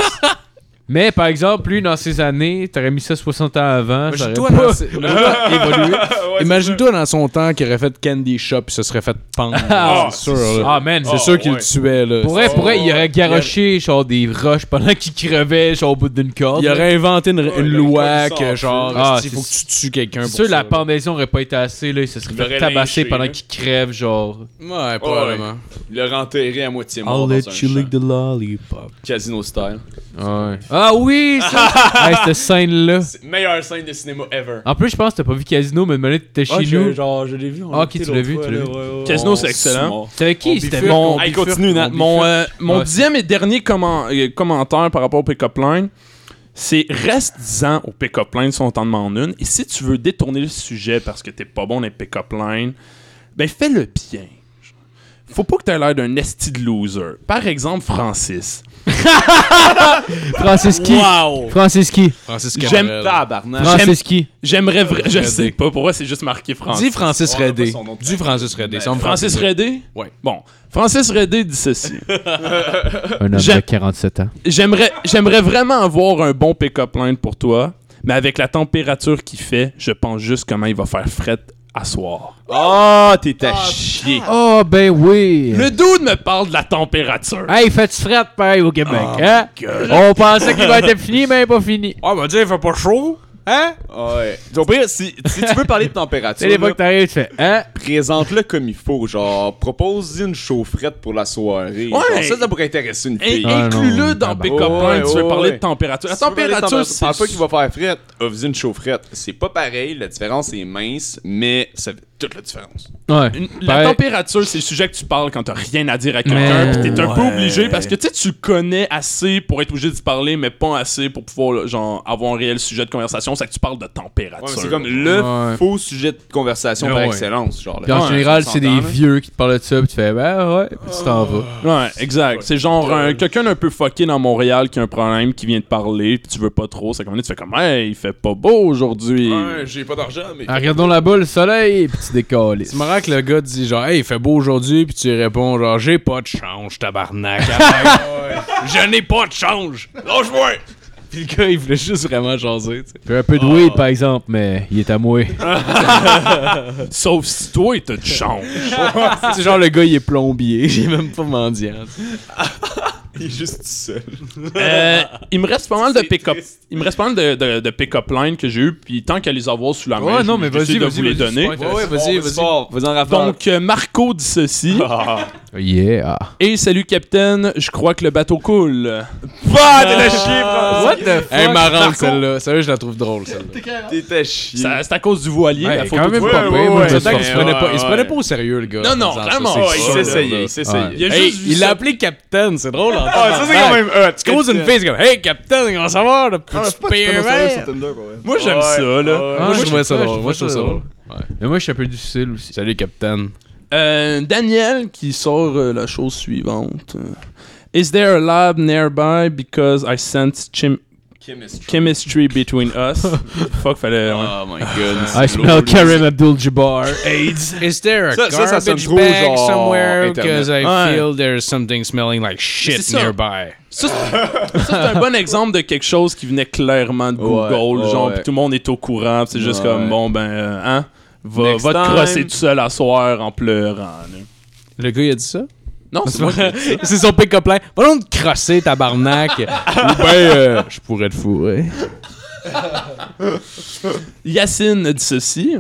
Speaker 3: Mais par exemple, lui, dans ses années, t'aurais mis ça 60 ans avant. ça aurait
Speaker 6: Imagine-toi
Speaker 3: pas-
Speaker 6: dans, ses- imagine-toi évoluer.
Speaker 5: Ouais,
Speaker 6: Imagine-toi dans son temps qu'il aurait fait Candy Shop et se serait fait pendre.
Speaker 3: Ah,
Speaker 6: c'est sûr. là.
Speaker 3: Ah, man,
Speaker 6: C'est
Speaker 3: c'est sûr.
Speaker 6: sûr qu'il
Speaker 5: ouais.
Speaker 6: le tuait. Là.
Speaker 3: Pour vrai, pour vrai, il aurait garoché genre des roches pendant qu'il crevait genre au bout d'une corde.
Speaker 6: Il aurait inventé une, une
Speaker 5: Ah, le
Speaker 6: loi
Speaker 5: code
Speaker 6: que
Speaker 5: sans
Speaker 6: genre,
Speaker 3: feu. Ah,
Speaker 6: il faut que
Speaker 3: c'est-
Speaker 6: tu tues quelqu'un
Speaker 3: C'est
Speaker 6: pour
Speaker 3: sûr,
Speaker 6: ça,
Speaker 3: la
Speaker 6: là.
Speaker 3: pendaison aurait pas été assez, là. Il se serait
Speaker 5: Il aurait
Speaker 3: fait tabasser
Speaker 5: lynché,
Speaker 3: pendant
Speaker 5: là.
Speaker 3: qu'il crève, genre.
Speaker 6: Ouais, probablement.
Speaker 5: Il l'a renterré à moitié mort. dans un champ.
Speaker 6: lollipop.
Speaker 5: Casino style.
Speaker 3: Ah oui, ça! Hey, cette scène-là.
Speaker 5: C'est meilleure scène de cinéma ever.
Speaker 3: En plus, je pense que t'as pas vu Casino, mais demandé t'étais chez nous.
Speaker 5: genre, je l'ai vu.
Speaker 3: Ah, ok, tu l'as vu, tu l'as vu.
Speaker 4: Oh, Casino, c'est excellent.
Speaker 5: Oh,
Speaker 3: C'était avec qui? C'était
Speaker 6: bifurque,
Speaker 3: mon.
Speaker 6: on
Speaker 4: Hey,
Speaker 6: bifurque,
Speaker 4: continue,
Speaker 6: on
Speaker 4: Nat.
Speaker 6: bifurque.
Speaker 4: Mon, euh, mon
Speaker 3: Ouais.
Speaker 4: dixième et dernier comment- euh, commentaire par rapport au pick-up line, c'est reste 10 ans au pick-up line si on t'en demande une. Et si tu veux détourner le sujet parce que t'es pas bon dans les pick-up line, ben fais le bien. Faut pas que t'aies l'air d'un esti de loser. Par exemple, Francis.
Speaker 3: Francis qui?
Speaker 4: Wow!
Speaker 3: Francis qui?
Speaker 6: Francis
Speaker 4: J'aime
Speaker 6: Cabrel.
Speaker 4: tabarnak.
Speaker 3: Francis qui?
Speaker 4: J'aimerais vraiment. Je
Speaker 6: Redé.
Speaker 4: sais pas, pour moi, c'est juste marqué
Speaker 6: Dis
Speaker 4: Francis.
Speaker 6: Francis
Speaker 5: Ouais, pas
Speaker 6: Redé.
Speaker 5: son nom de
Speaker 6: Dis Francis Redé. ça me fait
Speaker 4: Francis
Speaker 6: plaisir.
Speaker 4: Redé?
Speaker 6: Ouais.
Speaker 4: Bon. Francis Redé dit ceci.
Speaker 3: Un homme
Speaker 4: J'ai-
Speaker 3: de 47 ans.
Speaker 4: J'aimerais, j'aimerais vraiment avoir un bon pick-up line pour toi, mais avec la température qu'il fait, je pense juste comment il va faire fret à soir.
Speaker 5: Oh, t'es à chier.
Speaker 3: Oh, ben oui!
Speaker 4: Le dude me parle de la température.
Speaker 5: Ah,
Speaker 3: Hey, faites fret pareil au Québec, hein?
Speaker 4: God.
Speaker 3: On pensait qu'il va être fini, mais pas fini.
Speaker 6: Ah, bah, dire, il fait pas chaud. Hein?
Speaker 5: Ouais. Au pire, si, si tu veux parler de température,
Speaker 3: C'est l'époque que
Speaker 5: là,
Speaker 3: t'arrives, tu fais Hein?
Speaker 5: présente-le comme il faut. Genre, propose une chaufferette pour la soirée. Genre, ça, ça pourrait intéresser une
Speaker 4: In-
Speaker 5: fille.
Speaker 3: Ah, non.
Speaker 4: Inclus-le dans
Speaker 3: Ah, bah.
Speaker 4: Pick Up
Speaker 5: Ouais,
Speaker 4: Line, tu
Speaker 5: ouais,
Speaker 4: veux parler
Speaker 5: ouais.
Speaker 4: de température. La
Speaker 5: Si tu veux parler de
Speaker 4: température, c'est.
Speaker 5: pense pas qu'il va faire frette. Offre-y une chaufferette. C'est pas pareil, la différence est mince, mais ça fait toute la différence.
Speaker 3: Ouais.
Speaker 4: Une- la
Speaker 3: Pareil.
Speaker 4: température, c'est le sujet que tu parles quand t'as rien à dire à quelqu'un,
Speaker 3: Ben, Mais-
Speaker 4: pis t'es un peu
Speaker 5: Ouais.
Speaker 4: obligé parce que tu sais, tu connais assez pour être obligé d'y parler, mais pas assez pour pouvoir genre avoir un réel sujet de conversation. C'est que tu parles de température.
Speaker 5: c'est comme le
Speaker 3: Ouais.
Speaker 5: faux sujet de conversation
Speaker 3: Ouais,
Speaker 5: par
Speaker 3: ouais.
Speaker 5: excellence. Genre,
Speaker 3: Puis en
Speaker 5: Ouais,
Speaker 3: général,
Speaker 5: on
Speaker 3: c'est des
Speaker 5: s'entend, là.
Speaker 3: vieux qui te parlent de ça, puis tu fais, ben ouais, puis tu t'en vas.
Speaker 4: Ouais, exact. C'est genre un- quelqu'un d'un peu fucké dans Montréal qui a un problème, qui vient de parler, pis tu veux pas trop. C'est comme là, tu fais comme, hey, il fait pas beau aujourd'hui.
Speaker 5: Ouais, j'ai pas d'argent, mais.
Speaker 3: Ah, regardons là-bas le soleil, puis tu décolles.
Speaker 6: C'est marrant que le gars dit genre, hey, il fait beau aujourd'hui, puis tu lui réponds genre, j'ai pas de change, tabarnak. Je n'ai pas de change. Lâche-moi. Puis le gars, il voulait juste vraiment jaser, tu sais.
Speaker 3: J'ai un peu de weed, par exemple, mais il est à moi.
Speaker 4: Sauf si toi, t'as du change.
Speaker 6: C'est genre le gars, il est plombier, il est même pas hein. mendiant.
Speaker 5: Il est juste tout seul.
Speaker 4: Euh, il me reste pas mal de pick-up. Il me reste pas mal de, de, de pick-up lines que j'ai eu, puis tant qu'à les avoir sous la main,
Speaker 3: Ouais,
Speaker 4: je
Speaker 3: non,
Speaker 4: vais
Speaker 3: mais
Speaker 4: essayer
Speaker 3: vas-y, vas-y,
Speaker 4: de vous les
Speaker 3: vas-y, c'est
Speaker 4: donner.
Speaker 3: pas
Speaker 6: Ouais, ouais, vas-y, vas-y.
Speaker 5: Vas-y en rapport.
Speaker 4: Donc, euh, Marco dit ceci.
Speaker 3: Yeah.
Speaker 4: Et salut, Capitaine, je crois que le bateau coule.
Speaker 5: Bah, t'es la chier,
Speaker 6: What the fuck? Elle m'a celle-là. Sérieux, je la trouve drôle, celle-là.
Speaker 5: T'es ta chier.
Speaker 4: Ça- C'est à cause du voilier,
Speaker 3: Ouais,
Speaker 4: la
Speaker 3: quand
Speaker 4: photo
Speaker 3: même
Speaker 4: du
Speaker 3: pas
Speaker 4: voilier.
Speaker 3: pire,
Speaker 5: ouais,
Speaker 3: moi,
Speaker 5: ouais,
Speaker 3: je
Speaker 6: Il
Speaker 3: me
Speaker 6: se
Speaker 3: suis
Speaker 5: ouais,
Speaker 3: forcé.
Speaker 6: prenait pas- il se
Speaker 5: ouais.
Speaker 6: prenait pas au sérieux, le gars.
Speaker 4: Non, non,
Speaker 6: en faisant ça,
Speaker 4: vraiment,
Speaker 6: c'est
Speaker 4: ouais,
Speaker 6: sûr,
Speaker 5: Il
Speaker 4: là,
Speaker 5: s'essayait,
Speaker 6: là.
Speaker 5: il s'essayait.
Speaker 3: Ouais.
Speaker 4: Il a
Speaker 6: Hey,
Speaker 4: juste vu
Speaker 6: il
Speaker 4: ça.
Speaker 6: l'a appelé Captain, c'est drôle. en
Speaker 5: Ah, ça, c'est quand
Speaker 6: tabarnak.
Speaker 5: même hot.
Speaker 6: Tu causes une fille, c'est comme Hey Captain, comment ça va? Le
Speaker 7: Ah,
Speaker 6: petit
Speaker 7: c'est pas que tu prennes au sérieux sur
Speaker 6: pire. Ah,
Speaker 7: Tinder, pour vrai.
Speaker 4: Moi, j'aime ça, là.
Speaker 6: Moi, je trouvais ça
Speaker 3: Ouais,
Speaker 6: drôle. Moi, je trouve ça drôle.
Speaker 3: Mais moi, je suis un peu difficile aussi.
Speaker 6: Salut Captain.
Speaker 4: Euh, Daniel qui sort euh, la chose suivante. Euh, Is there a lab nearby because I sense chim- chemistry between us? Fuck, fallait. ouais.
Speaker 5: Ah. Oh
Speaker 6: my god.
Speaker 3: I smell Karim Abdul-Jabbar. AIDS.
Speaker 6: Is there a
Speaker 5: Ça- ça, ça sonne
Speaker 6: garbage
Speaker 5: trop
Speaker 6: bag
Speaker 5: genre
Speaker 6: somewhere?
Speaker 5: Internet.
Speaker 6: Because I
Speaker 4: Ouais.
Speaker 6: feel there's something smelling like shit
Speaker 4: c'est ça.
Speaker 6: nearby.
Speaker 4: Ça, c'est- ça, c'est un bon exemple de quelque chose qui venait clairement de Google.
Speaker 5: Ouais, ouais,
Speaker 4: genre,
Speaker 5: ouais.
Speaker 4: pis tout le monde est au courant. pis C'est juste
Speaker 5: Ouais.
Speaker 4: comme, bon, ben, euh, hein? Va,
Speaker 5: Next
Speaker 4: va te
Speaker 5: time.
Speaker 4: crosser tout seul à soir en pleurant. là.
Speaker 6: Le gars, il a dit ça?
Speaker 4: Non, c'est moi.
Speaker 6: C'est son pick-up line. Va donc te crosser, tabarnak. Ou ben, euh, je pourrais te fourrer.
Speaker 4: Yacine dit ceci.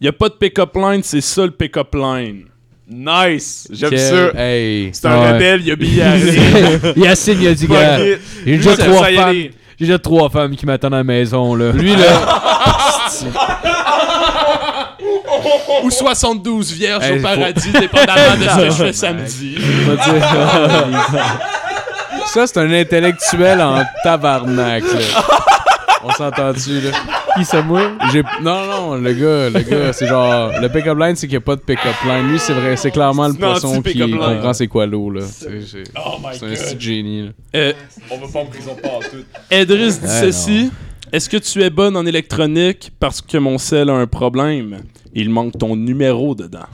Speaker 4: Il a pas de pick-up line, c'est ça le pick-up line.
Speaker 5: Nice. J'aime
Speaker 6: Quel-
Speaker 5: ça.
Speaker 6: Hey.
Speaker 5: C'est un
Speaker 3: Ouais.
Speaker 5: rebelle, il a billé à
Speaker 3: Yacine, il a dit, gars,
Speaker 5: Fuck
Speaker 3: j'ai
Speaker 5: it.
Speaker 3: déjà
Speaker 5: ça,
Speaker 3: trois
Speaker 5: ça y
Speaker 3: femmes.
Speaker 5: aller.
Speaker 3: J'ai déjà trois femmes qui m'attendent à la maison, là.
Speaker 6: Lui, là,
Speaker 4: Ou 72 vierges
Speaker 6: Hey,
Speaker 4: au
Speaker 6: faut-
Speaker 4: paradis, dépendamment de ce que je fais samedi.
Speaker 6: il m'a dit- ça, c'est un intellectuel en tabarnak, là. On s'entend-tu, là?
Speaker 3: Qui ça, moi?
Speaker 6: J'ai- Non, non, le gars, le gars, c'est genre. Le pick-up line, c'est qu'il n'y a pas de pick-up line. Lui, c'est vrai, c'est clairement le
Speaker 5: C'est un
Speaker 6: poisson qui
Speaker 5: anti-pick-up line.
Speaker 6: comprend c'est quoi l'eau, là. C'est c'est-
Speaker 4: Oh my
Speaker 6: c'est un petit génie, là.
Speaker 4: Euh,
Speaker 5: On va pas en prison pas en tout.
Speaker 4: Edris dit
Speaker 3: Ouais,
Speaker 4: ceci. Est-ce que tu es bonne en électronique parce que mon sel a un problème? Il manque ton numéro dedans.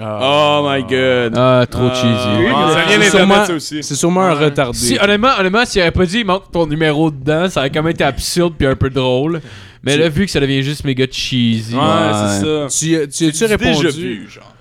Speaker 5: Oh my god.
Speaker 3: Ah, trop cheesy.
Speaker 6: Ah,
Speaker 5: Euh, Ça
Speaker 6: c'est
Speaker 5: vient d'Internet,
Speaker 6: sûrement-
Speaker 5: ça aussi. ah,
Speaker 6: C'est sûrement un retardé.
Speaker 3: Si, honnêtement, honnêtement, s'il avait pas dit, manque ton numéro dedans, ça aurait quand même été absurde puis un peu drôle. Mais là, vu que ça devient juste méga cheesy.
Speaker 4: Ouais, c'est ça.
Speaker 6: tu tu as-tu
Speaker 5: Déjà
Speaker 6: répondu?
Speaker 5: vu, genre.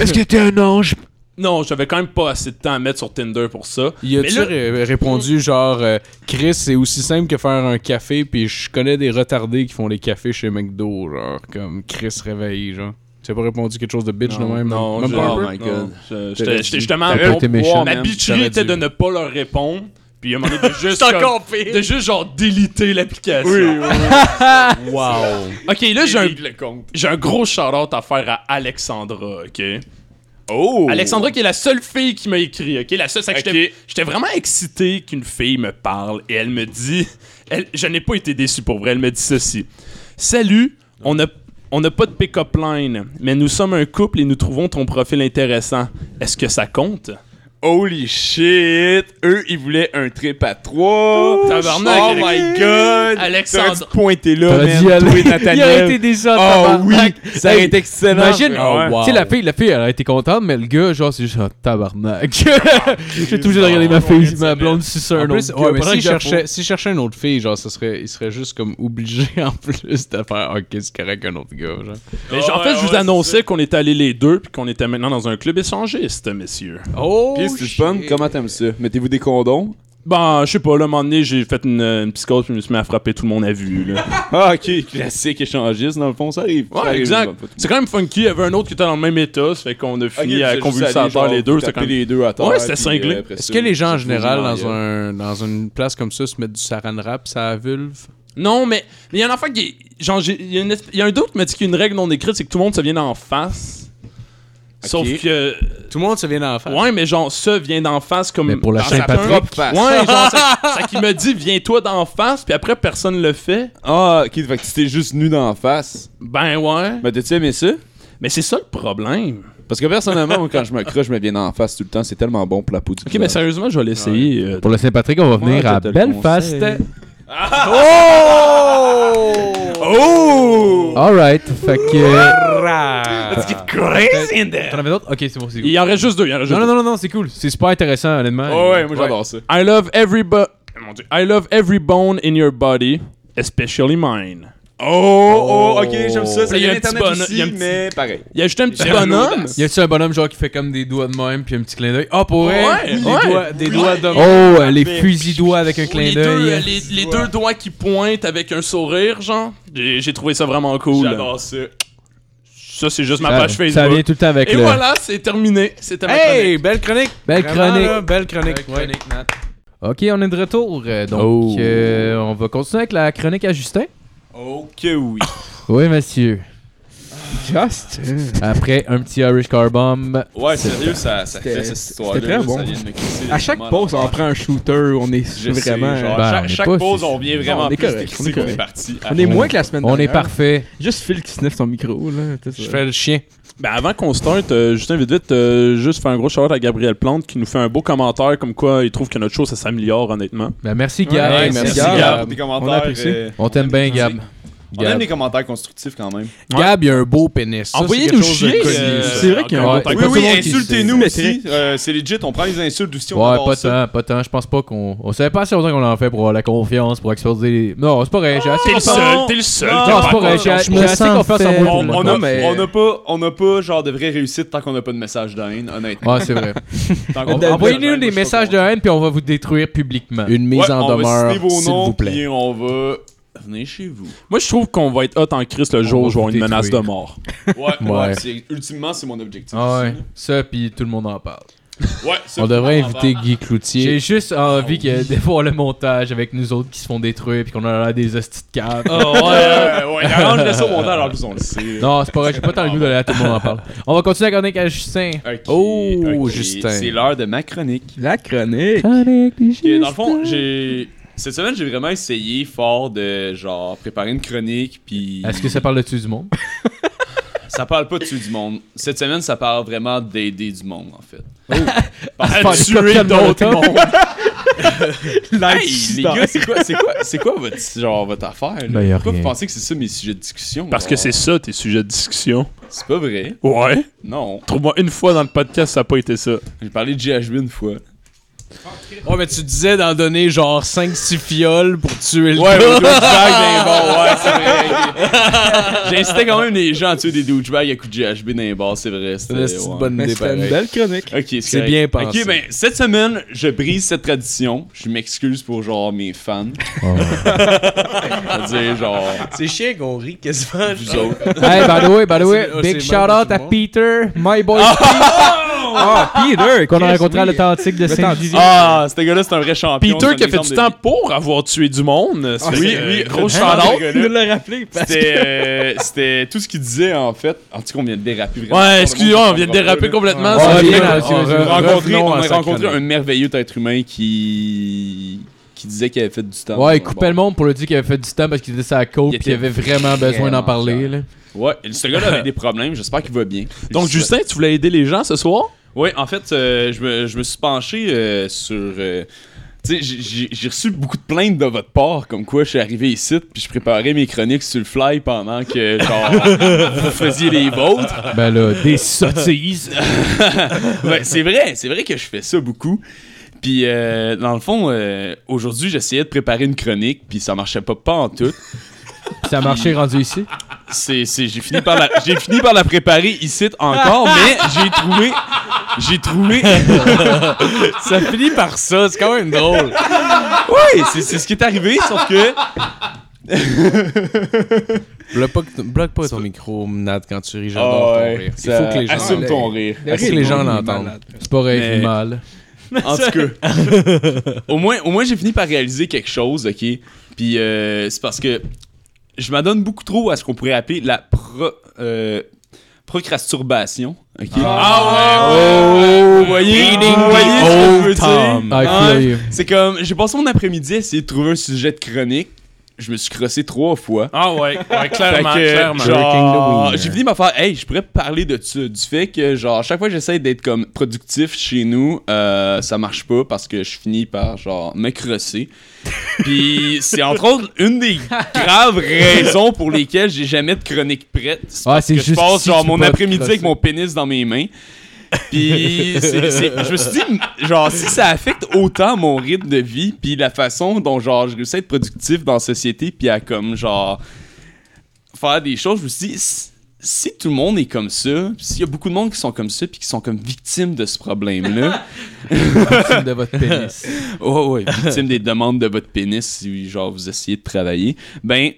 Speaker 3: Est-ce que t'es un ange?
Speaker 4: Non, j'avais quand même pas assez de temps à mettre sur Tinder pour ça.
Speaker 6: Y
Speaker 4: Mais
Speaker 6: a-tu
Speaker 4: là- mm.
Speaker 6: ré- répondu genre euh, Chris, c'est aussi simple que faire un café, puis je connais des retardés qui font les cafés chez McDo, genre comme Chris réveillé, genre. Tu as pas répondu quelque chose de bitch de même?
Speaker 4: non,
Speaker 6: même
Speaker 4: je-
Speaker 6: pas un
Speaker 4: oh
Speaker 6: peu?
Speaker 4: my
Speaker 5: God.
Speaker 4: Je-
Speaker 5: T'aurais
Speaker 4: J'étais
Speaker 5: dû.
Speaker 4: j'étais justement
Speaker 3: T'aurais
Speaker 4: bon
Speaker 3: été
Speaker 4: pour-
Speaker 3: méchant,
Speaker 4: Ma
Speaker 3: man.
Speaker 4: bitcherie
Speaker 6: T'aurais
Speaker 4: était
Speaker 6: dû.
Speaker 4: de ne pas leur répondre. Puis à un moment donné, de juste. comme-
Speaker 3: pire.
Speaker 4: de juste genre déliter l'application.
Speaker 6: Wow!
Speaker 4: Ok, là j'ai un,
Speaker 5: le compte.
Speaker 4: j'ai un gros shout-out à faire à Alexandra, ok?
Speaker 5: Oh.
Speaker 4: Alexandra qui est la seule fille qui m'a écrit, ok? La seule, c'est que j'étais-
Speaker 5: Ok.
Speaker 4: j'étais vraiment excité qu'une fille me parle et elle me dit, elle, je n'ai pas été déçu pour vrai, elle me dit ceci. Salut, on a on n'a pas de pick-up line, mais nous sommes un couple et nous trouvons ton profil intéressant. Est-ce que ça compte?
Speaker 5: Holy shit. Eux, ils voulaient un trip à trois. Oh,
Speaker 4: Tabarnak,
Speaker 5: my god.
Speaker 4: Alexandre.
Speaker 5: T'aurais dû pointer là,
Speaker 3: T'aurais
Speaker 5: man.
Speaker 3: dit aller.
Speaker 5: Toi et
Speaker 3: Il aurait été
Speaker 5: Nathaniel.
Speaker 3: déjà
Speaker 5: Oh oui.
Speaker 3: tabarnak.
Speaker 5: Ça aurait
Speaker 3: Hey,
Speaker 5: été excellent.
Speaker 3: Imagine,
Speaker 5: Ah ouais.
Speaker 6: wow.
Speaker 3: tu sais, la fille, la fille, elle a été contente, mais le gars, genre, c'est juste un tabarnak. J'ai toujours regardé ma fille, ma blonde sucer
Speaker 6: En
Speaker 3: un
Speaker 6: plus,
Speaker 3: autre.
Speaker 6: ouais,
Speaker 3: gars.
Speaker 6: mais
Speaker 3: Pendant
Speaker 6: s'il
Speaker 3: que j'ai
Speaker 6: cherchait, s'il cherchait une autre fille, genre, ça serait, il serait juste comme obligé en plus de faire ah, Ok, c'est correct qu'un autre gars, genre.
Speaker 4: Mais genre, en fait, je vous annonçais qu'on était allés les deux puis qu'on était maintenant dans un club échangiste, messieurs.
Speaker 6: Oh!
Speaker 5: Puis c'est le fun, comment t'aimes ça? Mettez-vous des condoms?
Speaker 4: Ben, je sais pas, là, un moment donné, j'ai fait une, une psychose, puis je me suis mis à frapper tout le monde à vue, là.
Speaker 5: Ah, ok, classique échangiste, dans le fond, ça arrive. ça
Speaker 4: Ouais,
Speaker 5: arrive,
Speaker 4: exact.
Speaker 5: pas tout le
Speaker 4: C'est quand même funky. Il y avait un autre qui était dans le même état. Ça fait qu'on a
Speaker 5: monde.
Speaker 4: fini
Speaker 5: Ok,
Speaker 4: à
Speaker 5: vous êtes
Speaker 4: convulser
Speaker 5: juste
Speaker 4: à
Speaker 5: allés,
Speaker 4: terre
Speaker 5: genre,
Speaker 4: les deux.
Speaker 5: vous
Speaker 4: C'était quand
Speaker 5: tapez
Speaker 4: même...
Speaker 5: les deux à terre.
Speaker 4: Ouais, c'était
Speaker 5: puis, euh,
Speaker 4: cinglé.
Speaker 5: après
Speaker 6: Est-ce
Speaker 5: ça,
Speaker 6: que les gens en
Speaker 5: vous
Speaker 6: général
Speaker 5: vous en
Speaker 6: dans,
Speaker 5: allez.
Speaker 6: un, dans une place comme ça se mettent du saran wrap ça vulve
Speaker 4: Non, mais mais il y a un enfant qui. Genre, j'ai- il y, a une esp- il y a un doute qui m'a dit qu'il y a une règle non écrite, c'est que tout le monde se vient d'en face. Sauf que.
Speaker 6: Tout le monde se vient d'en face.
Speaker 4: Ouais, mais genre, ça vient d'en face comme.
Speaker 3: Mais pour la
Speaker 4: dans
Speaker 3: Saint
Speaker 4: sa
Speaker 3: Patrick.
Speaker 4: propre
Speaker 5: face.
Speaker 4: Ouais, genre, ça, ça qui me dit, viens-toi d'en face, puis après, personne le fait.
Speaker 5: Ah, ok, fait que tu t'es juste nu dans la face.
Speaker 4: Ben ouais.
Speaker 5: Mais t'as-tu aimé ça?
Speaker 4: Mais c'est ça le problème.
Speaker 5: Parce que personnellement, moi, quand je m'accroche, je me viens d'en face tout le temps. C'est tellement bon pour la peau du
Speaker 4: Ok, mais sérieusement, je vais l'essayer. euh,
Speaker 3: Pour le Saint-Patrick, on va
Speaker 5: Moi,
Speaker 3: venir
Speaker 5: je
Speaker 3: à
Speaker 5: te le
Speaker 3: Belfast.
Speaker 4: Oh!
Speaker 3: Alright, fait que.
Speaker 8: Crazy in there.
Speaker 3: T'en avais d'autres? Ok, c'est bon, c'est cool.
Speaker 4: Il en reste juste deux. Il en reste juste
Speaker 3: Non, non,
Speaker 4: deux.
Speaker 3: non, non, non, c'est cool. C'est super intéressant, honnêtement.
Speaker 4: Ah ouais, moi j'adore ça. I love every bo- oh Mon Dieu. I love every bone in your body, especially mine.
Speaker 5: Oh, oh, ok, j'aime ça.
Speaker 4: Puis
Speaker 5: C'est
Speaker 4: il y a un
Speaker 5: internet
Speaker 4: petit bonhomme- il y
Speaker 5: ici,
Speaker 4: a un petit-
Speaker 5: mais pareil.
Speaker 4: Il a juste un petit
Speaker 5: J'aime
Speaker 4: bonhomme.
Speaker 5: l'audace.
Speaker 3: Y a-tu un bonhomme genre qui fait comme des doigts de même puis un petit clin d'œil? Ah, pour
Speaker 4: Ouais,
Speaker 3: vrai?
Speaker 4: ouais. Ah,
Speaker 3: Des doigts, des doigts d'homme. Oh, les fusils doigts avec un clin
Speaker 4: les deux,
Speaker 3: d'œil. hein.
Speaker 4: euh, les, les deux doigts qui pointent avec un sourire, genre. J'ai j'ai trouvé ça vraiment cool.
Speaker 5: J'adore ça.
Speaker 4: Ça, c'est juste ma
Speaker 3: Ça-
Speaker 4: page Facebook.
Speaker 3: Ça vient tout le temps avec
Speaker 4: Et
Speaker 3: le.
Speaker 4: voilà, c'est terminé. C'était ma
Speaker 6: Hey, belle chronique!
Speaker 3: Belle
Speaker 6: Vraiment,
Speaker 3: chronique.
Speaker 6: là, belle chronique. Ouais.
Speaker 3: Ok, on est de retour. euh, Donc,
Speaker 6: Oh.
Speaker 3: euh, on va continuer avec la chronique à Justin.
Speaker 5: Ok, oui.
Speaker 3: Oui, monsieur.
Speaker 1: Just.
Speaker 3: Après un petit Irish Car Bomb.
Speaker 5: Ouais, sérieux, ça, ça
Speaker 1: C'était-
Speaker 5: fait cette histoire-là.
Speaker 1: c'était très
Speaker 5: là,
Speaker 1: bon.
Speaker 5: ça vient de me crisser
Speaker 1: À chaque
Speaker 5: les
Speaker 1: pause, on
Speaker 5: mains.
Speaker 1: prend un shooter, on est
Speaker 5: Je sais,
Speaker 1: vraiment.
Speaker 5: genre,
Speaker 3: Ben, on
Speaker 5: chaque
Speaker 3: est
Speaker 5: chaque
Speaker 3: pas
Speaker 5: pause,
Speaker 3: si-
Speaker 5: on vient
Speaker 1: Non,
Speaker 5: vraiment
Speaker 1: on est
Speaker 5: plus
Speaker 1: correct,
Speaker 5: décrissé
Speaker 1: on est
Speaker 5: qu'on est
Speaker 1: correct.
Speaker 5: parti.
Speaker 1: On est
Speaker 5: Ah,
Speaker 1: moins que la semaine
Speaker 3: On
Speaker 1: dernière.
Speaker 3: est parfait.
Speaker 1: Juste Phil qui sniff son micro, là. tu sais,
Speaker 6: Je
Speaker 1: ça.
Speaker 6: fais le chien.
Speaker 4: Ben avant qu'on start, euh, Justin, vite vite, euh, juste faire un gros shout à Gabriel Plante qui nous fait un beau commentaire comme quoi il trouve que notre show ça s'améliore honnêtement.
Speaker 3: Ben, merci, Gab.
Speaker 1: Ouais,
Speaker 5: Ah, Merci,
Speaker 1: merci,
Speaker 5: Gab.
Speaker 1: Gab.
Speaker 5: Des
Speaker 1: On
Speaker 5: commentaires.
Speaker 1: apprécie.
Speaker 5: euh,
Speaker 3: On t'aime bien, Gab.
Speaker 5: On aime
Speaker 3: Gab.
Speaker 5: les commentaires constructifs quand même.
Speaker 6: Gab, il a un beau pénis. Ça,
Speaker 4: Envoyez-nous
Speaker 6: c'est quelque chose de
Speaker 4: chier.
Speaker 6: connu,
Speaker 4: euh,
Speaker 6: ça.
Speaker 1: C'est vrai qu'il y a un
Speaker 4: encore
Speaker 3: ouais.
Speaker 4: longtemps.
Speaker 3: Oui,
Speaker 5: Oui,
Speaker 3: Pas tout
Speaker 5: oui,
Speaker 3: le monde qui
Speaker 5: insultez-nous
Speaker 1: sait.
Speaker 5: aussi. Euh, C'est legit, on prend les insultes aussi. on
Speaker 3: Ouais,
Speaker 5: adore
Speaker 3: pas
Speaker 5: ça.
Speaker 3: tant, pas tant. Je pense pas qu'on. On savait pas assez longtemps qu'on en fait pour avoir la confiance, pour exposer. Non, c'est pas vrai. J'ai assez.
Speaker 4: T'es le
Speaker 3: confiance.
Speaker 4: seul, t'es le seul.
Speaker 5: Non,
Speaker 4: t'as
Speaker 3: Non,
Speaker 4: pas
Speaker 3: c'est pas vrai.
Speaker 4: confiance.
Speaker 3: J'ai
Speaker 9: Je me
Speaker 3: j'ai assez
Speaker 9: sens
Speaker 3: confiance en
Speaker 9: faible.
Speaker 3: moi.
Speaker 5: On
Speaker 3: pour le faire.
Speaker 5: on a,
Speaker 1: mais-
Speaker 5: on a pas, on a pas genre de vraie réussite tant qu'on a pas de message de haine, honnêtement.
Speaker 3: Ouais, c'est vrai.
Speaker 5: Tant qu'on a pas de message de
Speaker 3: Envoyez-nous
Speaker 5: haine,
Speaker 3: des
Speaker 5: moi, je suis pas
Speaker 3: messages de
Speaker 5: content.
Speaker 3: haine, puis on va vous détruire publiquement.
Speaker 9: Une mise
Speaker 5: Ouais,
Speaker 9: en
Speaker 5: on va
Speaker 9: demeure,
Speaker 5: citer vos
Speaker 9: s'il
Speaker 5: noms,
Speaker 9: vous plaît.
Speaker 6: euh,
Speaker 5: puis on va venez chez vous.
Speaker 4: Moi je trouve qu'on va être hot en crise le jour
Speaker 3: va
Speaker 4: où je vais avoir
Speaker 3: vous
Speaker 4: une menace de
Speaker 3: détruire.
Speaker 4: mort.
Speaker 5: Ouais, ouais.
Speaker 3: Ouais.
Speaker 5: c'est- ultimement c'est mon objectif.
Speaker 3: Ah ouais. Ça, puis tout le monde en parle.
Speaker 5: Ouais, ça,
Speaker 9: On devrait
Speaker 5: en
Speaker 9: inviter
Speaker 5: parle.
Speaker 9: Guy Cloutier.
Speaker 3: J'ai juste envie que de voir le montage avec nous autres qui se font détruire, puis qu'on a l'air des hosties de caves.
Speaker 5: Ouais, ouais, ouais, arrange-le ça au montage alors qu'ils ont le sait.
Speaker 3: Non, c'est pas vrai, j'ai pas tant le goût d'aller à tout le monde en parle. On va continuer la chronique à Justin.
Speaker 5: Ok,
Speaker 6: Oh,
Speaker 5: ok,
Speaker 6: Justin.
Speaker 5: C'est l'heure de ma chronique.
Speaker 1: La chronique.
Speaker 5: Ok, dans le fond, j'ai cette semaine, j'ai vraiment essayé fort de genre préparer une chronique puis
Speaker 3: Est-ce que ça parle dessus du monde?
Speaker 5: ça parle pas dessus du monde. Cette semaine, ça parle vraiment d'aider du monde en fait.
Speaker 3: Oh. Faire des cocktails Molotov?
Speaker 5: Hey, les gars, c'est quoi, c'est quoi, c'est quoi votre, genre, votre affaire? Là?
Speaker 3: Ben, y a
Speaker 5: Pourquoi
Speaker 3: rien.
Speaker 5: vous pensez que c'est ça mes sujets de discussion?
Speaker 4: Parce que
Speaker 5: genre?
Speaker 4: c'est ça tes sujets de discussion.
Speaker 5: C'est pas vrai.
Speaker 4: Ouais.
Speaker 5: Non.
Speaker 4: Trouve-moi une fois dans le podcast ça a pas été ça.
Speaker 5: J'ai parlé de GHB une fois.
Speaker 6: Ouais, mais tu disais d'en donner genre 5-6 fioles pour tuer le
Speaker 5: Ouais,
Speaker 6: gars.
Speaker 5: mais douchebag dans les bars, ouais, c'est vrai. J'incitais quand même les gens à tuer des douchebags à coups de GHB dans les bars, c'est vrai. C'était
Speaker 6: Ben, C'est une
Speaker 5: ouais.
Speaker 6: bonne
Speaker 1: Mais
Speaker 6: idée,
Speaker 1: c'était une
Speaker 6: pareil.
Speaker 1: belle chronique.
Speaker 5: Ok, c'est
Speaker 6: C'est
Speaker 5: correct.
Speaker 6: bien pensé.
Speaker 5: Ok, ben, cette semaine, je brise cette tradition. Je m'excuse pour, genre, mes fans.
Speaker 4: Oh.
Speaker 5: C'est-à-dire, genre,
Speaker 6: C'est chiant qu'on rit quasiment.
Speaker 5: vous autres.
Speaker 3: Hey, by the way, by the way,
Speaker 6: C'est-
Speaker 3: big
Speaker 6: c'est
Speaker 3: shout
Speaker 6: mal
Speaker 3: out
Speaker 6: pour
Speaker 3: à
Speaker 6: tout le monde.
Speaker 3: Peter, my boy,
Speaker 1: Ah, Peter!
Speaker 3: qu'on a
Speaker 1: Chris,
Speaker 3: rencontré à
Speaker 1: oui.
Speaker 3: l'authentique de
Speaker 1: Mais t'en dis-
Speaker 3: Saint-Dizier.
Speaker 5: Ah, ce gars-là, c'est un vrai champion.
Speaker 4: Peter
Speaker 5: c'est un
Speaker 4: qui a fait
Speaker 5: exemple
Speaker 4: du
Speaker 5: de
Speaker 4: temps
Speaker 5: vie.
Speaker 4: pour avoir tué du monde. euh,
Speaker 5: Ah, oui, oui,
Speaker 4: gros shout
Speaker 5: vraiment,
Speaker 4: out.
Speaker 5: ce
Speaker 1: Il
Speaker 5: gars-là.
Speaker 1: nous l'a rappelé. parce que-
Speaker 5: C'était euh, c'était tout ce qu'il disait en fait. En tout cas, on vient de déraper
Speaker 3: Ah,
Speaker 5: vraiment.
Speaker 4: Ouais, excusez-moi, on vient de déraper
Speaker 5: complètement.
Speaker 4: complètement.
Speaker 3: Ouais,
Speaker 4: ça
Speaker 3: ouais,
Speaker 4: vient-
Speaker 3: bien,
Speaker 4: on-
Speaker 3: vas-y,
Speaker 5: On
Speaker 3: vas-y.
Speaker 5: a rencontré,
Speaker 6: Revenons
Speaker 5: on
Speaker 6: à
Speaker 5: a
Speaker 6: sa
Speaker 5: rencontré
Speaker 6: chronique.
Speaker 5: un merveilleux être humain qui qui disait qu'il avait fait du temps.
Speaker 3: Ouais, il
Speaker 5: Bon,
Speaker 3: coupait le monde pour le dire qu'il avait fait du temps parce qu'il était sa coke
Speaker 5: Il
Speaker 3: et qu'il
Speaker 5: était
Speaker 3: avait vraiment besoin d'en
Speaker 5: vraiment
Speaker 3: parler. Là.
Speaker 5: bon. Ouais, ce gars-là avait des problèmes. J'espère qu'il va bien.
Speaker 4: Donc
Speaker 5: J'espère.
Speaker 4: Justin, tu voulais aider les gens ce soir?
Speaker 5: Ouais, en fait, euh, je, me, je me suis penché euh, sur. euh, tu sais, j'ai- j'ai j'ai reçu beaucoup de plaintes de votre part, comme quoi je suis arrivé ici, puis je préparais mes chroniques sur le fly pendant que genre, vous faisiez les vôtres.
Speaker 3: Ben là, des sottises.
Speaker 5: ouais, c'est vrai, c'est vrai que je fais ça beaucoup. Puis, euh, dans le fond, euh, aujourd'hui, j'essayais de préparer une chronique, puis ça marchait pas, pas en tout.
Speaker 3: Puis ça a marché rendu ici.
Speaker 5: C'est, c'est- j'ai, fini par la, j'ai fini par la préparer ici encore, mais j'ai trouvé. J'ai trouvé.
Speaker 6: Ça finit par ça, c'est quand même drôle.
Speaker 5: Oui, c'est c'est ce qui est arrivé, sauf que.
Speaker 6: Bloque pas, que- bloque pas ton micro, Nat, quand tu ris. J'adore
Speaker 5: Ah
Speaker 6: ton
Speaker 5: ouais,
Speaker 6: rire. Il
Speaker 5: ça-
Speaker 6: faut que les gens.
Speaker 5: Assume ton rire.
Speaker 1: Le
Speaker 6: Est-ce que
Speaker 1: rythme,
Speaker 6: les gens
Speaker 1: on est
Speaker 6: l'entendent?
Speaker 1: malade.
Speaker 3: C'est pas rêve
Speaker 5: Mais-
Speaker 3: du mal.
Speaker 5: En tout cas, au moins, au moins j'ai fini par réaliser quelque chose, ok? Puis euh, c'est parce que je m'adonne beaucoup trop à ce qu'on pourrait appeler la pro, euh, procrasturbation. ok? Ah, ouais! Vous voyez, vous voyez ce que je veux dire?
Speaker 3: I
Speaker 5: Ah,
Speaker 3: feel you.
Speaker 5: C'est comme, j'ai passé mon après-midi à essayer de trouver un sujet de chronique. Je me suis crossé trois fois.
Speaker 4: Ah ouais, ouais
Speaker 5: Fait
Speaker 4: clairement,
Speaker 5: que,
Speaker 4: clairement.
Speaker 5: genre, Ah, j'ai fini par faire, hey, je pourrais parler de ça, du fait que, genre, chaque fois que j'essaie d'être comme productif chez nous, euh, ça marche pas parce que je finis par, genre, me crosser. Puis c'est entre autres une des graves raisons pour lesquelles j'ai jamais de chronique prête. C'est
Speaker 3: Ah,
Speaker 5: parce
Speaker 3: c'est
Speaker 5: que je
Speaker 3: juste
Speaker 5: passe,
Speaker 3: si
Speaker 5: genre,
Speaker 3: tu
Speaker 5: mon
Speaker 3: peux te
Speaker 5: après-midi avec
Speaker 3: crosser.
Speaker 5: mon pénis dans mes mains. Puis c'est- c'est- je me suis dit, genre, si ça affecte autant mon rythme de vie, puis la façon dont, genre, je réussis à être productif dans la société, puis à, comme, genre, faire des choses, je me suis dit, si- si tout le monde est comme ça, puis s'il y a beaucoup de monde qui sont comme ça, puis qui sont comme victimes de ce problème-là,
Speaker 3: de votre pénis.
Speaker 5: oh ouais, victimes des demandes de votre pénis si, genre, vous essayez de travailler, ben...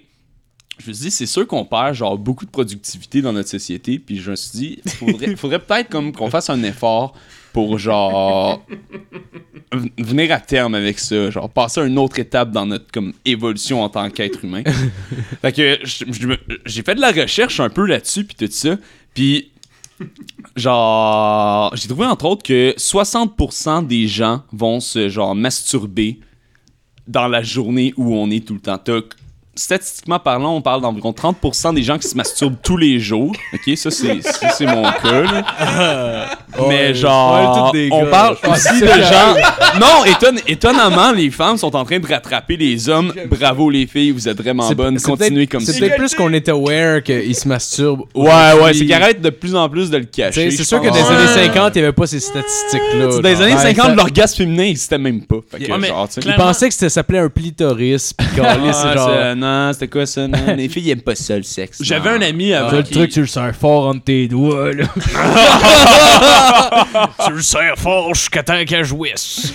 Speaker 5: Je me suis dit, c'est sûr qu'on perd genre beaucoup de productivité dans notre société, puis je me suis dit, faudrait, faudrait peut-être comme qu'on fasse un effort pour genre v- venir à terme avec ça, genre passer à une autre étape dans notre comme évolution en tant qu'être humain. fait que je- je me- j'ai fait de la recherche un peu là-dessus puis tout ça, puis genre j'ai trouvé entre autres que 60% des gens vont se genre masturber dans la journée où on est tout le temps. T'as- statistiquement parlant, on parle d'environ 30% des gens qui se masturbent tous les jours. Ok, ça c'est ça, c'est mon cas. là. Mais genre, on parle aussi de gens. Non, étonne- étonnamment, les femmes sont en train de rattraper les hommes. Bravo les filles, vous êtes vraiment
Speaker 6: C'est-
Speaker 5: bonnes.
Speaker 6: c'est
Speaker 5: Continuez
Speaker 6: peut-être-
Speaker 5: comme ça.
Speaker 6: C'est peut-être plus qu'on est aware qu'ils se masturbent.
Speaker 5: Ouais, ouais,
Speaker 6: aujourd'hui.
Speaker 5: c'est qu'ils arrêtent de plus en plus de le
Speaker 6: Tu sais,
Speaker 5: cacher.
Speaker 6: C'est
Speaker 5: je
Speaker 6: sûr que
Speaker 5: pense.
Speaker 6: dans les années
Speaker 4: Ouais.
Speaker 6: 50, il n'y avait pas ces statistiques-là.
Speaker 5: Dans les
Speaker 6: genre.
Speaker 5: années
Speaker 6: Ouais,
Speaker 5: 50,
Speaker 6: ça-
Speaker 5: l'orgasme féminin existait même pas. Fait que,
Speaker 4: Ouais, mais
Speaker 5: genre, tu sais.
Speaker 6: Ils
Speaker 4: clairement-
Speaker 6: pensaient que c'était- ça s'appelait un plitoris. Puis
Speaker 5: Ah,
Speaker 6: câlisse,
Speaker 5: c'est-
Speaker 6: genre.
Speaker 5: non, c'était quoi ça? Non, les filles, ils aiment pas ça le sexe.
Speaker 4: J'avais
Speaker 5: non.
Speaker 4: un ami
Speaker 3: Ah,
Speaker 4: avant.
Speaker 3: le
Speaker 4: qui-
Speaker 3: truc, tu le sers fort entre tes doigts, là.
Speaker 8: Tu le serres fort jusqu'à temps qu'elle jouisse.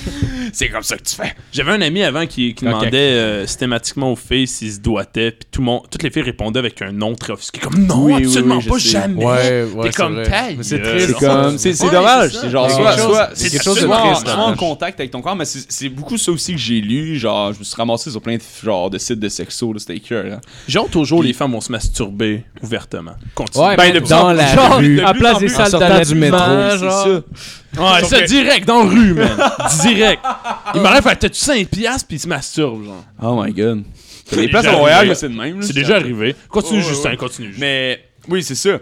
Speaker 4: C'est comme ça que tu fais. J'avais un ami avant qui, qui
Speaker 3: Ok.
Speaker 4: demandait euh, systématiquement aux filles s'ils se doigtaient, puis tout le monde, toutes les filles répondaient avec un non très offusqué, comme non,
Speaker 5: Oui, oui,
Speaker 4: absolument
Speaker 5: oui, je
Speaker 4: pas,
Speaker 5: sais.
Speaker 4: jamais.
Speaker 6: Ouais, ouais.
Speaker 4: T'es comme
Speaker 6: vrai.
Speaker 4: taille.
Speaker 6: Mais C'est
Speaker 4: euh,
Speaker 6: triste.
Speaker 5: C'est comme, c'est c'est
Speaker 4: Ouais,
Speaker 5: dommage.
Speaker 4: c'est ça.
Speaker 5: C'est genre,
Speaker 6: C'est
Speaker 5: soit,
Speaker 6: quelque
Speaker 5: soit,
Speaker 6: chose-
Speaker 5: c'est
Speaker 6: c'est quelque
Speaker 5: soit
Speaker 6: chose de
Speaker 5: en-
Speaker 6: triste,
Speaker 5: soit
Speaker 6: hein.
Speaker 5: en contact avec ton corps, mais c'est c'est beaucoup ça aussi que j'ai lu. Genre, je me suis ramassé sur plein de, genre, de sites de sexo, là, c'était écœurant.
Speaker 4: Genre, toujours, les femmes vont se masturber ouvertement. Continue.
Speaker 6: Ouais,
Speaker 4: Ben,
Speaker 6: mais
Speaker 4: le-
Speaker 6: dans la
Speaker 3: Genre,
Speaker 6: rue.
Speaker 3: à place des
Speaker 6: En
Speaker 3: salles
Speaker 6: sortant du métro.
Speaker 3: d'allaitement, genre.
Speaker 4: Ouais, ça, direct, dans la rue, man. direct. Il m'arrive à t'as-tu 5 piastres, puis il se masturbe, genre.
Speaker 5: Oh my god.
Speaker 4: C'est
Speaker 5: Les places
Speaker 4: déjà
Speaker 5: à Montréal,
Speaker 4: arrivé.
Speaker 5: mais c'est de même. là.
Speaker 4: C'est déjà arrivé. Continue,
Speaker 5: Ouais, ouais,
Speaker 4: Justin,
Speaker 5: ouais.
Speaker 4: continue. Justin.
Speaker 5: Mais oui, c'est ça.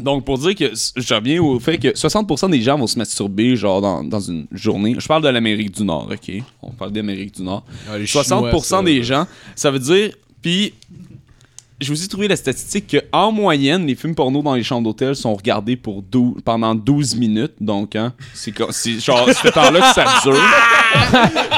Speaker 5: Donc, pour dire que s- je reviens au fait que 60% des gens vont se masturber genre dans, dans une journée. Je parle de l'Amérique du Nord, ok? On parle d'Amérique du Nord.
Speaker 6: Ah, les Chinois,
Speaker 5: 60%
Speaker 6: ça.
Speaker 5: des gens, ça veut dire. Puis, je vous ai trouvé la statistique qu'en moyenne, les films porno dans les chambres d'hôtel sont regardés pour 12 pendant 12 minutes. Donc, hein, c'est co- c'est genre ce temps-là que ça dure.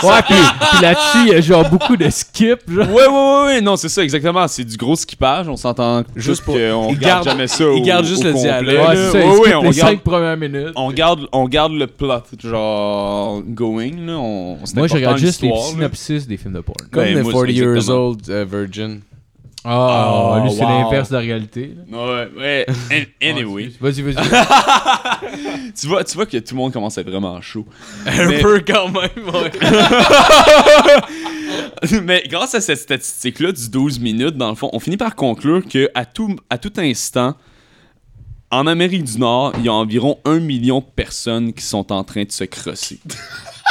Speaker 3: Ouais, pis, pis là-dessus, il y a genre beaucoup de skips, genre.
Speaker 5: Ouais, ouais, ouais, ouais, non, c'est ça, exactement. C'est du gros skippage, on s'entend juste pour. On regarde
Speaker 6: gardent-
Speaker 5: jamais ça.
Speaker 6: ils
Speaker 5: au-
Speaker 6: gardent juste
Speaker 5: au
Speaker 6: le
Speaker 5: complet,
Speaker 6: dialogue.
Speaker 5: là.
Speaker 3: Ouais, c'est ça, ils
Speaker 5: Ouais,
Speaker 3: skippent
Speaker 5: ouais, on
Speaker 3: les
Speaker 5: regarde
Speaker 3: 5 premières minutes.
Speaker 5: on garde, on garde le plot, genre going. Là, on, c'est
Speaker 3: Moi, je
Speaker 5: important,
Speaker 3: regarde juste les
Speaker 5: l'histoire, là.
Speaker 3: synopsis des films de porn.
Speaker 6: Comme
Speaker 5: Ben,
Speaker 6: le
Speaker 5: moi,
Speaker 6: 40 Years
Speaker 5: exactement.
Speaker 6: Old euh, Virgin.
Speaker 3: Ah,
Speaker 5: Oh,
Speaker 3: lui, c'est
Speaker 5: wow.
Speaker 3: l'inverse de la réalité. là.
Speaker 5: Ouais, ouais. An- Anyway,
Speaker 3: Vas-y, vas-y.
Speaker 5: tu, vois, tu vois que tout le monde commence à être vraiment chaud.
Speaker 4: Un
Speaker 5: Mais-
Speaker 4: peu quand même, ouais.
Speaker 5: Mais grâce à cette statistique-là du 12 minutes, dans le fond, on finit par conclure que à tout, à tout instant, en Amérique du Nord, il y a environ un million de personnes qui sont en train de se crosser.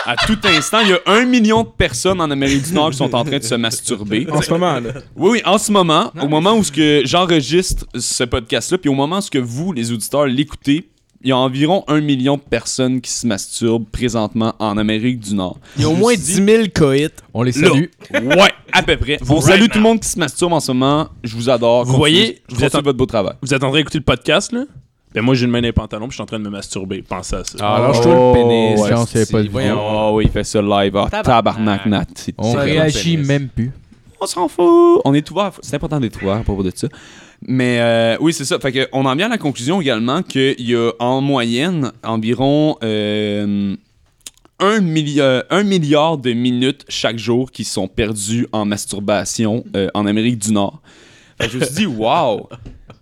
Speaker 5: À tout instant, il y a un million de personnes en Amérique du Nord qui sont en train de se masturber.
Speaker 1: En ce moment, là.
Speaker 5: Oui, oui, en ce moment, au moment où ce que j'enregistre ce podcast-là, puis au moment où ce que vous, les auditeurs, l'écoutez, il y a environ un million de personnes qui se masturbent présentement en Amérique du Nord.
Speaker 6: Il y a au moins 10 000 coïts.
Speaker 3: On les
Speaker 5: Là.
Speaker 3: salue.
Speaker 5: Ouais, à peu près. On
Speaker 4: Right
Speaker 5: salue
Speaker 4: now.
Speaker 5: tout le monde qui se masturbe en ce moment. Je vous adore.
Speaker 4: Vous voyez,
Speaker 5: je
Speaker 4: vous
Speaker 5: vous
Speaker 4: êtes en-
Speaker 5: votre beau travail.
Speaker 4: Vous êtes en train d'écouter le podcast, là? Ben, moi, j'ai une main dans les pantalons, puis je suis en train de me masturber. Pensez à ça.
Speaker 6: Ah, lâche-toi
Speaker 5: Oh,
Speaker 6: le pénis.
Speaker 5: ouais,
Speaker 6: genre,
Speaker 3: c'est-
Speaker 6: c'est-
Speaker 3: pas de
Speaker 6: voyons.
Speaker 5: Oh oui, il fait ça live. Ah, tabarnak, Nat. c'est-
Speaker 3: On
Speaker 5: c'est vraiment
Speaker 3: réagit
Speaker 6: pénis.
Speaker 3: même plus.
Speaker 5: on s'en fout. On est ouvert. C'est important d'être ouvert à propos de ça. Mais euh, oui, c'est ça. Fait que on en vient à la conclusion également qu'il y a en moyenne environ euh, un, milli- euh, un milliard de minutes chaque jour qui sont perdues en masturbation euh, en Amérique du Nord. Fait que je me suis dit, waouh,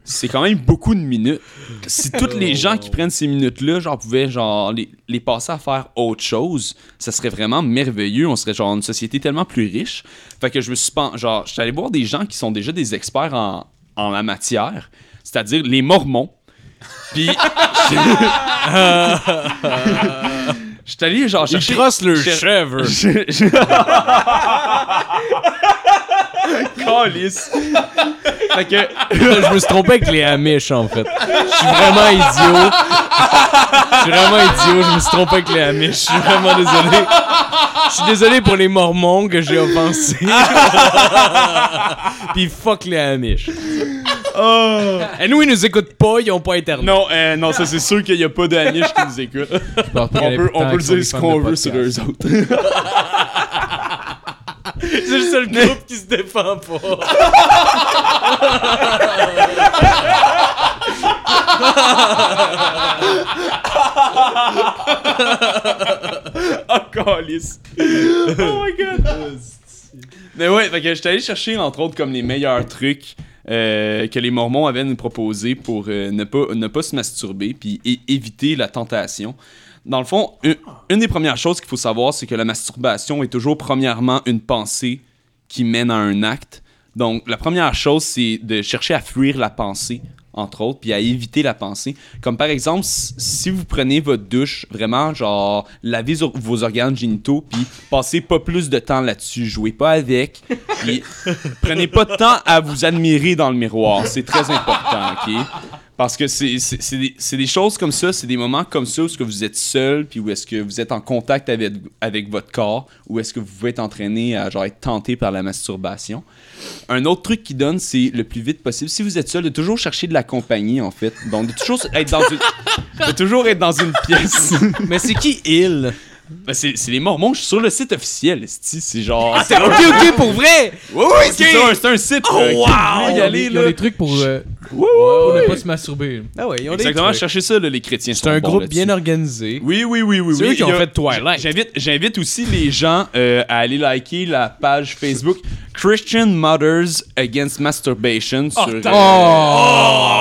Speaker 5: c'est quand même beaucoup de minutes. Si tous les gens qui prennent ces minutes-là, genre, pouvaient genre, les, les passer à faire autre chose, ça serait vraiment merveilleux. On serait genre une société tellement plus riche. Fait que je me suis pen- genre, je suis allé voir des gens qui sont déjà des experts en, en la matière, c'est-à-dire les Mormons. Puis. Je suis allé genre chercher.
Speaker 6: crossent le
Speaker 5: cher-
Speaker 6: chèvre.
Speaker 5: Je- je- Calisse. fait que
Speaker 6: je me suis trompé avec les Amish en fait. Je suis vraiment idiot. Je suis vraiment idiot, je me suis trompé avec les Amish. Je suis vraiment désolé. Je suis désolé pour les Mormons que j'ai offensés. Puis fuck les Amish. Et nous, ils nous écoutent pas, ils ont pas internet.
Speaker 5: Oh. non, euh, non, ça c'est sûr qu'il n'y a pas d'aniche qui nous écoute.
Speaker 3: On
Speaker 5: On peut, on peut dire ce qu'on veut sur eux autres.
Speaker 6: C'est le seul groupe qui se défend pas.
Speaker 5: Calisse. oh my god. Mais ouais, fait que j'étais allé chercher entre autres comme les meilleurs trucs euh, que les Mormons avaient à nous proposer pour euh, ne, pas, ne pas se masturber puis é- éviter la tentation. Dans le fond, u- une des premières choses qu'il faut savoir, c'est que la masturbation est toujours premièrement une pensée qui mène à un acte. Donc, la première chose, c'est de chercher à fuir la pensée, entre autres, puis à éviter la pensée. Comme par exemple, s- si vous prenez votre douche, vraiment, genre, lavez sur- vos organes génitaux, puis passez pas plus de temps là-dessus, jouez pas avec, puis prenez pas de temps à vous admirer dans le miroir. C'est très important, OK? Parce que c'est c'est- c'est des, c'est des choses comme ça, c'est des moments comme ça où est-ce que vous êtes seul, puis où est-ce que vous êtes en contact avec, avec votre corps, où est-ce que vous pouvez être entraîné à genre, être tenté par la masturbation. Un autre truc qui donne, c'est le plus vite possible. Si vous êtes seul, de toujours chercher de la compagnie, en fait. Donc, de toujours être dans une, de toujours être dans une pièce.
Speaker 6: Mais c'est qui ils
Speaker 5: Ben, c'est c'est les Mormons, je suis sur le site officiel, esti, c'est genre...
Speaker 6: Ok, ok, pour vrai
Speaker 5: Oui, oui, c'est ça, c'est un site. Oh,
Speaker 3: Ah,
Speaker 5: wow! Y aller,
Speaker 3: Ils ont
Speaker 5: là.
Speaker 3: des trucs pour euh, pour ne pas se masturber.
Speaker 6: Ah ouais, ils ont des
Speaker 5: Exactement,
Speaker 6: trucs.
Speaker 5: cherchez ça, là, les chrétiens.
Speaker 6: C'est un groupe bien organisé.
Speaker 5: Oui, oui, oui, oui.
Speaker 6: C'est
Speaker 5: oui,
Speaker 6: eux qui ont
Speaker 5: il y a-
Speaker 6: fait Twilight.
Speaker 5: J'invite, j'invite aussi les gens euh, à aller liker la page Facebook Christian Mothers Against Masturbation sur. euh,
Speaker 3: Oh,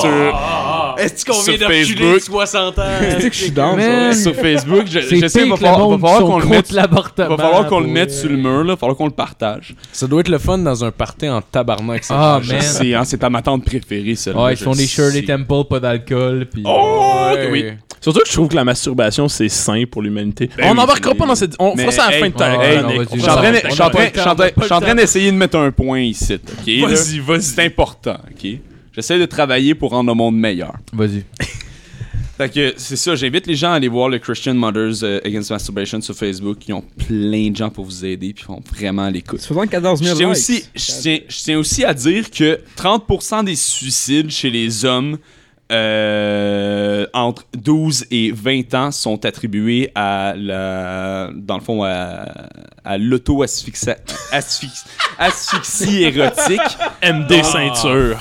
Speaker 5: sur,
Speaker 6: Est-ce qu'on
Speaker 5: Sur
Speaker 6: vient de reculer
Speaker 5: Facebook.
Speaker 6: de 60 ans
Speaker 1: Tu sais que je suis dans ça.
Speaker 3: Man,
Speaker 5: euh, sur Facebook. Je,
Speaker 3: c'est
Speaker 5: je sais, il va
Speaker 3: pire que le
Speaker 5: falloir, va
Speaker 3: monde qui
Speaker 5: falloir qu'on
Speaker 3: sont
Speaker 5: le mette.
Speaker 3: contre l'avortement.
Speaker 5: va falloir qu'on le mette
Speaker 3: ouais.
Speaker 5: sur le mur, là. Va falloir qu'on le partage.
Speaker 6: Ça doit être le fun dans un party en tabarnak. ça.
Speaker 3: Ah,
Speaker 5: Je
Speaker 3: man.
Speaker 5: sais, hein, c'est pas ma tante préférée, celle-là.
Speaker 3: Ouais, ils
Speaker 5: je
Speaker 3: font des Shirley
Speaker 5: sais.
Speaker 3: Temple, pas d'alcool, puis...
Speaker 4: Oh,
Speaker 6: Ouais.
Speaker 4: oui. Surtout que je trouve que la masturbation, c'est sain pour l'humanité.
Speaker 5: Ben
Speaker 4: on
Speaker 5: oui,
Speaker 4: n'embarquera
Speaker 5: mais-
Speaker 4: pas dans cette. On
Speaker 5: mais
Speaker 4: fera ça à la
Speaker 5: hey,
Speaker 4: fin de ta
Speaker 3: ouais,
Speaker 4: chronique.
Speaker 3: non, vas-y.
Speaker 4: On
Speaker 5: Je
Speaker 4: fera
Speaker 5: suis
Speaker 4: ça
Speaker 5: en
Speaker 4: à
Speaker 5: train
Speaker 4: la
Speaker 5: de-
Speaker 4: fin.
Speaker 5: je suis en train- je suis en train- je suis en train d'essayer de mettre un point ici. ok, là.
Speaker 4: Vas-y,
Speaker 5: C'est important. ok? J'essaie de travailler pour rendre le monde meilleur.
Speaker 3: Vas-y.
Speaker 5: Fait que c'est ça, j'invite les gens à aller voir le Christian Mothers euh, Against Masturbation sur Facebook. Ils ont plein de gens pour vous aider puis ils font vraiment à l'écoute.
Speaker 1: 74
Speaker 5: Je
Speaker 1: 000
Speaker 5: tiens,
Speaker 1: likes.
Speaker 5: aussi, je, tiens, je tiens aussi à dire que 30% des suicides chez les hommes euh, entre 12 et 20 ans sont attribués à la, dans le fond, à, à l'auto-asphyxie asphyxie érotique.
Speaker 4: MD ceinture.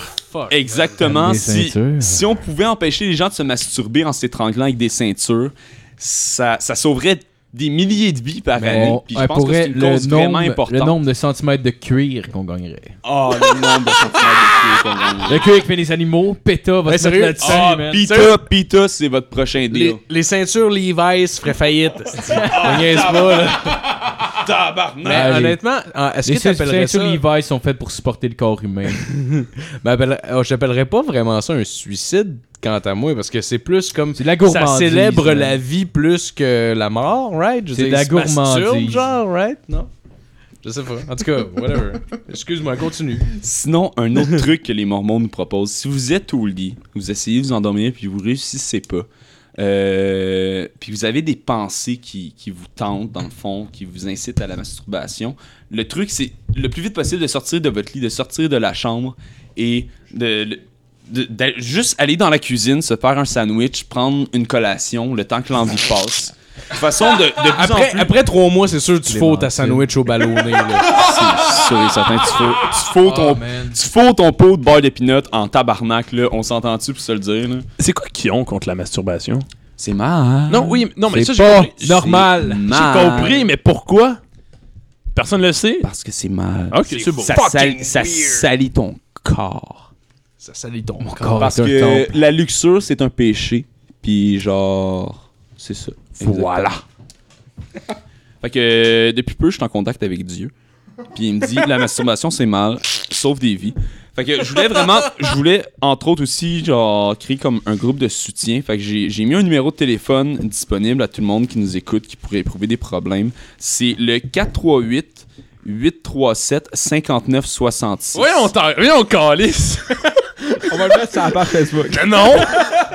Speaker 5: Exactement.
Speaker 3: Des
Speaker 5: Si,
Speaker 3: ceintures.
Speaker 5: si on pouvait empêcher les gens de se masturber en s'étranglant avec des ceintures, ça, ça sauverait des milliers de vies par année.
Speaker 3: Ben, On-
Speaker 5: Ben, Puis
Speaker 3: ouais,
Speaker 5: je pense
Speaker 3: pour
Speaker 5: que
Speaker 3: vrai,
Speaker 5: c'est une cause
Speaker 3: le
Speaker 5: vraiment
Speaker 3: nombre, le
Speaker 5: importante.
Speaker 3: nombre de centimètres de cuir qu'on gagnerait.
Speaker 5: Oh, le nombre de sentiments de pieds qu'on a.
Speaker 3: Le cuir qui fait des animaux, PETA va
Speaker 6: Ouais,
Speaker 3: se mettre
Speaker 6: sérieux?
Speaker 3: là-dessus,
Speaker 5: Ah,
Speaker 3: man.
Speaker 5: Pita, Pita, c'est votre prochain
Speaker 6: Les,
Speaker 5: deal.
Speaker 6: les ceintures Levi's feraient faillite. On niaise pas, là. Mais
Speaker 5: Tabarnak!
Speaker 3: Allez.
Speaker 6: honnêtement, ah, est-ce
Speaker 3: Les
Speaker 6: que t'appellerais
Speaker 3: ceintures
Speaker 6: ça...
Speaker 3: Levi's sont faites pour supporter le corps humain.
Speaker 6: Ben, appelle- oh, je t'appellerais pas vraiment ça un suicide, quant à moi, parce que c'est plus comme...
Speaker 3: C'est de la
Speaker 6: Ça
Speaker 3: gourmandise.
Speaker 6: célèbre
Speaker 3: man.
Speaker 6: la vie plus que la mort, right? Je veux
Speaker 3: C'est
Speaker 6: dire,
Speaker 3: de la
Speaker 6: ils se masturbent,
Speaker 3: gourmandise.
Speaker 6: genre, right? Non? Je sais pas. En tout cas, whatever. Excuse-moi, continue.
Speaker 5: Sinon, un autre truc que les Mormons nous proposent, si vous êtes au lit, vous essayez de vous endormir puis vous réussissez pas, euh, puis vous avez des pensées qui, qui vous tentent dans le fond, qui vous incitent à la masturbation, le truc c'est le plus vite possible de sortir de votre lit, de sortir de la chambre et de, de- d'a- juste aller dans la cuisine, se faire un sandwich, prendre une collation, le temps que l'envie passe. De façon de, de plus en
Speaker 6: Après,
Speaker 5: plus-
Speaker 6: après trois mois, c'est sûr que tu
Speaker 3: Les
Speaker 6: fous ta
Speaker 3: mentis.
Speaker 6: sandwich au ballonné, là.
Speaker 5: C'est sûr et certain, tu fous, tu fous
Speaker 3: Oh,
Speaker 4: Ah,
Speaker 5: ton
Speaker 3: man.
Speaker 5: tu fous ton pot de beurre de pinot en tabarnak, là. On s'entend-tu pour se le dire, là?
Speaker 4: C'est quoi qu'ils ont contre la masturbation
Speaker 5: C'est mal.
Speaker 4: Non, oui, mais- non, mais ça,
Speaker 3: C'est
Speaker 4: j'ai
Speaker 5: Ah,
Speaker 3: pas
Speaker 4: compris.
Speaker 3: normal.
Speaker 4: J'ai compris, mais pourquoi? Personne le sait.
Speaker 5: Parce que c'est mal.
Speaker 4: Ok, c'est bon.
Speaker 5: Ça, sal- ça salit ton corps.
Speaker 6: Ça salit ton
Speaker 3: Mon corps
Speaker 5: Parce
Speaker 3: est un
Speaker 5: que
Speaker 3: temple.
Speaker 5: la luxure, c'est un péché. Puis genre, c'est ça. Voilà. fait que euh, depuis peu, je suis en contact avec Dieu. Puis il me dit la masturbation, c'est mal, sauf des vies. Fait que je voulais vraiment, je voulais entre autres aussi genre créer comme un groupe de soutien. Fait que j'ai j'ai mis un numéro de téléphone disponible à tout le monde qui nous écoute, qui pourrait éprouver des problèmes. C'est le 438 837 5966.
Speaker 4: Oui, on t'en. Oui, on calisse.
Speaker 1: On va le mettre sur la page Facebook.
Speaker 4: non!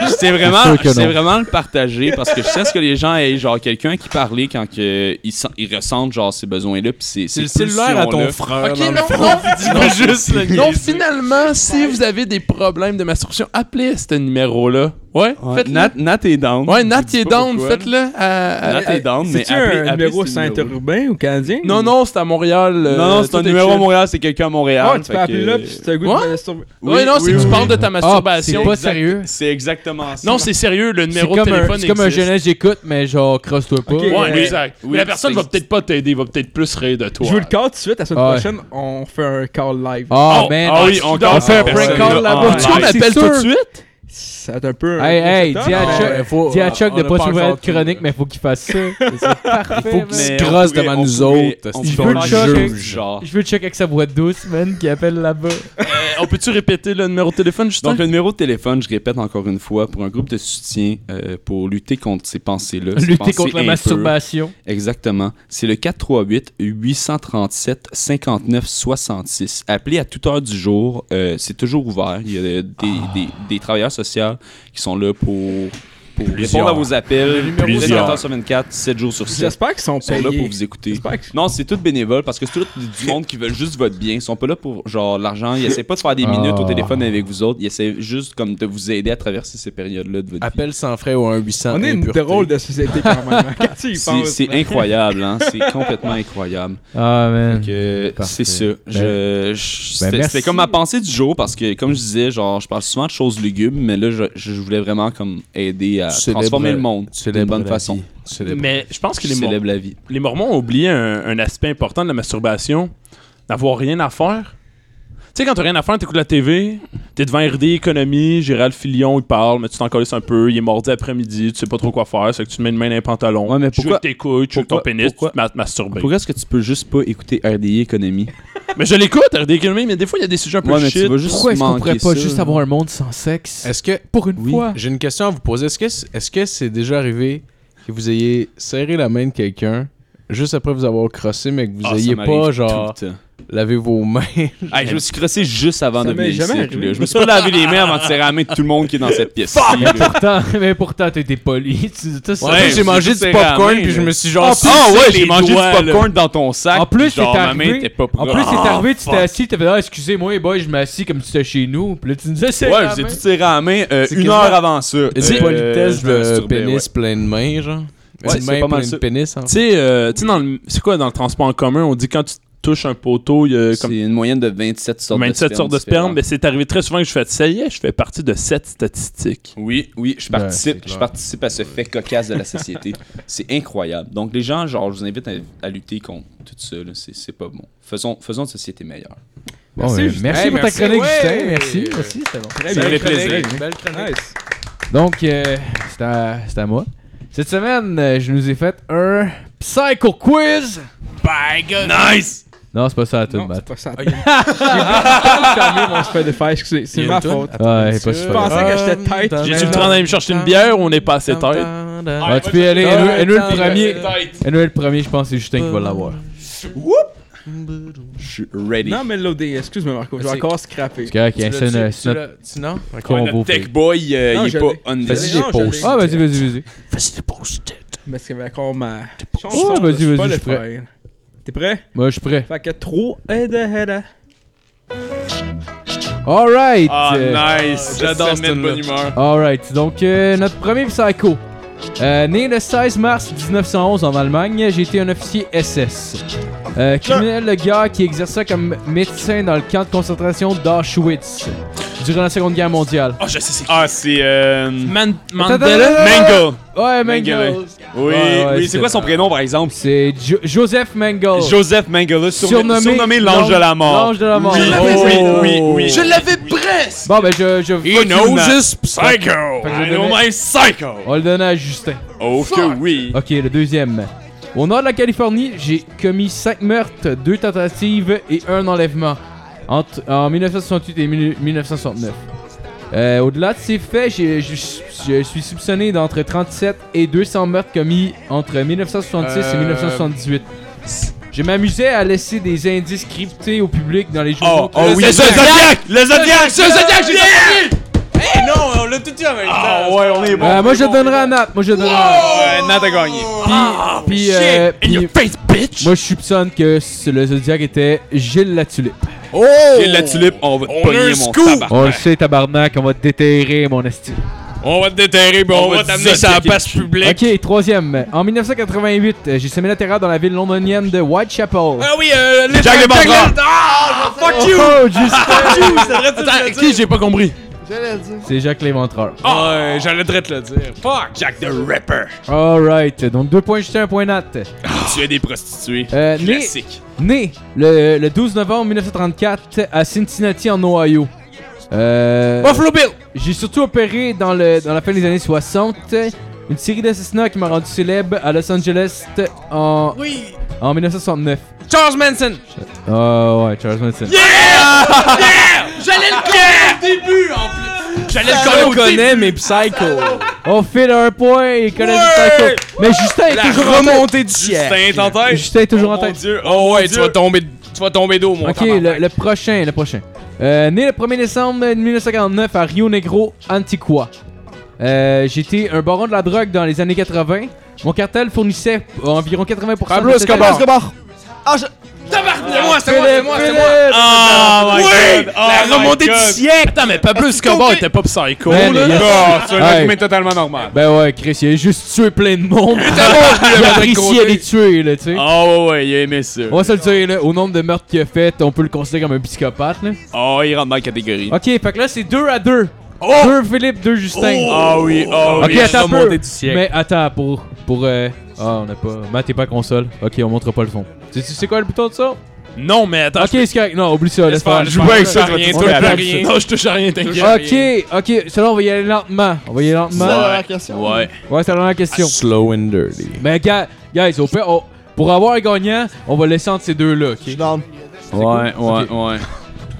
Speaker 5: J'étais
Speaker 3: C'est
Speaker 5: vraiment,
Speaker 3: sûr que
Speaker 5: j'étais
Speaker 3: non.
Speaker 5: vraiment le partager parce que je sais ce que les gens aient genre quelqu'un qui parlait quand que ils, sen- ils ressentent genre ces besoins-là puis ces,
Speaker 6: C'est le cellulaire à ton frère.
Speaker 4: Ok,
Speaker 6: dans
Speaker 4: non,
Speaker 6: le
Speaker 4: non,
Speaker 6: fond.
Speaker 4: non, juste non, finalement, si vous avez des problèmes de masturbation,
Speaker 3: Ah,
Speaker 4: appelez ce numéro-là. Ouais, faites-le.
Speaker 5: Nat, Nat est down.
Speaker 4: ouais, Nat, il est
Speaker 5: pas
Speaker 4: down,
Speaker 5: pourquoi.
Speaker 4: faites-le. à- à-
Speaker 5: Nat est down, mais
Speaker 1: C'est-tu
Speaker 5: appelez-
Speaker 1: un
Speaker 5: appelez
Speaker 1: numéro
Speaker 5: ce
Speaker 1: Saint-Urbain ou canadien?
Speaker 4: Non, non, c'est à Montréal. euh,
Speaker 5: Non, non, c'est
Speaker 4: tout
Speaker 5: un
Speaker 4: est
Speaker 5: numéro à
Speaker 4: chill.
Speaker 5: Montréal, c'est quelqu'un à Montréal.
Speaker 1: Ah, tu
Speaker 5: fait
Speaker 1: peux appeler
Speaker 5: que-
Speaker 1: là, puis si t'as le goût
Speaker 4: Ouais.
Speaker 1: de masturber-
Speaker 4: ouais, non, c'est que tu parles de ta
Speaker 3: Ah, c'est
Speaker 4: masturbation.
Speaker 3: pas sérieux.
Speaker 5: C'est exactement ça.
Speaker 4: non, c'est sérieux, le
Speaker 3: C'est
Speaker 4: numéro de
Speaker 3: comme, un,
Speaker 4: téléphone
Speaker 3: c'est comme un
Speaker 4: existe.
Speaker 3: jeunesse j'écoute, mais genre, crosse-toi pas.
Speaker 1: Ok.
Speaker 4: Ouais,
Speaker 1: Euh,
Speaker 4: exact.
Speaker 5: oui,
Speaker 4: mais la personne
Speaker 5: c'est-
Speaker 4: va peut-être pas t'aider, va peut-être plus rire de toi.
Speaker 1: Je vous le call tout de suite, la semaine
Speaker 3: Ouais.
Speaker 1: prochaine, on fait un call live.
Speaker 3: Ah,
Speaker 4: Oh,
Speaker 3: man.
Speaker 4: ah oui, on
Speaker 3: on fait un
Speaker 4: personne
Speaker 3: prank call
Speaker 4: là.
Speaker 3: là-bas.
Speaker 4: Tu qu'on
Speaker 3: Ouais, c'est
Speaker 4: appelle tout de
Speaker 3: sûr.
Speaker 4: suite?
Speaker 1: Ça va être un peu. un gros
Speaker 3: Hey, hey,
Speaker 1: setup,
Speaker 3: dis à
Speaker 1: mais- euh,
Speaker 3: Chuck-
Speaker 6: Ah, Ouais, faut-
Speaker 3: dis à Chuck
Speaker 6: on
Speaker 3: de
Speaker 6: a
Speaker 3: pas
Speaker 6: pas
Speaker 3: s'ouvrir à
Speaker 6: encore
Speaker 3: être chronique, mais faut qu'il fasse ça. C'est parfait.
Speaker 6: faut qu'il se crosse devant nous autres.
Speaker 3: Il
Speaker 5: Il
Speaker 3: veut
Speaker 5: veut
Speaker 3: le
Speaker 5: le
Speaker 3: choc.
Speaker 5: genre.
Speaker 3: Je veux check avec sa voix douce, man, qui appelle là-bas.
Speaker 4: Euh, On peut-tu répéter le numéro de téléphone, Justin?
Speaker 5: Donc, le numéro de téléphone, je répète encore une fois, pour un groupe de soutien, euh, pour lutter contre ces pensées-là. ces
Speaker 3: Lutter
Speaker 5: pensées
Speaker 3: contre la
Speaker 5: impures.
Speaker 3: masturbation.
Speaker 5: Exactement. C'est le 438-837-5966. Appelez à toute heure du jour. Euh, c'est toujours ouvert. Il y a euh, des,
Speaker 1: Ah.
Speaker 5: des- des travailleurs sociaux qui sont là pour, pour répondre à vos appels.
Speaker 4: Plusieurs.
Speaker 5: 24 sur 24, 7 jours sur 7.
Speaker 1: J'espère qu'ils sont
Speaker 5: Ils sont là pour
Speaker 1: payés.
Speaker 5: vous écouter.
Speaker 1: J'espère que-
Speaker 5: Non, c'est tout bénévole parce que c'est tout du monde qui veulent juste votre bien. Ils sont pas là pour genre l'argent. Ils essaient pas de faire des minutes au
Speaker 3: Ah.
Speaker 5: téléphone avec vous autres. Ils essaient juste comme de vous aider à traverser ces périodes-là de votre vie.
Speaker 6: Appel sans frais au 1 800
Speaker 1: On est une drôle de société quand même. hein, Quand tu y
Speaker 5: C'est
Speaker 1: penses.
Speaker 5: c'est incroyable, hein? c'est complètement incroyable.
Speaker 3: Ah, man.
Speaker 5: Fait que,
Speaker 3: Parfait.
Speaker 5: c'est ça. Je- je- C'était
Speaker 3: merci.
Speaker 5: c'était comme ma pensée du jour parce que, comme je disais, genre, je parle souvent de choses lugubres, mais là, je, je voulais vraiment comme aider à
Speaker 6: Célèbre-
Speaker 5: transformer le monde d'une bonne façon.
Speaker 4: Mais je pense que
Speaker 5: Je
Speaker 4: les, Mor-
Speaker 5: célèbre la vie.
Speaker 4: les Mormons ont oublié un, un aspect important de la masturbation, d'avoir rien à faire. Tu sais, quand t'as rien à faire, t'écoutes la TV, t'es devant RD Économie, Gérald Filion, il parle, mais tu t'en colles un peu, il est mordi après-midi, tu sais pas trop quoi faire, c'est que tu te mets une main dans les pantalons,
Speaker 5: Ouais, mais
Speaker 4: tu joues
Speaker 5: pourquoi-
Speaker 4: avec tes couilles, tu joues avec ton
Speaker 5: pourquoi-
Speaker 4: pénis,
Speaker 5: pourquoi-
Speaker 4: tu te mets à te masturber.
Speaker 5: Pourquoi est-ce que tu peux juste pas écouter RDI Économie
Speaker 4: Mais je l'écoute, RD Économie, mais des fois, il y a des sujets un peu
Speaker 5: Ouais, mais tu
Speaker 4: shit.
Speaker 5: vas juste
Speaker 3: Pourquoi est-ce qu'on
Speaker 5: manquer
Speaker 3: pourrait pas
Speaker 5: ça.
Speaker 3: juste avoir un monde sans sexe
Speaker 6: Est-ce que
Speaker 3: pour une fois?
Speaker 6: J'ai une question à vous poser. Est-ce que c'est est-ce que c'est déjà arrivé que vous ayez serré la main de quelqu'un juste après vous avoir crossé, mais que vous
Speaker 5: Ah, ça
Speaker 6: ayez
Speaker 5: m'arrive
Speaker 6: pas,
Speaker 5: tout
Speaker 6: genre,
Speaker 5: le temps.
Speaker 6: lavé vos mains?
Speaker 5: Hey, je me suis crossé juste avant
Speaker 1: Ça
Speaker 5: de venir
Speaker 1: m'est jamais
Speaker 5: ici,
Speaker 1: arrivé.
Speaker 5: là. Je me suis pas lavé les mains avant de serrer la main de tout le monde qui est dans cette pièce. Ah
Speaker 3: Pourtant, mais pourtant, t'as été poli. Tu- t'as-
Speaker 6: Moi,
Speaker 4: Ouais,
Speaker 6: j'ai mangé du
Speaker 5: serré la
Speaker 6: popcorn,
Speaker 5: main,
Speaker 6: puis je
Speaker 5: là.
Speaker 6: me suis genre.
Speaker 5: Ah, ouais,
Speaker 4: Ah, les
Speaker 5: j'ai mangé du
Speaker 4: doigts, là.
Speaker 5: popcorn dans ton sac.
Speaker 3: En plus,
Speaker 5: genre,
Speaker 3: t'es
Speaker 5: ma main
Speaker 3: arrivé-
Speaker 5: était pas
Speaker 3: En
Speaker 5: propre.
Speaker 3: plus,
Speaker 5: Ah,
Speaker 3: t'es arrivé, tu t'es assis, t'as fait Ah, excusez-moi, les boys, je m'assis comme si c'était chez nous. Puis là, tu nous as serré
Speaker 5: Ouais,
Speaker 3: la
Speaker 5: j'ai
Speaker 3: main.
Speaker 5: tout serré à la main euh,
Speaker 6: C'est
Speaker 5: une
Speaker 6: quasiment-
Speaker 5: heure avant ça.
Speaker 6: C'est
Speaker 5: Euh,
Speaker 6: une politesse
Speaker 5: je me
Speaker 6: de
Speaker 5: masturbais, ouais.
Speaker 6: pénis plein de mains, genre.
Speaker 5: Ouais,
Speaker 6: Une
Speaker 5: c'est
Speaker 6: main
Speaker 5: pas hein. mal
Speaker 6: pleine de
Speaker 5: ça.
Speaker 6: pénis, en
Speaker 4: Tu sais, euh, tu sais, dans le- c'est quoi dans le transport en commun? On dit quand tu touches un poteau, il y a
Speaker 5: C'est
Speaker 4: comme
Speaker 5: une moyenne de 27 sortes
Speaker 4: 27
Speaker 5: de sperme.
Speaker 4: sortes de sperme. Mais c'est arrivé très souvent que je fais ça y est, je fais partie de cette statistique.
Speaker 5: Oui, oui, je
Speaker 6: c'est
Speaker 5: participe,
Speaker 6: clair.
Speaker 5: je participe à ce fait cocasse de la société. c'est incroyable. Donc les gens, genre, je vous invite à, à lutter contre tout ça. là. C'est c'est pas bon. Faisons, faisons une société meilleure.
Speaker 3: Bon,
Speaker 1: Merci,
Speaker 3: euh,
Speaker 1: Justin.
Speaker 3: merci
Speaker 6: Hey,
Speaker 3: pour
Speaker 6: merci,
Speaker 3: ta chronique,
Speaker 6: ouais.
Speaker 3: Justin. Merci, merci, c'était bon.
Speaker 1: Très
Speaker 5: Ça
Speaker 1: bien.
Speaker 5: fait plaisir.
Speaker 1: Belle chronique. Nice.
Speaker 3: Donc, euh, c'est à, c'est à moi. Cette semaine, euh, je nous ai fait un Psycho Quiz.
Speaker 4: Nice!
Speaker 3: Non, c'est pas ça à tout,
Speaker 1: Non,
Speaker 3: Matt.
Speaker 1: c'est pas ça. J'ai oublié de fermer mon Spotify, excusez. C'est ma faute.
Speaker 3: Ouais, c'est pas
Speaker 1: Je
Speaker 3: super. grave.
Speaker 1: pensais que j'étais
Speaker 6: J'ai
Speaker 1: tête.
Speaker 4: J'ai-tu
Speaker 6: Non.
Speaker 4: le temps d'aller me chercher une bière ou on est pas assez tard?
Speaker 3: Ouais, Ah, tu peux y aller. Et nous, le premier. Et nous, le premier, je pense que c'est Justin qui va l'avoir.
Speaker 5: Je suis ready.
Speaker 1: Non, mais l'OD, excuse-moi, Marco. Je vais
Speaker 6: C'est-
Speaker 1: encore scrapper.
Speaker 3: C'est correct, hein, c'est
Speaker 6: l'as-tu-
Speaker 3: notre-
Speaker 6: tu
Speaker 3: c'est notre
Speaker 6: l'as- tu- non?
Speaker 3: combo.
Speaker 5: Tech Boy, euh,
Speaker 1: Non,
Speaker 5: il
Speaker 1: je
Speaker 5: est pas
Speaker 1: l'ai.
Speaker 5: on
Speaker 1: Vas-y,
Speaker 5: this.
Speaker 1: j'ai pause.
Speaker 3: Ah, vas-y, vas-y, vas-y.
Speaker 1: Mais c'est encore ma.
Speaker 3: Oh, vas-y,
Speaker 1: Je suis pas
Speaker 3: vas-y,
Speaker 1: le
Speaker 3: je suis prêt.
Speaker 1: frère. T'es prêt?
Speaker 3: Moi, je suis prêt.
Speaker 1: Fait que 3 head head.
Speaker 3: Alright.
Speaker 4: Ah,
Speaker 3: euh,
Speaker 4: nice! J'adore
Speaker 6: cette
Speaker 4: mettre bonne
Speaker 6: tune-là.
Speaker 4: humeur.
Speaker 3: Alright, donc euh, notre premier psycho. Euh, né le 16 mars 1911 en Allemagne, j'ai été un officier SS. Euh, criminel de guerre qui exerça comme médecin dans le camp de concentration d'Auschwitz durant la Seconde Guerre mondiale.
Speaker 4: Ah, je sais, c'est qui?
Speaker 5: Ah, c'est. euh,
Speaker 4: Man-
Speaker 3: Attends,
Speaker 4: Mandela?
Speaker 3: attends,
Speaker 5: Mangle.
Speaker 3: Ouais,
Speaker 5: Oh, Mengele.
Speaker 3: Mengele.
Speaker 5: Oui,
Speaker 3: Ouais, ouais,
Speaker 5: oui. C'est
Speaker 3: c'est- Oh.
Speaker 5: quoi son prénom, par exemple
Speaker 3: C'est Jo- Joseph Mengele.
Speaker 5: Joseph Mengele, surnommé, surnommé l'ange de la mort.
Speaker 3: L'ange de la mort.
Speaker 5: Oui,
Speaker 4: l'avais
Speaker 5: oui,
Speaker 4: dit.
Speaker 5: oui, oui.
Speaker 4: Je l'avais presque!
Speaker 3: Bon, ben, je. je
Speaker 4: He
Speaker 3: fuck you,
Speaker 4: knows
Speaker 3: Matt.
Speaker 4: his psycho!
Speaker 3: Fait que je
Speaker 4: I know
Speaker 3: donnais-
Speaker 4: my psycho!
Speaker 3: On le donnait à Justin.
Speaker 5: Oh que oui.
Speaker 3: Ok, le deuxième. Au nord de la Californie, j'ai commis 5 meurtres, 2 tentatives et un enlèvement entre, en 1968 et 19- 1969. Euh, Au-delà de ces faits, j'ai- je, je suis soupçonné d'entre 37 et 200 meurtres commis entre 1966 et
Speaker 6: Euh,
Speaker 3: 1978. Je m'amusais à laisser des indices cryptés au public dans les journaux. Euh,
Speaker 5: Oh, oh oui.
Speaker 4: Le
Speaker 5: Le
Speaker 4: Zodiac!
Speaker 5: Zodiac! Le Zodiac!
Speaker 4: C'est un Zodiac, j'ai pas compris!
Speaker 5: Non, on l'a tout dit en même temps. Ah ouais, on est bon.
Speaker 3: Euh, moi, je donnerai à Nat. Moi, je donnerai à Nat.
Speaker 5: Euh, Nat a gagné.
Speaker 4: Oh.
Speaker 3: Puis, puis,
Speaker 4: Shit!
Speaker 3: euh,
Speaker 4: In
Speaker 3: puis-
Speaker 4: your face, bitch!
Speaker 3: moi, je soupçonne que c- le Zodiac était Gilles Latulippe.
Speaker 5: Et la tulipe, on va te
Speaker 4: On a un
Speaker 5: pogner mon
Speaker 4: scoop!
Speaker 5: tabac.
Speaker 3: On le sait, tabarnak, on va te déterrer, mon esti.
Speaker 4: On va te déterrer, puis on, va t'amener sur la passe publique.
Speaker 3: Ok, troisième. En 1988, euh, j'ai semé la terreur dans la ville londonienne de Whitechapel.
Speaker 4: Ah oui, euh, les
Speaker 5: Jack le Bandra.
Speaker 4: Ah, fuck you!
Speaker 3: Oh, Justin!
Speaker 4: Attends, qui j'ai pas compris?
Speaker 7: J'allais le dire.
Speaker 3: C'est Jacques Léventreur.
Speaker 4: Ouais, j'allais te le dire. Fuck! Jack the Ripper!
Speaker 3: Alright, donc deux points Justin, un point Nat.
Speaker 4: Tu es des prostituées.
Speaker 3: Euh, né,
Speaker 4: Classique.
Speaker 3: né le, le 12 novembre 1934 à Cincinnati, en Ohio. Euh,
Speaker 4: Buffalo Bill!
Speaker 3: J'ai surtout opéré dans, le, dans la fin des années 60. Une série d'assassinats qui m'a rendu célèbre à Los Angeles en,
Speaker 4: Oui!
Speaker 3: en 1969.
Speaker 4: Charles Manson!
Speaker 3: Oh ouais, Charles Manson.
Speaker 4: J'allais le connaître au début, en plus! J'allais le
Speaker 6: Je
Speaker 4: connaître au début!
Speaker 6: connais mes psychos.
Speaker 3: On file un point, il connaît
Speaker 4: Ouais!
Speaker 3: le psycho. Mais Justin est
Speaker 4: La
Speaker 3: toujours en tête.
Speaker 6: Remontée du ciel.
Speaker 4: Justin, t'en tête!
Speaker 3: Justin est toujours en
Speaker 4: Mon
Speaker 3: tête.
Speaker 4: dieu! Oh ouais, tu vas tomber, tu vas tomber d'eau, mon
Speaker 3: Ok, le, le prochain, le prochain. Euh, né le 1er décembre 1949 à Rio Negro, Antigua. Euh, J'étais un baron de la drogue dans les années 80. Mon cartel fournissait environ 80%
Speaker 6: Pablo
Speaker 3: de cette-
Speaker 6: Escobar.
Speaker 7: Escobar.
Speaker 4: C'est moi, c'est moi, c'est
Speaker 3: Philippe,
Speaker 4: moi, c'est
Speaker 3: Philippe.
Speaker 4: moi! Ah,
Speaker 5: my
Speaker 4: oui!
Speaker 5: God. Oh
Speaker 4: La
Speaker 5: my
Speaker 4: remontée
Speaker 5: God.
Speaker 4: du siècle! Attends, mais Pablo Escobar était pas psycho, là!
Speaker 3: Ben, yes.
Speaker 6: Ah, c'est
Speaker 3: Hey.
Speaker 6: totalement normal.
Speaker 3: Ben ouais, Chris, il a juste tué plein de monde. il a apprécié à les tuer, là, tu sais.
Speaker 4: Oh ouais, il a aimé ça.
Speaker 3: On va se le dire, là, au nombre de meurtres qu'il a fait, on peut le considérer comme un psychopathe, là.
Speaker 4: Oh, il rentre dans la catégorie.
Speaker 3: Ok, fait que là, c'est 2 à 2.
Speaker 4: Oh!
Speaker 3: 2 Philippe, 2 Justin.
Speaker 4: Ah oui, oh
Speaker 3: Ok,
Speaker 4: oui.
Speaker 3: attends un peu.
Speaker 6: Remontée du siècle.
Speaker 3: Mais attends, pour. Pour. euh, Ah, on n'a pas. Matt, t'es pas console. Ok, on montre pas le son. Tu tu sais quoi le bouton de ça
Speaker 4: Non, mais attends,
Speaker 3: Ok, c'est correct. Non, oublie ça. Laisse faire.
Speaker 4: je joue avec ça, rien,
Speaker 3: On
Speaker 4: touche à
Speaker 3: appelle
Speaker 4: rien.
Speaker 3: ça.
Speaker 4: Non, je touche à rien, t'inquiète.
Speaker 3: Ok, ok. Cela, on va y aller lentement. On va y aller lentement.
Speaker 7: C'est la dernière question.
Speaker 4: Ouais.
Speaker 3: Ouais, c'est la dernière question.
Speaker 6: Slow and dirty.
Speaker 3: Mais, gars, guys, au fait, on- pour avoir un gagnant, on va laisser entre ces deux-là,
Speaker 7: Je suis
Speaker 3: ok
Speaker 7: down.
Speaker 6: Ouais, ouais,
Speaker 3: Ok.
Speaker 6: ouais.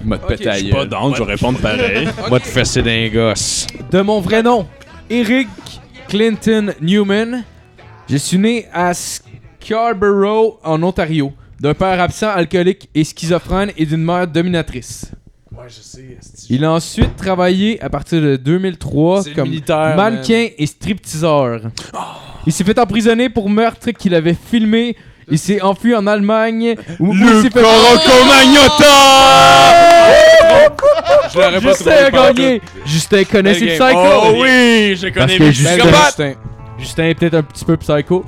Speaker 6: M'a te pété
Speaker 4: Je suis pas down, je vais répondre pareil.
Speaker 6: M'a te fesser d'un gosse.
Speaker 3: De mon vrai nom, Eric Clinton Newman. Je suis né à Scarborough, en Ontario, d'un père absent, alcoolique et schizophrène et d'une mère dominatrice.
Speaker 4: Ouais, je sais.
Speaker 3: Il a ensuite travaillé à partir de 2003
Speaker 6: C'est le
Speaker 3: comme
Speaker 6: militaire,
Speaker 3: mannequin et stripteaseur. Il s'est fait emprisonner pour meurtre qu'il avait filmé. Il s'est enfui en Allemagne. Où, où il s'est fait...
Speaker 4: Oh!
Speaker 6: Je l'aurais pas
Speaker 3: Justin
Speaker 6: trouvé.
Speaker 3: a
Speaker 6: partout.
Speaker 3: gagné. Justin connaît
Speaker 6: Belle
Speaker 3: ses
Speaker 6: game.
Speaker 3: psychos.
Speaker 4: Oh oui, je
Speaker 3: Parce
Speaker 4: connais
Speaker 3: que
Speaker 4: mes
Speaker 3: Justin,
Speaker 4: psychopathes.
Speaker 3: Justin est peut-être un petit peu psycho.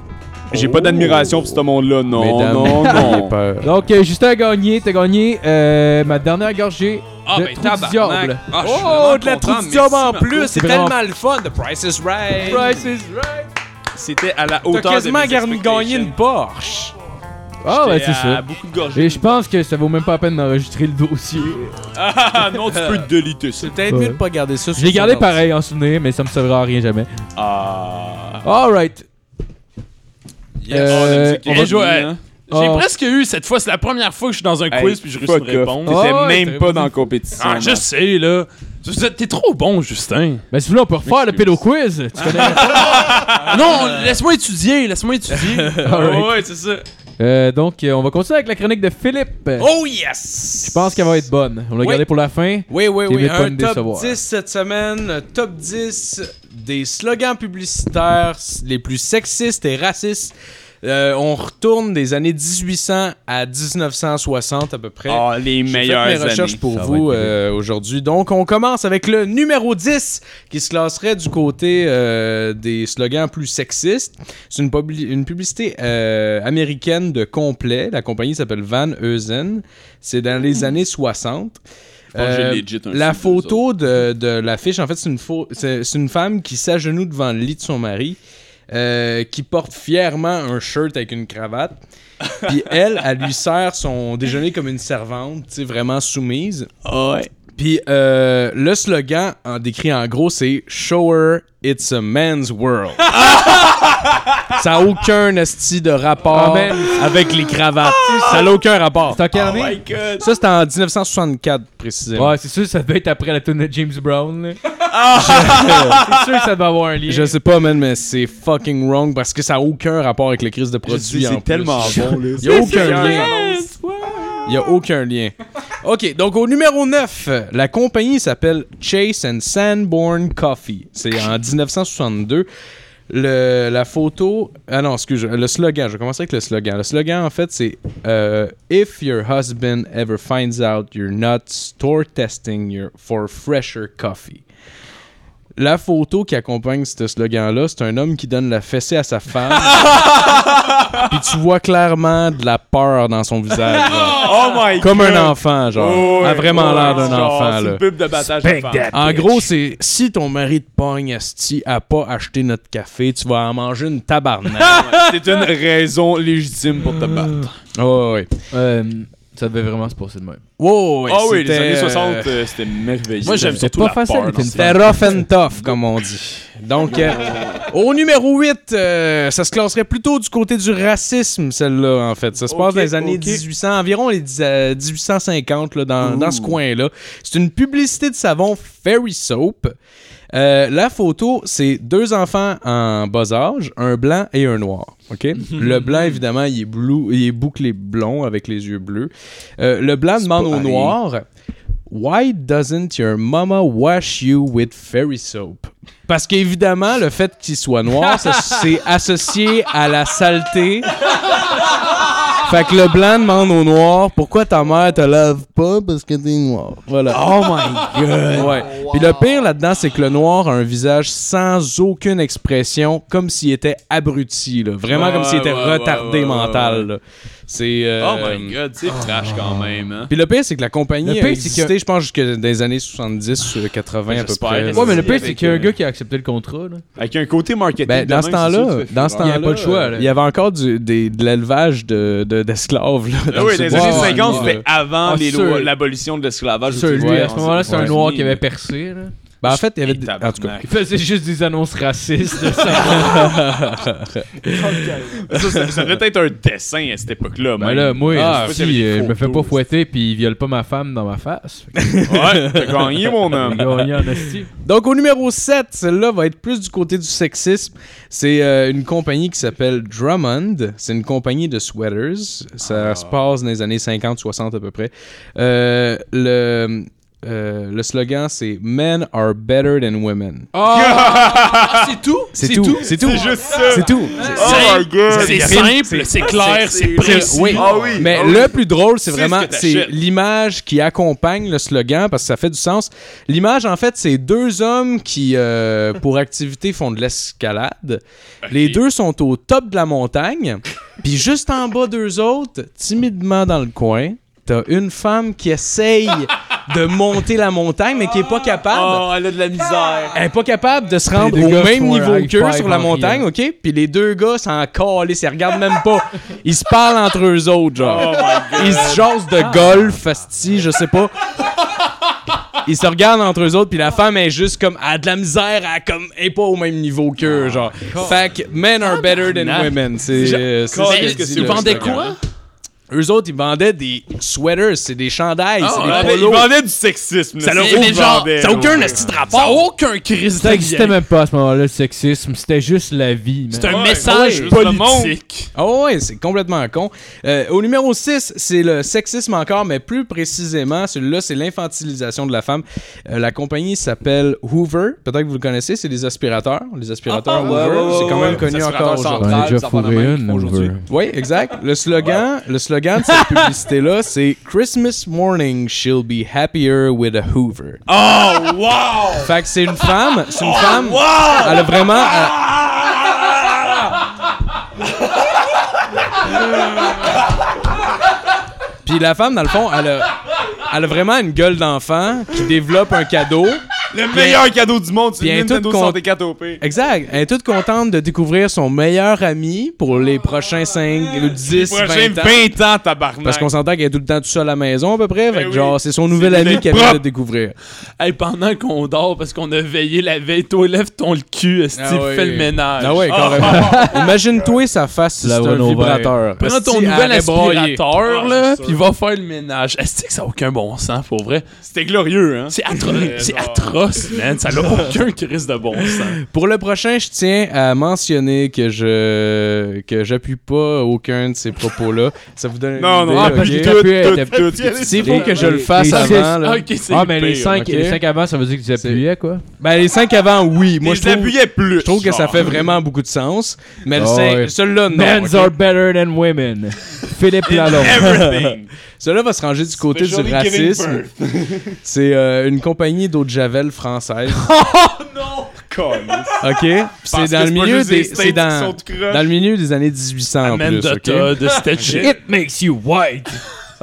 Speaker 5: J'ai pas d'admiration pour ce monde-là, non,
Speaker 6: Mesdames,
Speaker 5: non,
Speaker 6: n'ayez
Speaker 5: non.
Speaker 6: peur.
Speaker 3: Donc, euh, Justin a gagné. T'as gagné euh, ma dernière gorgée.
Speaker 4: Ah,
Speaker 3: de
Speaker 4: ben
Speaker 3: trou du
Speaker 4: tabarnak.
Speaker 3: diable.
Speaker 4: Ah, je suis
Speaker 6: Oh,
Speaker 4: vraiment
Speaker 6: de la
Speaker 4: content,
Speaker 6: troupe du diable en
Speaker 4: merci,
Speaker 6: plus, c'est
Speaker 3: vraiment-
Speaker 6: tellement le fun. The Price is Right.
Speaker 3: Price is right.
Speaker 4: Marco. C'était à la hauteur
Speaker 6: T'as
Speaker 4: de
Speaker 6: quasiment
Speaker 4: mes
Speaker 6: gar- gagné une
Speaker 4: expectations.
Speaker 6: Porsche.
Speaker 3: Ah, ben c'est
Speaker 4: J'étais à
Speaker 3: ça.
Speaker 4: beaucoup de gorgées.
Speaker 3: Et je pense que ça vaut même pas la peine d'enregistrer le dossier.
Speaker 4: Ah non, tu peux déliter ça.
Speaker 6: C'est peut-être
Speaker 3: Ouais.
Speaker 6: mieux de pas garder ça. sur
Speaker 3: Je l'ai
Speaker 6: son
Speaker 3: gardé
Speaker 6: ordi.
Speaker 3: pareil en souvenir, mais ça me servira à rien jamais.
Speaker 4: Ah.
Speaker 3: Alright.
Speaker 4: Yes.
Speaker 3: Euh,
Speaker 4: on va jouer, hein. J'ai
Speaker 3: Oh.
Speaker 4: presque eu cette fois, c'est la première fois que je suis dans un
Speaker 5: Hey,
Speaker 4: quiz puis je réussis
Speaker 5: fuck
Speaker 4: une
Speaker 3: off.
Speaker 4: réponse.
Speaker 5: T'étais
Speaker 3: Ah ouais, t'aurais pas
Speaker 5: même pas
Speaker 3: dû.
Speaker 5: dans la compétition.
Speaker 4: Ah, je sais, là. Tu- T'es trop bon, Justin.
Speaker 3: Ben, si vous voulez, on peut refaire le pédo quiz.
Speaker 4: Ah.
Speaker 3: Tu connais
Speaker 4: non, laisse-moi étudier, laisse-moi étudier.
Speaker 3: Alright.
Speaker 4: Ouais, c'est ça.
Speaker 3: Euh, donc, euh, on va continuer avec la chronique de Philippe.
Speaker 4: Oh yes!
Speaker 3: Je pense qu'elle va être bonne. On l'a
Speaker 6: Oui.
Speaker 3: gardée pour la fin.
Speaker 6: Oui, oui,
Speaker 3: T'es
Speaker 6: oui.
Speaker 3: mieux de pas
Speaker 6: Un
Speaker 3: me
Speaker 6: top
Speaker 3: décevoir.
Speaker 6: 10 cette semaine. le Top 10 des slogans publicitaires s- les plus sexistes et racistes Euh, on retourne des années 1800 à 1960 à peu près.
Speaker 4: Ah, les
Speaker 6: J'ai fait
Speaker 4: meilleures
Speaker 6: mes recherches
Speaker 4: années.
Speaker 6: pour
Speaker 3: Ça va
Speaker 6: vous
Speaker 3: être
Speaker 6: euh, aujourd'hui. Donc, on commence avec le numéro 10 qui se classerait du côté euh, des slogans plus sexistes. C'est une, publi- une publicité euh, américaine de complet. La compagnie s'appelle Van Eusen. C'est dans les années 60.
Speaker 4: Je pense que j'ai
Speaker 6: Euh,
Speaker 4: legit un
Speaker 6: la
Speaker 4: site d'eux autres.
Speaker 6: photo de, de l'affiche, en fait, c'est une, fo- c'est c'est une femme qui s'agenouille devant le lit de son mari, euh, qui porte fièrement un shirt avec une cravate. Puis elle, elle lui sert son déjeuner comme une servante, tu sais, vraiment soumise.
Speaker 4: ouais.
Speaker 6: Puis euh, le slogan en décrit en gros, c'est Show her it's a man's world. Ça n'a aucun esti de
Speaker 3: Ah,
Speaker 6: rapport
Speaker 3: ben.
Speaker 6: avec les cravates. Ça n'a aucun rapport. Ah,
Speaker 3: C'est en quelle année?
Speaker 4: My God.
Speaker 6: Ça, c'était en 1964 précisément.
Speaker 3: Ouais, c'est sûr, ça devait être après la tune de James Brown. là. c'est sûr que ça doit avoir un lien.
Speaker 6: Je sais pas, man, mais c'est fucking wrong parce que ça a aucun rapport avec les crises de produits. en plus.
Speaker 5: bon, là.
Speaker 6: Il y a aucun lien. Il y a aucun lien. OK, donc au numéro 9, la compagnie s'appelle Chase and Sanborn Coffee. C'est en 1962. Le, la photo. Ah non, excuse, le slogan. Je vais commencer avec le slogan. Le slogan, en fait, c'est euh, If your husband ever finds out you're not store testing your, for fresher coffee. La photo qui accompagne ce slogan-là, c'est un homme qui donne la fessée à sa femme. Puis tu vois clairement de la peur dans son visage. genre.
Speaker 4: Oh my
Speaker 6: Comme
Speaker 4: God.
Speaker 6: un enfant, genre.
Speaker 4: Ouais,
Speaker 6: a vraiment
Speaker 4: ouais,
Speaker 6: l'air d'un
Speaker 4: genre,
Speaker 6: enfant,
Speaker 4: C'est
Speaker 6: là.
Speaker 4: une pub de battage de femmes.
Speaker 6: En gros, c'est si ton mari te pogne, esti, à pas acheter notre café, tu vas en manger une tabarnak.
Speaker 4: C'est une raison légitime pour te battre.
Speaker 6: oh, oui.
Speaker 3: Euh, ça devait vraiment se passer de même.
Speaker 6: Wow,
Speaker 5: Ben,
Speaker 6: ouais,
Speaker 4: Ah oui, les
Speaker 6: c'était,
Speaker 4: années
Speaker 6: euh,
Speaker 4: 60, euh, c'était merveilleux. Moi, j'aime
Speaker 3: C'était
Speaker 4: surtout
Speaker 3: pas
Speaker 4: la
Speaker 3: facile
Speaker 4: peur.
Speaker 3: d'être une
Speaker 4: dans
Speaker 6: C'était rough and tough, comme on dit. Donc, euh, au numéro 8, euh, ça se classerait plutôt du côté du racisme, celle-là, en fait. Ça se passe
Speaker 4: Ok,
Speaker 6: dans les années
Speaker 4: ok.
Speaker 6: 1800, environ les dix- euh, 1850, là, dans, dans ce coin-là. C'est une publicité de savon Fairy Soap. Euh, la photo, c'est deux enfants en bas âge, un blanc et un noir. OK? le blanc, évidemment, il est, bleu, il est bouclé blond avec les yeux bleus. Euh, le blanc demande au noir Why doesn't your mama wash you with fairy soap? Parce qu'évidemment, le fait qu'il soit noir, ça, c'est associé à la saleté. Fait que le blanc demande au noir pourquoi ta mère te lave pas parce que t'es noir. Voilà. Oh my god. Ouais. Puis le pire là-dedans, c'est que le noir a un visage sans aucune expression, comme s'il était abruti, là. Vraiment
Speaker 4: Ouais,
Speaker 6: comme s'il était
Speaker 4: Ah, ouais, ouais,
Speaker 6: retardé
Speaker 4: ouais,
Speaker 6: mental.
Speaker 4: ouais.
Speaker 6: là. C'est. euh,
Speaker 4: Oh my god, c'est
Speaker 5: Ah.
Speaker 4: trash quand même. Hein.
Speaker 6: puis le pire, c'est que la compagnie
Speaker 3: Le pire,
Speaker 6: a
Speaker 3: c'est
Speaker 6: existé, je pense, jusque dans les années 70, euh, 80 à peu
Speaker 4: J'espère.
Speaker 6: près.
Speaker 4: Ouais,
Speaker 3: Ouais, mais le
Speaker 4: pire,
Speaker 3: pire, c'est
Speaker 4: c'est avec,
Speaker 3: qu'il
Speaker 4: qu'il y
Speaker 3: y
Speaker 4: a un
Speaker 3: a
Speaker 4: euh,
Speaker 3: un gars qui a accepté le contrat.
Speaker 5: Avec un côté marketing.
Speaker 6: Ben, dans ce temps-là, dans ce
Speaker 3: Il n'y
Speaker 6: temps-là,
Speaker 3: avait pas le choix. Là.
Speaker 6: il y avait encore du- des- de l'élevage de- de- d'esclaves. là,
Speaker 4: Ah
Speaker 6: dans euh,
Speaker 4: oui,
Speaker 6: ce
Speaker 4: les
Speaker 6: bois.
Speaker 4: années
Speaker 3: ouais,
Speaker 4: 50,
Speaker 6: ouais.
Speaker 4: c'était avant
Speaker 3: Ah,
Speaker 4: les
Speaker 3: sûr.
Speaker 4: lois- l'abolition de
Speaker 5: Bah,
Speaker 4: l'esclavage. hein,
Speaker 3: Sûr, lui,
Speaker 6: Ouais,
Speaker 3: à ce moment-là, c'est un
Speaker 4: ouais.
Speaker 3: noir qui avait percé. là.
Speaker 6: Ben, en fait, il y avait.
Speaker 4: Et
Speaker 6: des- En tout cas.
Speaker 4: tabarnak.
Speaker 3: Il faisait juste des annonces racistes. de ça.
Speaker 4: Ça, ça, ça devait être un dessin à cette époque-là.
Speaker 3: Ben
Speaker 4: même.
Speaker 3: là, moi,
Speaker 4: Ah,
Speaker 3: si,
Speaker 4: c'est avec
Speaker 3: euh, je
Speaker 4: des
Speaker 3: me fais pas
Speaker 4: photos,
Speaker 3: fouetter puis il viole pas ma femme dans ma face. Fait que
Speaker 4: Ouais, t'as gagné, mon
Speaker 3: j'ai
Speaker 4: homme.
Speaker 3: gagné en esti.
Speaker 6: Donc, au numéro 7, celle-là va être plus du côté du sexisme. C'est euh, une compagnie qui s'appelle Drummond. C'est une compagnie de sweaters. Ça
Speaker 4: Ah.
Speaker 6: se passe dans les années 50-60 à peu près. Euh, le, euh, le slogan, c'est Men are better than women.
Speaker 4: c'est tout?
Speaker 6: C'est tout. C'est tout.
Speaker 4: C'est juste ça.
Speaker 6: C'est tout.
Speaker 4: Oh my god.
Speaker 8: C'est simple, c'est clair, c'est précis.
Speaker 6: Oui. Mais le plus drôle, c'est
Speaker 4: C'est
Speaker 6: vraiment
Speaker 4: ce que t'achètes.
Speaker 6: c'est l'image qui accompagne le slogan parce que ça fait du sens. L'image, en fait, c'est deux hommes qui, euh, pour activité, font de l'escalade. Les deux sont au top de la montagne. Puis juste en bas d'eux autres, timidement dans le coin, t'as une femme qui essaye de monter la montagne mais qui est pas capable.
Speaker 4: Oh, elle a de la misère.
Speaker 6: Elle est pas capable de se rendre
Speaker 3: Les deux
Speaker 6: au
Speaker 3: gars
Speaker 6: même
Speaker 3: font un
Speaker 6: niveau
Speaker 3: high
Speaker 6: qu'eux
Speaker 3: five
Speaker 6: sur la
Speaker 3: en
Speaker 6: montagne,
Speaker 3: riant.
Speaker 6: ok? Puis les deux gars s'en calissent, ils regardent même pas. Ils se parlent entre eux autres, genre. ils se jasent de golf, asti, je sais pas. Ils se regardent entre eux autres, puis la femme est juste comme, à de la misère, elle comme, est pas au même niveau qu'eux, genre. Fait que men are better than women, c'est. euh, c'est ce
Speaker 4: Calisse
Speaker 6: que
Speaker 4: que
Speaker 6: dit
Speaker 4: c'est
Speaker 6: le
Speaker 4: vendait
Speaker 6: slogan. Eux autres, ils vendaient des sweaters, c'est des chandails, c'est des
Speaker 4: ah,
Speaker 6: polos.
Speaker 4: mais ils vendaient
Speaker 5: du sexisme.
Speaker 4: Ça n'a
Speaker 6: c'est
Speaker 4: aucun,
Speaker 6: des gens-
Speaker 4: ça a aucun esti de rapport. Ça n'a aucun crise
Speaker 3: Ça existait
Speaker 4: de
Speaker 3: même pas à ce moment-là, le sexisme. C'était juste la vie, man.
Speaker 4: C'est un
Speaker 6: Ouais,
Speaker 4: message
Speaker 6: ouais,
Speaker 4: politique.
Speaker 6: Ah ouais, c'est complètement con. Euh, au numéro 6, c'est le sexisme encore, mais plus précisément, celui-là, c'est l'infantilisation de la femme. Euh, la compagnie s'appelle Hoover. Peut-être que vous le connaissez, c'est des aspirateurs. Les aspirateurs
Speaker 5: Ah,
Speaker 6: Hoover,
Speaker 5: ouais, ouais,
Speaker 6: c'est quand
Speaker 5: ouais,
Speaker 6: même
Speaker 5: ouais.
Speaker 6: connu
Speaker 5: Les
Speaker 6: encore
Speaker 5: aspirateurs
Speaker 6: aujourd'hui.
Speaker 3: On
Speaker 5: centrales.
Speaker 3: a déjà
Speaker 5: Ça va de
Speaker 3: fourré
Speaker 5: même
Speaker 3: une,
Speaker 5: qu'ils font aujourd'hui.
Speaker 3: over.
Speaker 6: Oui, exact. Le slogan, le slogan de cette publicité-là, c'est Christmas morning, she'll be happier with a Hoover.
Speaker 4: Oh, wow!
Speaker 6: Fait que c'est une femme, c'est une
Speaker 5: Oh,
Speaker 6: femme. Elle a vraiment. elle- Puis la femme, dans le fond, elle a, elle a vraiment une gueule d'enfant qui développe un cadeau.
Speaker 5: Le meilleur cadeau du monde, c'est
Speaker 6: Bien
Speaker 5: le Nintendo
Speaker 6: tout con-
Speaker 5: 64 OP.
Speaker 6: Exact. Elle est toute contente de découvrir son meilleur ami pour les prochains 5, 10, 20 ans.
Speaker 4: ans, tabarnak.
Speaker 6: Parce qu'on s'entend qu'elle est tout le temps toute seule à la maison à peu près. Fait que
Speaker 4: oui.
Speaker 6: genre, c'est son nouvel ami
Speaker 4: l'idée
Speaker 6: qu'elle vient de
Speaker 4: propre.
Speaker 6: découvrir.
Speaker 4: Hey, pendant qu'on dort, parce qu'on a veillé la veille, toi, lève-ton le cul, esti,
Speaker 6: Ah ouais.
Speaker 4: fais le ménage.
Speaker 6: Ah ouais, carrément. Imagine-toi sa face si c'est
Speaker 3: La one
Speaker 6: un
Speaker 3: over.
Speaker 6: vibrateur.
Speaker 4: Prends ton
Speaker 6: Esti,
Speaker 4: nouvel
Speaker 6: elle est braillée.
Speaker 4: aspirateur,
Speaker 5: Ouais,
Speaker 4: là,
Speaker 5: c'est
Speaker 4: puis va faire le ménage. Est-ce que ça a aucun bon sens, pour vrai?
Speaker 5: C'était glorieux, hein?
Speaker 4: C'est atro- c'est atroce, man. Ça n'a aucun crise de bon sens.
Speaker 6: Pour le prochain, je tiens à mentionner que je que j'appuie pas aucun de ces propos-là. Ça vous donne une
Speaker 5: Non,
Speaker 6: idée,
Speaker 5: non,
Speaker 6: ok?
Speaker 5: appuie
Speaker 3: tout,
Speaker 5: tout, tout.
Speaker 6: S'il faut que je le fasse
Speaker 3: les
Speaker 6: avant, là.
Speaker 4: Ah, ok, c'est
Speaker 3: Ah, mais
Speaker 4: pire,
Speaker 3: les 5
Speaker 6: ok.
Speaker 3: avant, ça veut dire que tu appuyais, quoi.
Speaker 6: Ben, les 5 avant, oui. Moi,
Speaker 5: Moi,
Speaker 6: je trouve,
Speaker 5: l'appuyais plus.
Speaker 6: je trouve que ça
Speaker 5: genre.
Speaker 6: fait vraiment beaucoup de sens. Mais le
Speaker 3: Ah
Speaker 6: cin-
Speaker 3: ouais.
Speaker 6: celui-là, non.
Speaker 3: Men
Speaker 6: ok?
Speaker 3: are better than women. Philippe Lalonde.
Speaker 5: Everything.
Speaker 6: Celui-là va se ranger du côté du
Speaker 5: Especially giving
Speaker 6: racisme. C'est euh, une compagnie d'eau de javel française.
Speaker 5: Con.
Speaker 6: OK? Puis C'est
Speaker 5: Oh Parce que
Speaker 6: dans le
Speaker 5: pas
Speaker 6: milieu
Speaker 5: juste
Speaker 6: des...
Speaker 5: les
Speaker 6: C'est
Speaker 5: States qui
Speaker 6: dans...
Speaker 5: sont tout croches.
Speaker 6: Dans le milieu des années 1800 en
Speaker 4: Man
Speaker 6: plus,
Speaker 4: de
Speaker 6: ok?
Speaker 4: Todd, de cette shit.
Speaker 3: It makes you white.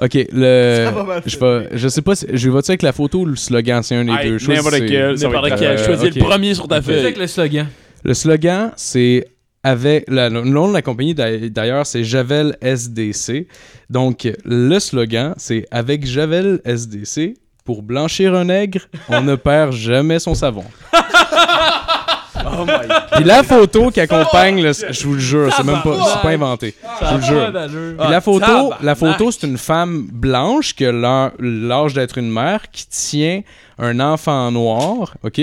Speaker 6: Ok, le.
Speaker 7: Ça va mal
Speaker 6: Je sais pas, je sais pas si. Je vais-tu avec la photo ou le slogan C'est un des
Speaker 5: Aïe,
Speaker 6: deux. Je sais pas si
Speaker 5: n'importe
Speaker 6: c'est-
Speaker 5: quel. Ça va
Speaker 4: N'importe
Speaker 5: être
Speaker 4: lequel.
Speaker 6: euh,
Speaker 4: Choisis le
Speaker 6: ok.
Speaker 4: premier sur ta feuille.
Speaker 3: le slogan.
Speaker 6: Le slogan, c'est. Avec la- le nom de la compagnie d'ail- d'ailleurs, c'est Javel SDC. Donc, le slogan, c'est Avec Javel SDC, pour blanchir un nègre, on ne perd jamais son savon. Puis la photo qui accompagne, le- je vous le jure, c'est même pas, c'est pas inventé. Je vous le jure. Puis la photo, la photo c'est une femme blanche qui a l'â- l'âge d'être une mère qui tient un enfant noir, OK?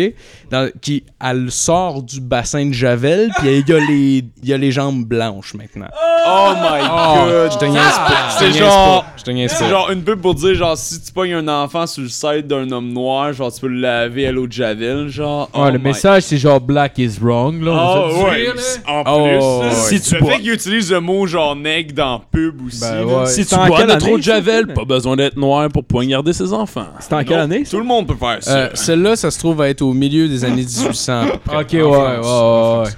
Speaker 6: Dans- qui elle sort du bassin de Javel, puis il y a les il y a les jambes blanches maintenant.
Speaker 5: Oh my god.
Speaker 6: je te niaise pas. Je te
Speaker 5: Ah! C'est
Speaker 6: niaise
Speaker 5: genre-
Speaker 6: pas, Je te niaise
Speaker 5: C'est
Speaker 6: pas.
Speaker 5: genre une pub pour dire genre si tu pognes un enfant sur le site d'un homme noir, genre tu peux le laver à l'eau de Javel, genre.
Speaker 6: Oh
Speaker 3: Ouais,
Speaker 4: Oh
Speaker 3: le message, c'est genre black is wrong, là. on va
Speaker 5: Oh
Speaker 3: se le dire,
Speaker 5: ouais.
Speaker 3: là.
Speaker 5: En
Speaker 6: Oh,
Speaker 5: plus,
Speaker 6: ouais.
Speaker 5: si tu le fait qu'il utilise le mot genre nègre dans pub aussi.
Speaker 3: Ben
Speaker 5: là,
Speaker 3: ouais.
Speaker 4: Si tu
Speaker 1: C'est en
Speaker 4: bois
Speaker 1: quelle
Speaker 4: de trop
Speaker 1: année,
Speaker 4: de
Speaker 1: ça,
Speaker 4: javel,
Speaker 1: ça?
Speaker 4: pas besoin d'être noir pour poignarder ses enfants.
Speaker 1: C'était en quelle année, ça?
Speaker 5: Tout le monde peut faire ça.
Speaker 6: Euh, Celle-là, ça se trouve à être au milieu des années 1800. à peu près.
Speaker 3: Ok, ouais, ouais, ouais, ouais.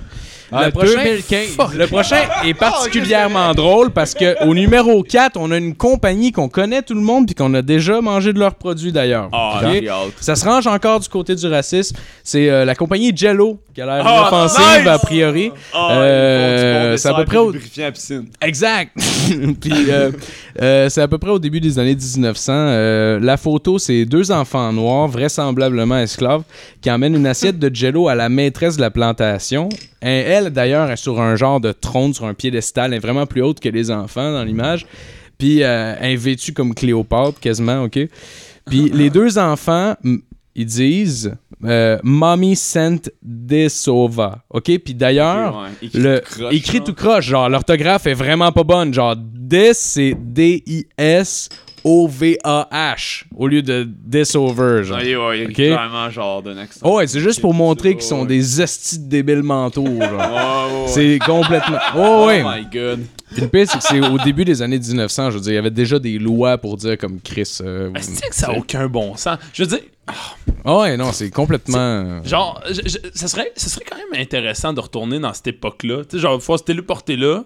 Speaker 6: Le
Speaker 3: Ah,
Speaker 6: prochain,
Speaker 3: 2015.
Speaker 6: Fuck. le prochain
Speaker 3: Oh,
Speaker 6: est particulièrement drôle parce que au numéro 4, on a une compagnie qu'on connaît tout le monde puis qu'on a déjà mangé de leurs produits d'ailleurs.
Speaker 5: Ah,
Speaker 6: Ok?
Speaker 5: j'ai hâte.
Speaker 6: Ça se range encore du côté du racisme. C'est euh, la compagnie Jello qui a l'air
Speaker 5: Ah,
Speaker 6: offensive
Speaker 5: nice!
Speaker 6: a priori.
Speaker 5: Ah,
Speaker 6: Euh,
Speaker 5: ils font du bon
Speaker 6: c'est à
Speaker 5: dessert
Speaker 6: peu près
Speaker 5: puis
Speaker 6: au-
Speaker 5: lubrifiant à piscine.
Speaker 6: Exact. Puis euh, euh, c'est à peu près au début des années 1900. Euh, la photo, c'est deux enfants noirs, vraisemblablement esclaves, qui emmènent une assiette de jello à la maîtresse de la plantation. Et elle, d'ailleurs, est sur un genre de trône, sur un piédestal, elle est vraiment plus haute que les enfants dans l'image. Puis euh, elle est vêtue comme Cléopâtre, quasiment, ok. Puis les deux enfants, m- ils disent euh, Mommy sent desova, ok. Puis d'ailleurs,
Speaker 5: Ouais, écrit
Speaker 6: Ah. le
Speaker 5: tout croche,
Speaker 6: écrit
Speaker 5: genre.
Speaker 6: tout croche genre l'orthographe est vraiment pas bonne genre dis c'est D I S O V A H au lieu de this over genre.
Speaker 5: Ah, il- ouais, il
Speaker 6: Ok.
Speaker 5: est clairement genre d'un accent.
Speaker 6: Oh ouais, c'est juste pour montrer qu'ils sont
Speaker 5: Ouais.
Speaker 6: des hosties de débiles mentaux genre.
Speaker 5: Oh, ouais.
Speaker 6: C'est complètement. Oh,
Speaker 5: Oh
Speaker 6: ouais.
Speaker 5: my god.
Speaker 6: Puis le pire, c'est que c'est au début des années 1900. Je veux dire, il y avait déjà des lois pour dire comme Chris. euh,
Speaker 3: Mm.
Speaker 5: Ah,
Speaker 6: vous-
Speaker 4: Est-ce que ça a aucun bon sens? Je veux dire,
Speaker 6: Ah ouais, non, c'est complètement.
Speaker 4: Genre, je- je- ça, serait, ça serait quand même intéressant de retourner dans cette époque-là. Tu sais, genre, faut se téléporter là,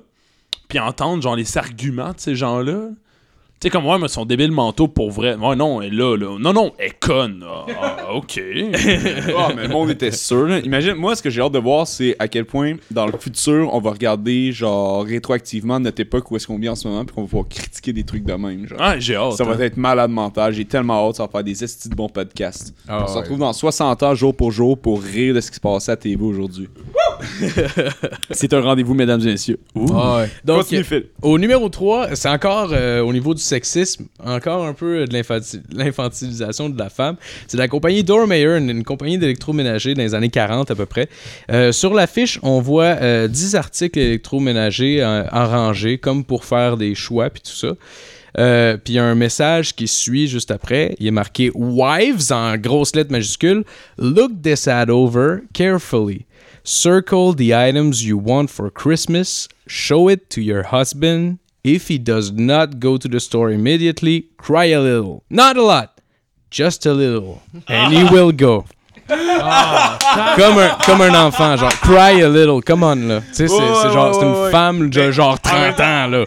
Speaker 4: puis entendre, genre, les arguments de ces gens-là. Tu sais, comme, ouais, mais ils sont débiles mentaux pour vrai. Ouais, non, elle là, là. Non, non, elle est conne. Ah, ah, ok.
Speaker 5: Ah, mais le monde était sûr. là. Imagine, moi, ce que j'ai hâte de voir, c'est à quel point, dans le futur, on va regarder, genre, rétroactivement notre époque où est-ce qu'on vit en ce moment, puis qu'on va pouvoir critiquer des trucs de même. Genre.
Speaker 4: Ah, j'ai hâte.
Speaker 5: ça
Speaker 4: hein.
Speaker 5: va être malade mental. J'ai tellement hâte, ça va faire des estis de bons podcasts.
Speaker 6: Ah
Speaker 5: on se
Speaker 6: ouais.
Speaker 5: retrouve dans 60 ans, jour pour jour, pour rire de ce qui se passait à TV aujourd'hui.
Speaker 4: C'est un rendez-vous, mesdames et messieurs. Ouh.
Speaker 6: Ah ouais.
Speaker 4: Donc,
Speaker 6: Donc, Au numéro 3, c'est encore euh, au niveau du sexisme, encore un peu de l'infanti- l'infantilisation de la femme. C'est la compagnie Dormeyer, une, une compagnie d'électroménager dans les années 40 à peu près. Euh, sur l'affiche, on voit euh, 10 articles électroménagers euh, en rangée, comme pour faire des choix puis tout ça. Euh, puis il y a un message qui suit juste après. Il est marqué Wives en grosses lettres majuscules. Look this ad over carefully. Circle the items you want for Christmas. Show it to your husband. If he does not go to the store immediately, cry a little. Not a lot. Just a little. And he will go.
Speaker 5: Ah!
Speaker 6: comme, un, comme un enfant, genre, cry a little, come on là. Tu sais, c'est c'est genre, c'est une femme de genre 30 ans là.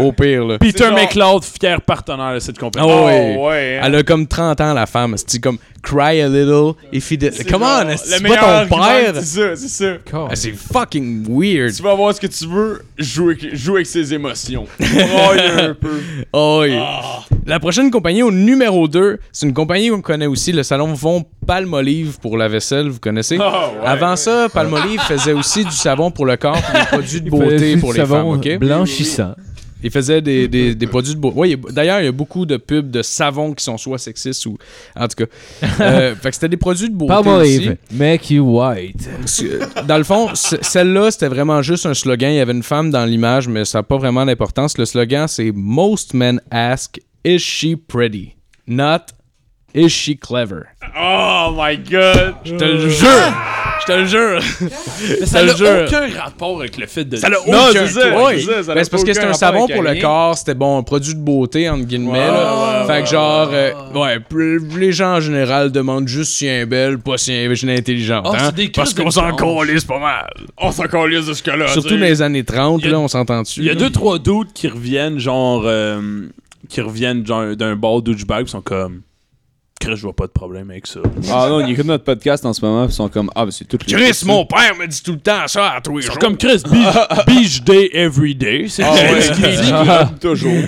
Speaker 6: Au pire là.
Speaker 4: Peter
Speaker 5: genre-
Speaker 4: McLeod, fier partenaire de cette compagnie.
Speaker 6: Ah ouais.
Speaker 5: Oh, ouais, hein.
Speaker 6: Elle a comme 30 ans, la femme. C'est comme cry a little. If he did- Come on,
Speaker 5: le
Speaker 6: c'est
Speaker 5: meilleur
Speaker 6: pas ton
Speaker 5: argument,
Speaker 6: père.
Speaker 5: C'est ça, c'est ça.
Speaker 6: Ah, C'est fucking weird.
Speaker 5: Tu vas avoir ce que tu veux, joue avec, joue avec ses émotions. Braille un peu.
Speaker 6: Oh, oui.
Speaker 5: Ah.
Speaker 6: La prochaine compagnie au numéro 2, c'est une compagnie qu'on connaît aussi, le salon Von Palmolive pour la vaisselle, vous connaissez.
Speaker 5: Ah,
Speaker 6: Avant ça, Palmolive faisait aussi du savon pour le corps, puis des produits de beauté pour les femmes, ok?
Speaker 9: blanchissant.
Speaker 6: Il faisait des, des- des produits de beau. Ouais, il y a- d'ailleurs, il y a beaucoup de pubs de savon qui sont soit sexistes ou. En tout cas. Euh, fait que c'était des produits de beauté. aussi.
Speaker 9: Palmolive, make you white.
Speaker 6: euh, Dans le fond, ce- celle-là, c'était vraiment juste un slogan. Il y avait une femme dans l'image, mais ça n'a pas vraiment d'importance. Le slogan, c'est Most men ask, Is she pretty? Not, Is she clever?
Speaker 4: Oh my god!
Speaker 6: Je te le jure! Je te le jure!
Speaker 4: Ça n'a
Speaker 6: le jure.
Speaker 4: aucun rapport avec le fait de.
Speaker 6: Ça n'a
Speaker 4: Non,
Speaker 6: aucun
Speaker 4: c'est ça,
Speaker 6: poids.
Speaker 4: c'est ça, ça n'a
Speaker 6: Ben, c'est parce que
Speaker 4: aucun
Speaker 6: c'est un
Speaker 4: rapport
Speaker 6: savon
Speaker 4: avec
Speaker 6: pour le
Speaker 4: rien.
Speaker 6: corps, c'était bon, un produit de beauté, entre guillemets. là. fait que genre, euh, ouais, plus- les gens en général demandent juste si un belle, pas si un jeune intelligent.
Speaker 3: Ah,
Speaker 6: hein,
Speaker 3: c'est des
Speaker 6: parce
Speaker 3: crises de
Speaker 6: qu'on s'en
Speaker 3: violence.
Speaker 6: calisse pas mal.
Speaker 4: On s'en calisse de ce cas-là.
Speaker 6: Surtout
Speaker 4: tu sais.
Speaker 6: dans les années 30,
Speaker 4: Ah, Il y a-
Speaker 6: là, on s'entend dessus.
Speaker 4: Il y a deux, trois doutes qui reviennent, genre. euh, qui reviennent genre, d'un bar douchebag, ils sont comme. Chris, je vois pas de problème avec ça.
Speaker 5: Ah non, ils écoutent notre podcast en ce moment, ils sont comme Ah, mais c'est tout le
Speaker 6: Chris, mon père me dit tout le temps ça à tous les
Speaker 4: Ils
Speaker 6: jours.
Speaker 4: sont comme Chris, beach, beach day every day. C'est
Speaker 6: Ah
Speaker 4: ce qu'il dit.
Speaker 5: toujours.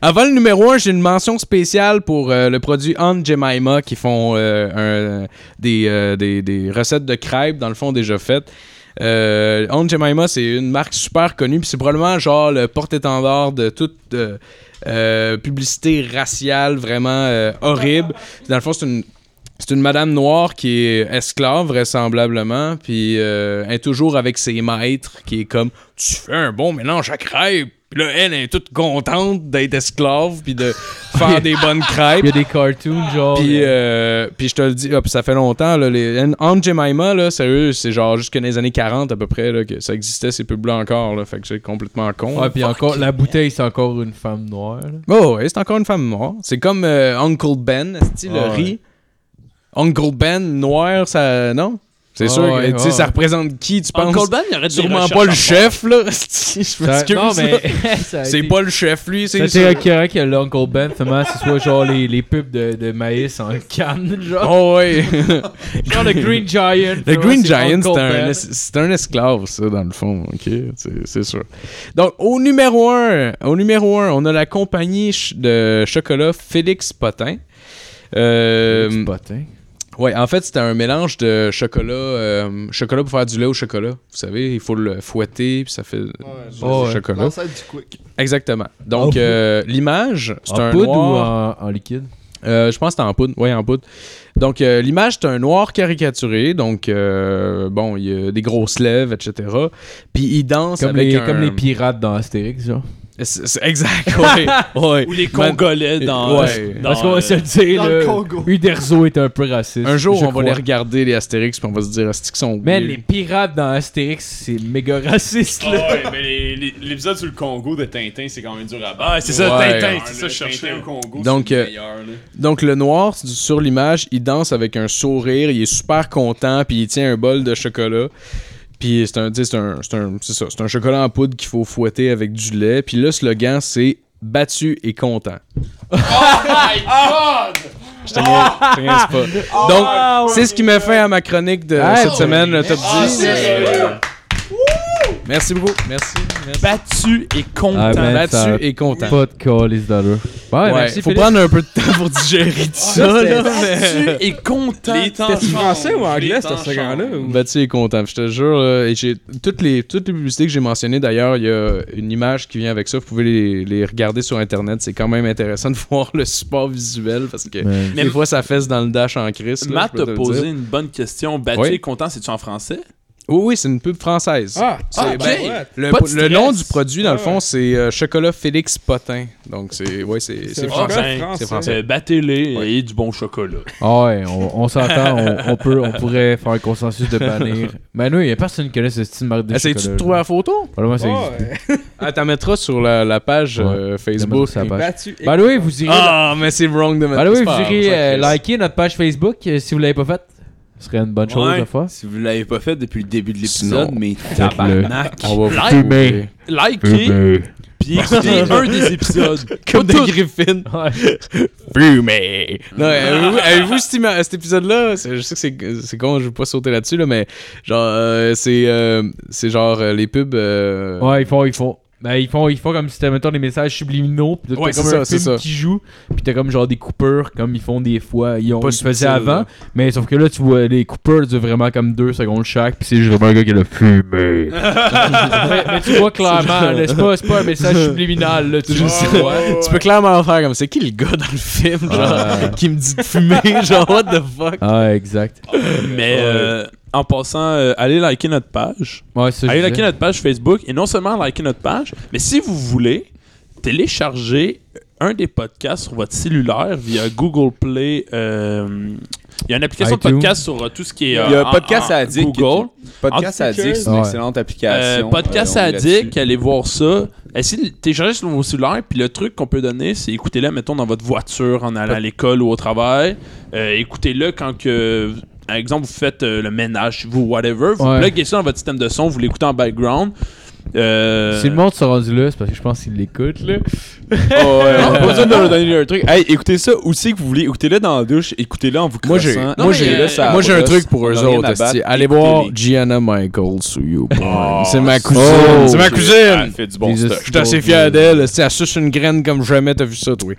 Speaker 6: Avant le numéro 1, j'ai une mention spéciale pour euh, le produit Aunt Jemima qui font euh, un- des, euh, des- des recettes de crêpes, dans le fond, déjà faites. Euh, Aunt Jemima, c'est une marque super connue, puis c'est probablement genre le porte-étendard de toute euh, euh, publicité raciale vraiment euh, horrible. Dans le fond, c'est une. C'est une madame noire qui est esclave, vraisemblablement, puis euh, elle est toujours avec ses maîtres, qui est comme Tu fais un bon mélange à crêpes. Puis là, elle elle est toute contente d'être esclave, puis de faire des bonnes crêpes.
Speaker 9: Il y a des cartoons, genre.
Speaker 6: Puis, euh, puis je te le dis, ah, puis ça fait longtemps, là, les, Aunt Jemima, là, sérieux, c'est genre jusque dans les années 40 à peu près là, que ça existait, ces pubs-là encore, là, fait que c'est complètement con.
Speaker 9: Ouais, puis encore, la bouteille, c'est encore une femme noire. là.
Speaker 6: Oh, ouais, c'est encore une femme noire. C'est comme euh, Uncle Ben, style
Speaker 9: Ah ouais.
Speaker 6: riz. Uncle Ben noir, ça. Non? C'est
Speaker 9: Ah
Speaker 6: sûr, que,
Speaker 9: ouais,
Speaker 6: tu sais,
Speaker 9: ouais.
Speaker 6: ça représente qui, tu penses?
Speaker 4: Uncle Ben, il y aurait des
Speaker 6: Sûrement
Speaker 4: recherches
Speaker 6: pas le
Speaker 4: à
Speaker 6: chef, là. esti, Je
Speaker 9: Ça-
Speaker 6: m'excuse,
Speaker 9: non,
Speaker 6: là.
Speaker 9: mais. ça a
Speaker 6: C'est
Speaker 9: été-
Speaker 6: pas le chef, lui, c'est
Speaker 9: C'était
Speaker 6: sûr.
Speaker 9: requérant que l'Uncle Ben, finalement, ce soit genre les, les pubs de, de maïs en canne, genre.
Speaker 6: Oh, ouais.
Speaker 9: Genre le Green Giant.
Speaker 6: Le
Speaker 9: genre,
Speaker 6: Green
Speaker 9: c'est
Speaker 6: Giant,
Speaker 9: Uncle
Speaker 6: c'est un,
Speaker 9: Ben.
Speaker 6: es- c'est un esclave, ça, dans le fond, ok? C'est- C'est sûr. Donc, au numéro 1, au numéro un, on a la compagnie ch- de chocolat Félix Potin. Euh,
Speaker 9: C'est pas, hein.
Speaker 6: ouais, en fait, c'était un mélange de chocolat, euh, chocolat pour faire du lait au chocolat. Vous savez, il faut le fouetter, puis ça fait du
Speaker 9: Oh, ouais.
Speaker 6: chocolat.
Speaker 7: L'ancêtre du quick.
Speaker 6: Exactement. Donc,
Speaker 9: Oh.
Speaker 6: euh, l'image, c'est
Speaker 9: En
Speaker 6: un
Speaker 9: poudre
Speaker 6: noir...
Speaker 9: ou en, en liquide
Speaker 6: Euh, je pense que c'était en poudre. Oui, en poudre. Donc, euh, l'image, c'est un noir caricaturé. Donc, euh, bon, il y a des grosses lèvres, etc. Puis, il danse
Speaker 9: comme
Speaker 6: avec
Speaker 9: les,
Speaker 6: un-
Speaker 9: comme les pirates dans Astérix, genre.
Speaker 6: C'est- c'est- Exact, oui. ouais.
Speaker 4: Ou les Congolais dans.
Speaker 6: Ouais.
Speaker 4: dans,
Speaker 9: Parce qu'on va se le dire,
Speaker 7: dans le
Speaker 9: là,
Speaker 7: Congo.
Speaker 9: Uderzo est euh, un peu raciste.
Speaker 6: Un jour,
Speaker 9: je
Speaker 6: on
Speaker 9: crois.
Speaker 6: va les regarder, les Astérix, puis on va se dire, Astérix sont
Speaker 9: Mais
Speaker 6: weird.
Speaker 9: les pirates dans Astérix, c'est méga raciste,
Speaker 5: Ah
Speaker 9: là.
Speaker 5: ouais, mais les- les- l'épisode sur le Congo de Tintin, c'est quand même dur à battre.
Speaker 4: Ah, c'est ça,
Speaker 6: Ouais.
Speaker 4: Tintin, c'est ça,
Speaker 5: Le
Speaker 4: je
Speaker 5: Tintin
Speaker 4: cherchais.
Speaker 5: au Congo,
Speaker 6: Donc,
Speaker 5: c'est le
Speaker 6: euh,
Speaker 5: meilleur, là.
Speaker 6: Donc, le noir, c'est du- sur l'image, il danse avec un sourire, il est super content, puis il tient un bol de chocolat. Puis c'est un, tu sais, c'est un, c'est un, c'est ça, c'est un chocolat en poudre qu'il faut fouetter avec du lait. Puis le slogan, c'est battu et content. Oh my god! Je te niaise- je te niaise pas. Donc, c'est ce qui me fait à ma chronique de
Speaker 9: Ah,
Speaker 6: cette
Speaker 9: oui.
Speaker 4: Euh,
Speaker 6: semaine, le top
Speaker 9: Ah,
Speaker 6: 10.
Speaker 9: c'est-
Speaker 6: Merci beaucoup. Merci. merci.
Speaker 4: Battu et content.
Speaker 3: Ah, ben,
Speaker 6: Battu
Speaker 3: ça-
Speaker 6: et content.
Speaker 3: Pas de calice d'allure. Ouais,
Speaker 6: Ouais,
Speaker 3: merci,
Speaker 6: faut
Speaker 3: Philippe.
Speaker 6: prendre un peu de temps pour digérer tout ça. là, mais-
Speaker 4: Battu et content.
Speaker 5: Les temps
Speaker 1: C'était-tu
Speaker 5: changent,
Speaker 1: français ou
Speaker 5: les
Speaker 1: anglais,
Speaker 5: temps
Speaker 1: ce second-là?
Speaker 5: changent.
Speaker 1: ou-
Speaker 6: Battu est content. Je te jure, là, et j'ai toutes les toutes les publicités que j'ai mentionnées d'ailleurs, il y a une image qui vient avec ça. Vous pouvez les, les regarder sur internet. C'est quand même intéressant de voir le support visuel parce que
Speaker 3: Mais-
Speaker 6: des fois ça fesse dans le dash en crise. là,
Speaker 4: Matt
Speaker 6: je peux
Speaker 4: t'a
Speaker 6: te le
Speaker 4: posé
Speaker 6: dire.
Speaker 4: une bonne question. Battu
Speaker 6: Oui.
Speaker 4: et content, c'est-tu en français?
Speaker 6: Oui, oui, c'est une pub française.
Speaker 1: Ah,
Speaker 6: C'est-
Speaker 1: ah, ben
Speaker 6: ben,
Speaker 1: ouais.
Speaker 6: Le,
Speaker 4: Pas de
Speaker 6: po- le
Speaker 4: stress.
Speaker 6: nom du produit, dans le
Speaker 1: Ah
Speaker 6: fond,
Speaker 1: ouais.
Speaker 6: c'est euh, Chocolat Félix Potin. Donc, c'est ouais, c'est c'est
Speaker 1: un
Speaker 6: français.
Speaker 1: chocolat
Speaker 4: français.
Speaker 6: C'est français.
Speaker 4: Euh, Battez-les et du bon chocolat.
Speaker 3: Ah ouais, on, on s'entend, on, on peut, on pourrait faire un consensus de bannir. Mais nous, il n'y Ben a personne qui connaît ce style de marque Ah, de chocolat.
Speaker 6: Essayes-tu de trouver la photo?
Speaker 3: Probablement, ça
Speaker 1: Ah,
Speaker 3: existe.
Speaker 1: ouais.
Speaker 6: Ah, t'en mettras sur la, la page
Speaker 3: Ouais.
Speaker 6: euh, Facebook.
Speaker 3: Demande-nous sur la page.
Speaker 1: Battu et
Speaker 3: By the way, Ben vous irez,
Speaker 6: Ah, mais c'est wrong de mettre
Speaker 3: by the way,
Speaker 6: c'est
Speaker 3: vous
Speaker 6: pas grave,
Speaker 3: irez
Speaker 6: on s'en
Speaker 3: euh,
Speaker 6: crisse.
Speaker 3: liker notre page Facebook euh, si vous ne l'avez pas faite. Ce serait une bonne chose
Speaker 4: Ouais.
Speaker 3: à faire.
Speaker 5: Si vous l'avez pas fait depuis le début de l'épisode,
Speaker 6: Sinon,
Speaker 5: mais
Speaker 3: le-
Speaker 5: tabarnak.
Speaker 6: On va
Speaker 4: Like-
Speaker 6: fumer.
Speaker 4: Likez puis écoutez un des épisodes.
Speaker 6: Euh, Comme des griffins.
Speaker 3: Ouais.
Speaker 6: Fumer. Non, avez-vous, avez-vous cet, ima- cet épisode-là? C'est- Je sais que c'est, c'est con, je veux pas sauter là-dessus, là, mais genre, euh, c'est, euh, c'est genre euh, les pubs. euh,
Speaker 3: Ouais, ils font, ils font. Ben, ils font, ils font comme si c'était, mettons, des messages subliminaux, pis là,
Speaker 6: Ouais,
Speaker 3: t'as
Speaker 6: c'est
Speaker 3: comme un
Speaker 6: ça, c'est
Speaker 3: film
Speaker 6: ça.
Speaker 3: qui joue, pis t'as comme genre des coupures, comme ils font des fois, ils, ont,
Speaker 6: Pas
Speaker 3: ils faisaient
Speaker 6: subtil,
Speaker 3: avant,
Speaker 6: là.
Speaker 3: mais sauf que là, tu vois, les coupures durent vraiment comme deux secondes chaque, pis c'est juste vraiment un gars qui l'a fumé. mais, mais tu vois clairement, là, c'est pas, c'est pas un message subliminal, là, tu le vois.
Speaker 6: Tu peux clairement faire comme c'est qui le gars dans le film genre,
Speaker 3: Ouais.
Speaker 6: qui me dit de fumer genre what the fuck
Speaker 3: Ah, exact.
Speaker 4: Mais euh, en passant, euh, allez liker notre page.
Speaker 3: Ouais, c'est ça.
Speaker 4: Allez
Speaker 3: je
Speaker 4: liker
Speaker 3: disais.
Speaker 4: notre page Facebook et non seulement liker notre page, mais si vous voulez, télécharger un des podcasts sur votre cellulaire via Google Play. euh, il y a une application de
Speaker 3: iTunes.
Speaker 4: podcast sur euh, tout ce qui est.
Speaker 5: Il y a
Speaker 4: en-
Speaker 5: Podcast
Speaker 4: en-
Speaker 5: Addict.
Speaker 4: Google.
Speaker 5: Podcast
Speaker 4: En-
Speaker 5: Addict, c'est une
Speaker 3: Ouais.
Speaker 5: excellente
Speaker 4: Euh,
Speaker 5: application.
Speaker 4: podcast
Speaker 5: Euh, on est
Speaker 4: addict, allez voir ça. Essayez de télécharger sur vos cellulaires. Puis le truc qu'on peut donner, c'est écoutez-le, mettons, dans votre voiture, en allant à l'école ou au travail. Euh, écoutez-le quand que. Par exemple, vous faites euh, le ménage, vous, whatever. Vous
Speaker 3: Ouais.
Speaker 4: pluguez ça dans votre système de son, vous l'écoutez en background. Euh,
Speaker 3: Si le monde se rendu là, c'est parce que je pense qu'il l'écoute, là.
Speaker 5: là-dessus. Oh, ouais, on a pas besoin de leur donner leur truc. Hey, écoutez ça où c'est que vous voulez. Écoutez-le dans la douche. Écoutez-le en vous
Speaker 6: Moi, j'ai-
Speaker 5: crossant.
Speaker 4: moi,
Speaker 5: Non,
Speaker 4: j'ai-
Speaker 5: mais, là, ça
Speaker 6: moi j'ai un
Speaker 5: brosse.
Speaker 6: truc pour
Speaker 5: On a
Speaker 6: eux
Speaker 5: rien
Speaker 6: autres
Speaker 5: à
Speaker 6: esti.
Speaker 5: battre.
Speaker 6: allez voir
Speaker 5: Écoutez-les.
Speaker 6: Gianna Michael sur YouPorn
Speaker 5: Oh.
Speaker 3: Ah,
Speaker 6: c'est ma cousine
Speaker 5: Oh,
Speaker 6: c'est ma
Speaker 5: ok.
Speaker 6: cousine
Speaker 5: Elle fait du bon
Speaker 3: Jesus.
Speaker 5: stock.
Speaker 6: je suis assez fier d'elle esti. elle suce une graine comme jamais t'as vu ça toi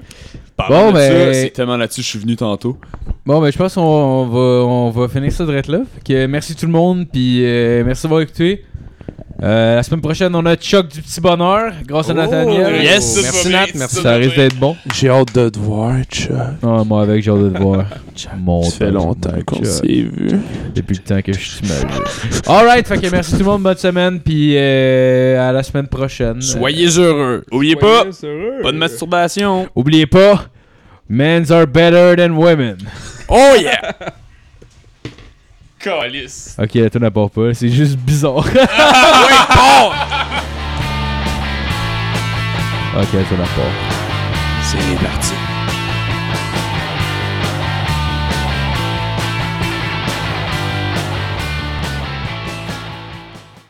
Speaker 5: Parlant de ça,
Speaker 3: mais-
Speaker 5: C'est tellement là-dessus que je suis venu tantôt.
Speaker 3: ben, Bon, ben, je pense qu'on on va, on va finir ça direct là. Fait que, merci tout le monde, puis euh, merci d'avoir écouté. Euh, la semaine prochaine, on a Chuck du Petit Bonheur, grâce à Nathaniel.
Speaker 4: Oh, yes, ça
Speaker 6: merci
Speaker 4: va
Speaker 6: Nat
Speaker 4: bien,
Speaker 6: merci
Speaker 3: Ça risque d'être bon.
Speaker 4: J'ai hâte de te voir, Chuck.
Speaker 3: Ah, moi avec, j'ai hâte de te voir. Mon
Speaker 4: Ça fait
Speaker 3: Dieu,
Speaker 4: longtemps
Speaker 3: mon
Speaker 4: qu'on
Speaker 3: Chuck.
Speaker 4: s'est vu.
Speaker 3: Depuis le temps que je suis magique. Alright, fait que merci tout le monde, bonne semaine, puis euh, à la semaine prochaine.
Speaker 6: soyez heureux
Speaker 4: Oubliez pas,
Speaker 1: Soyez heureux.
Speaker 4: pas de masturbation.
Speaker 3: Euh, oubliez pas, men's are better than women.
Speaker 4: Oh yeah! Calice.
Speaker 3: Ok, la tune n'apporte pas, c'est juste bizarre. ok, la tune n'apporte.
Speaker 4: C'est parti.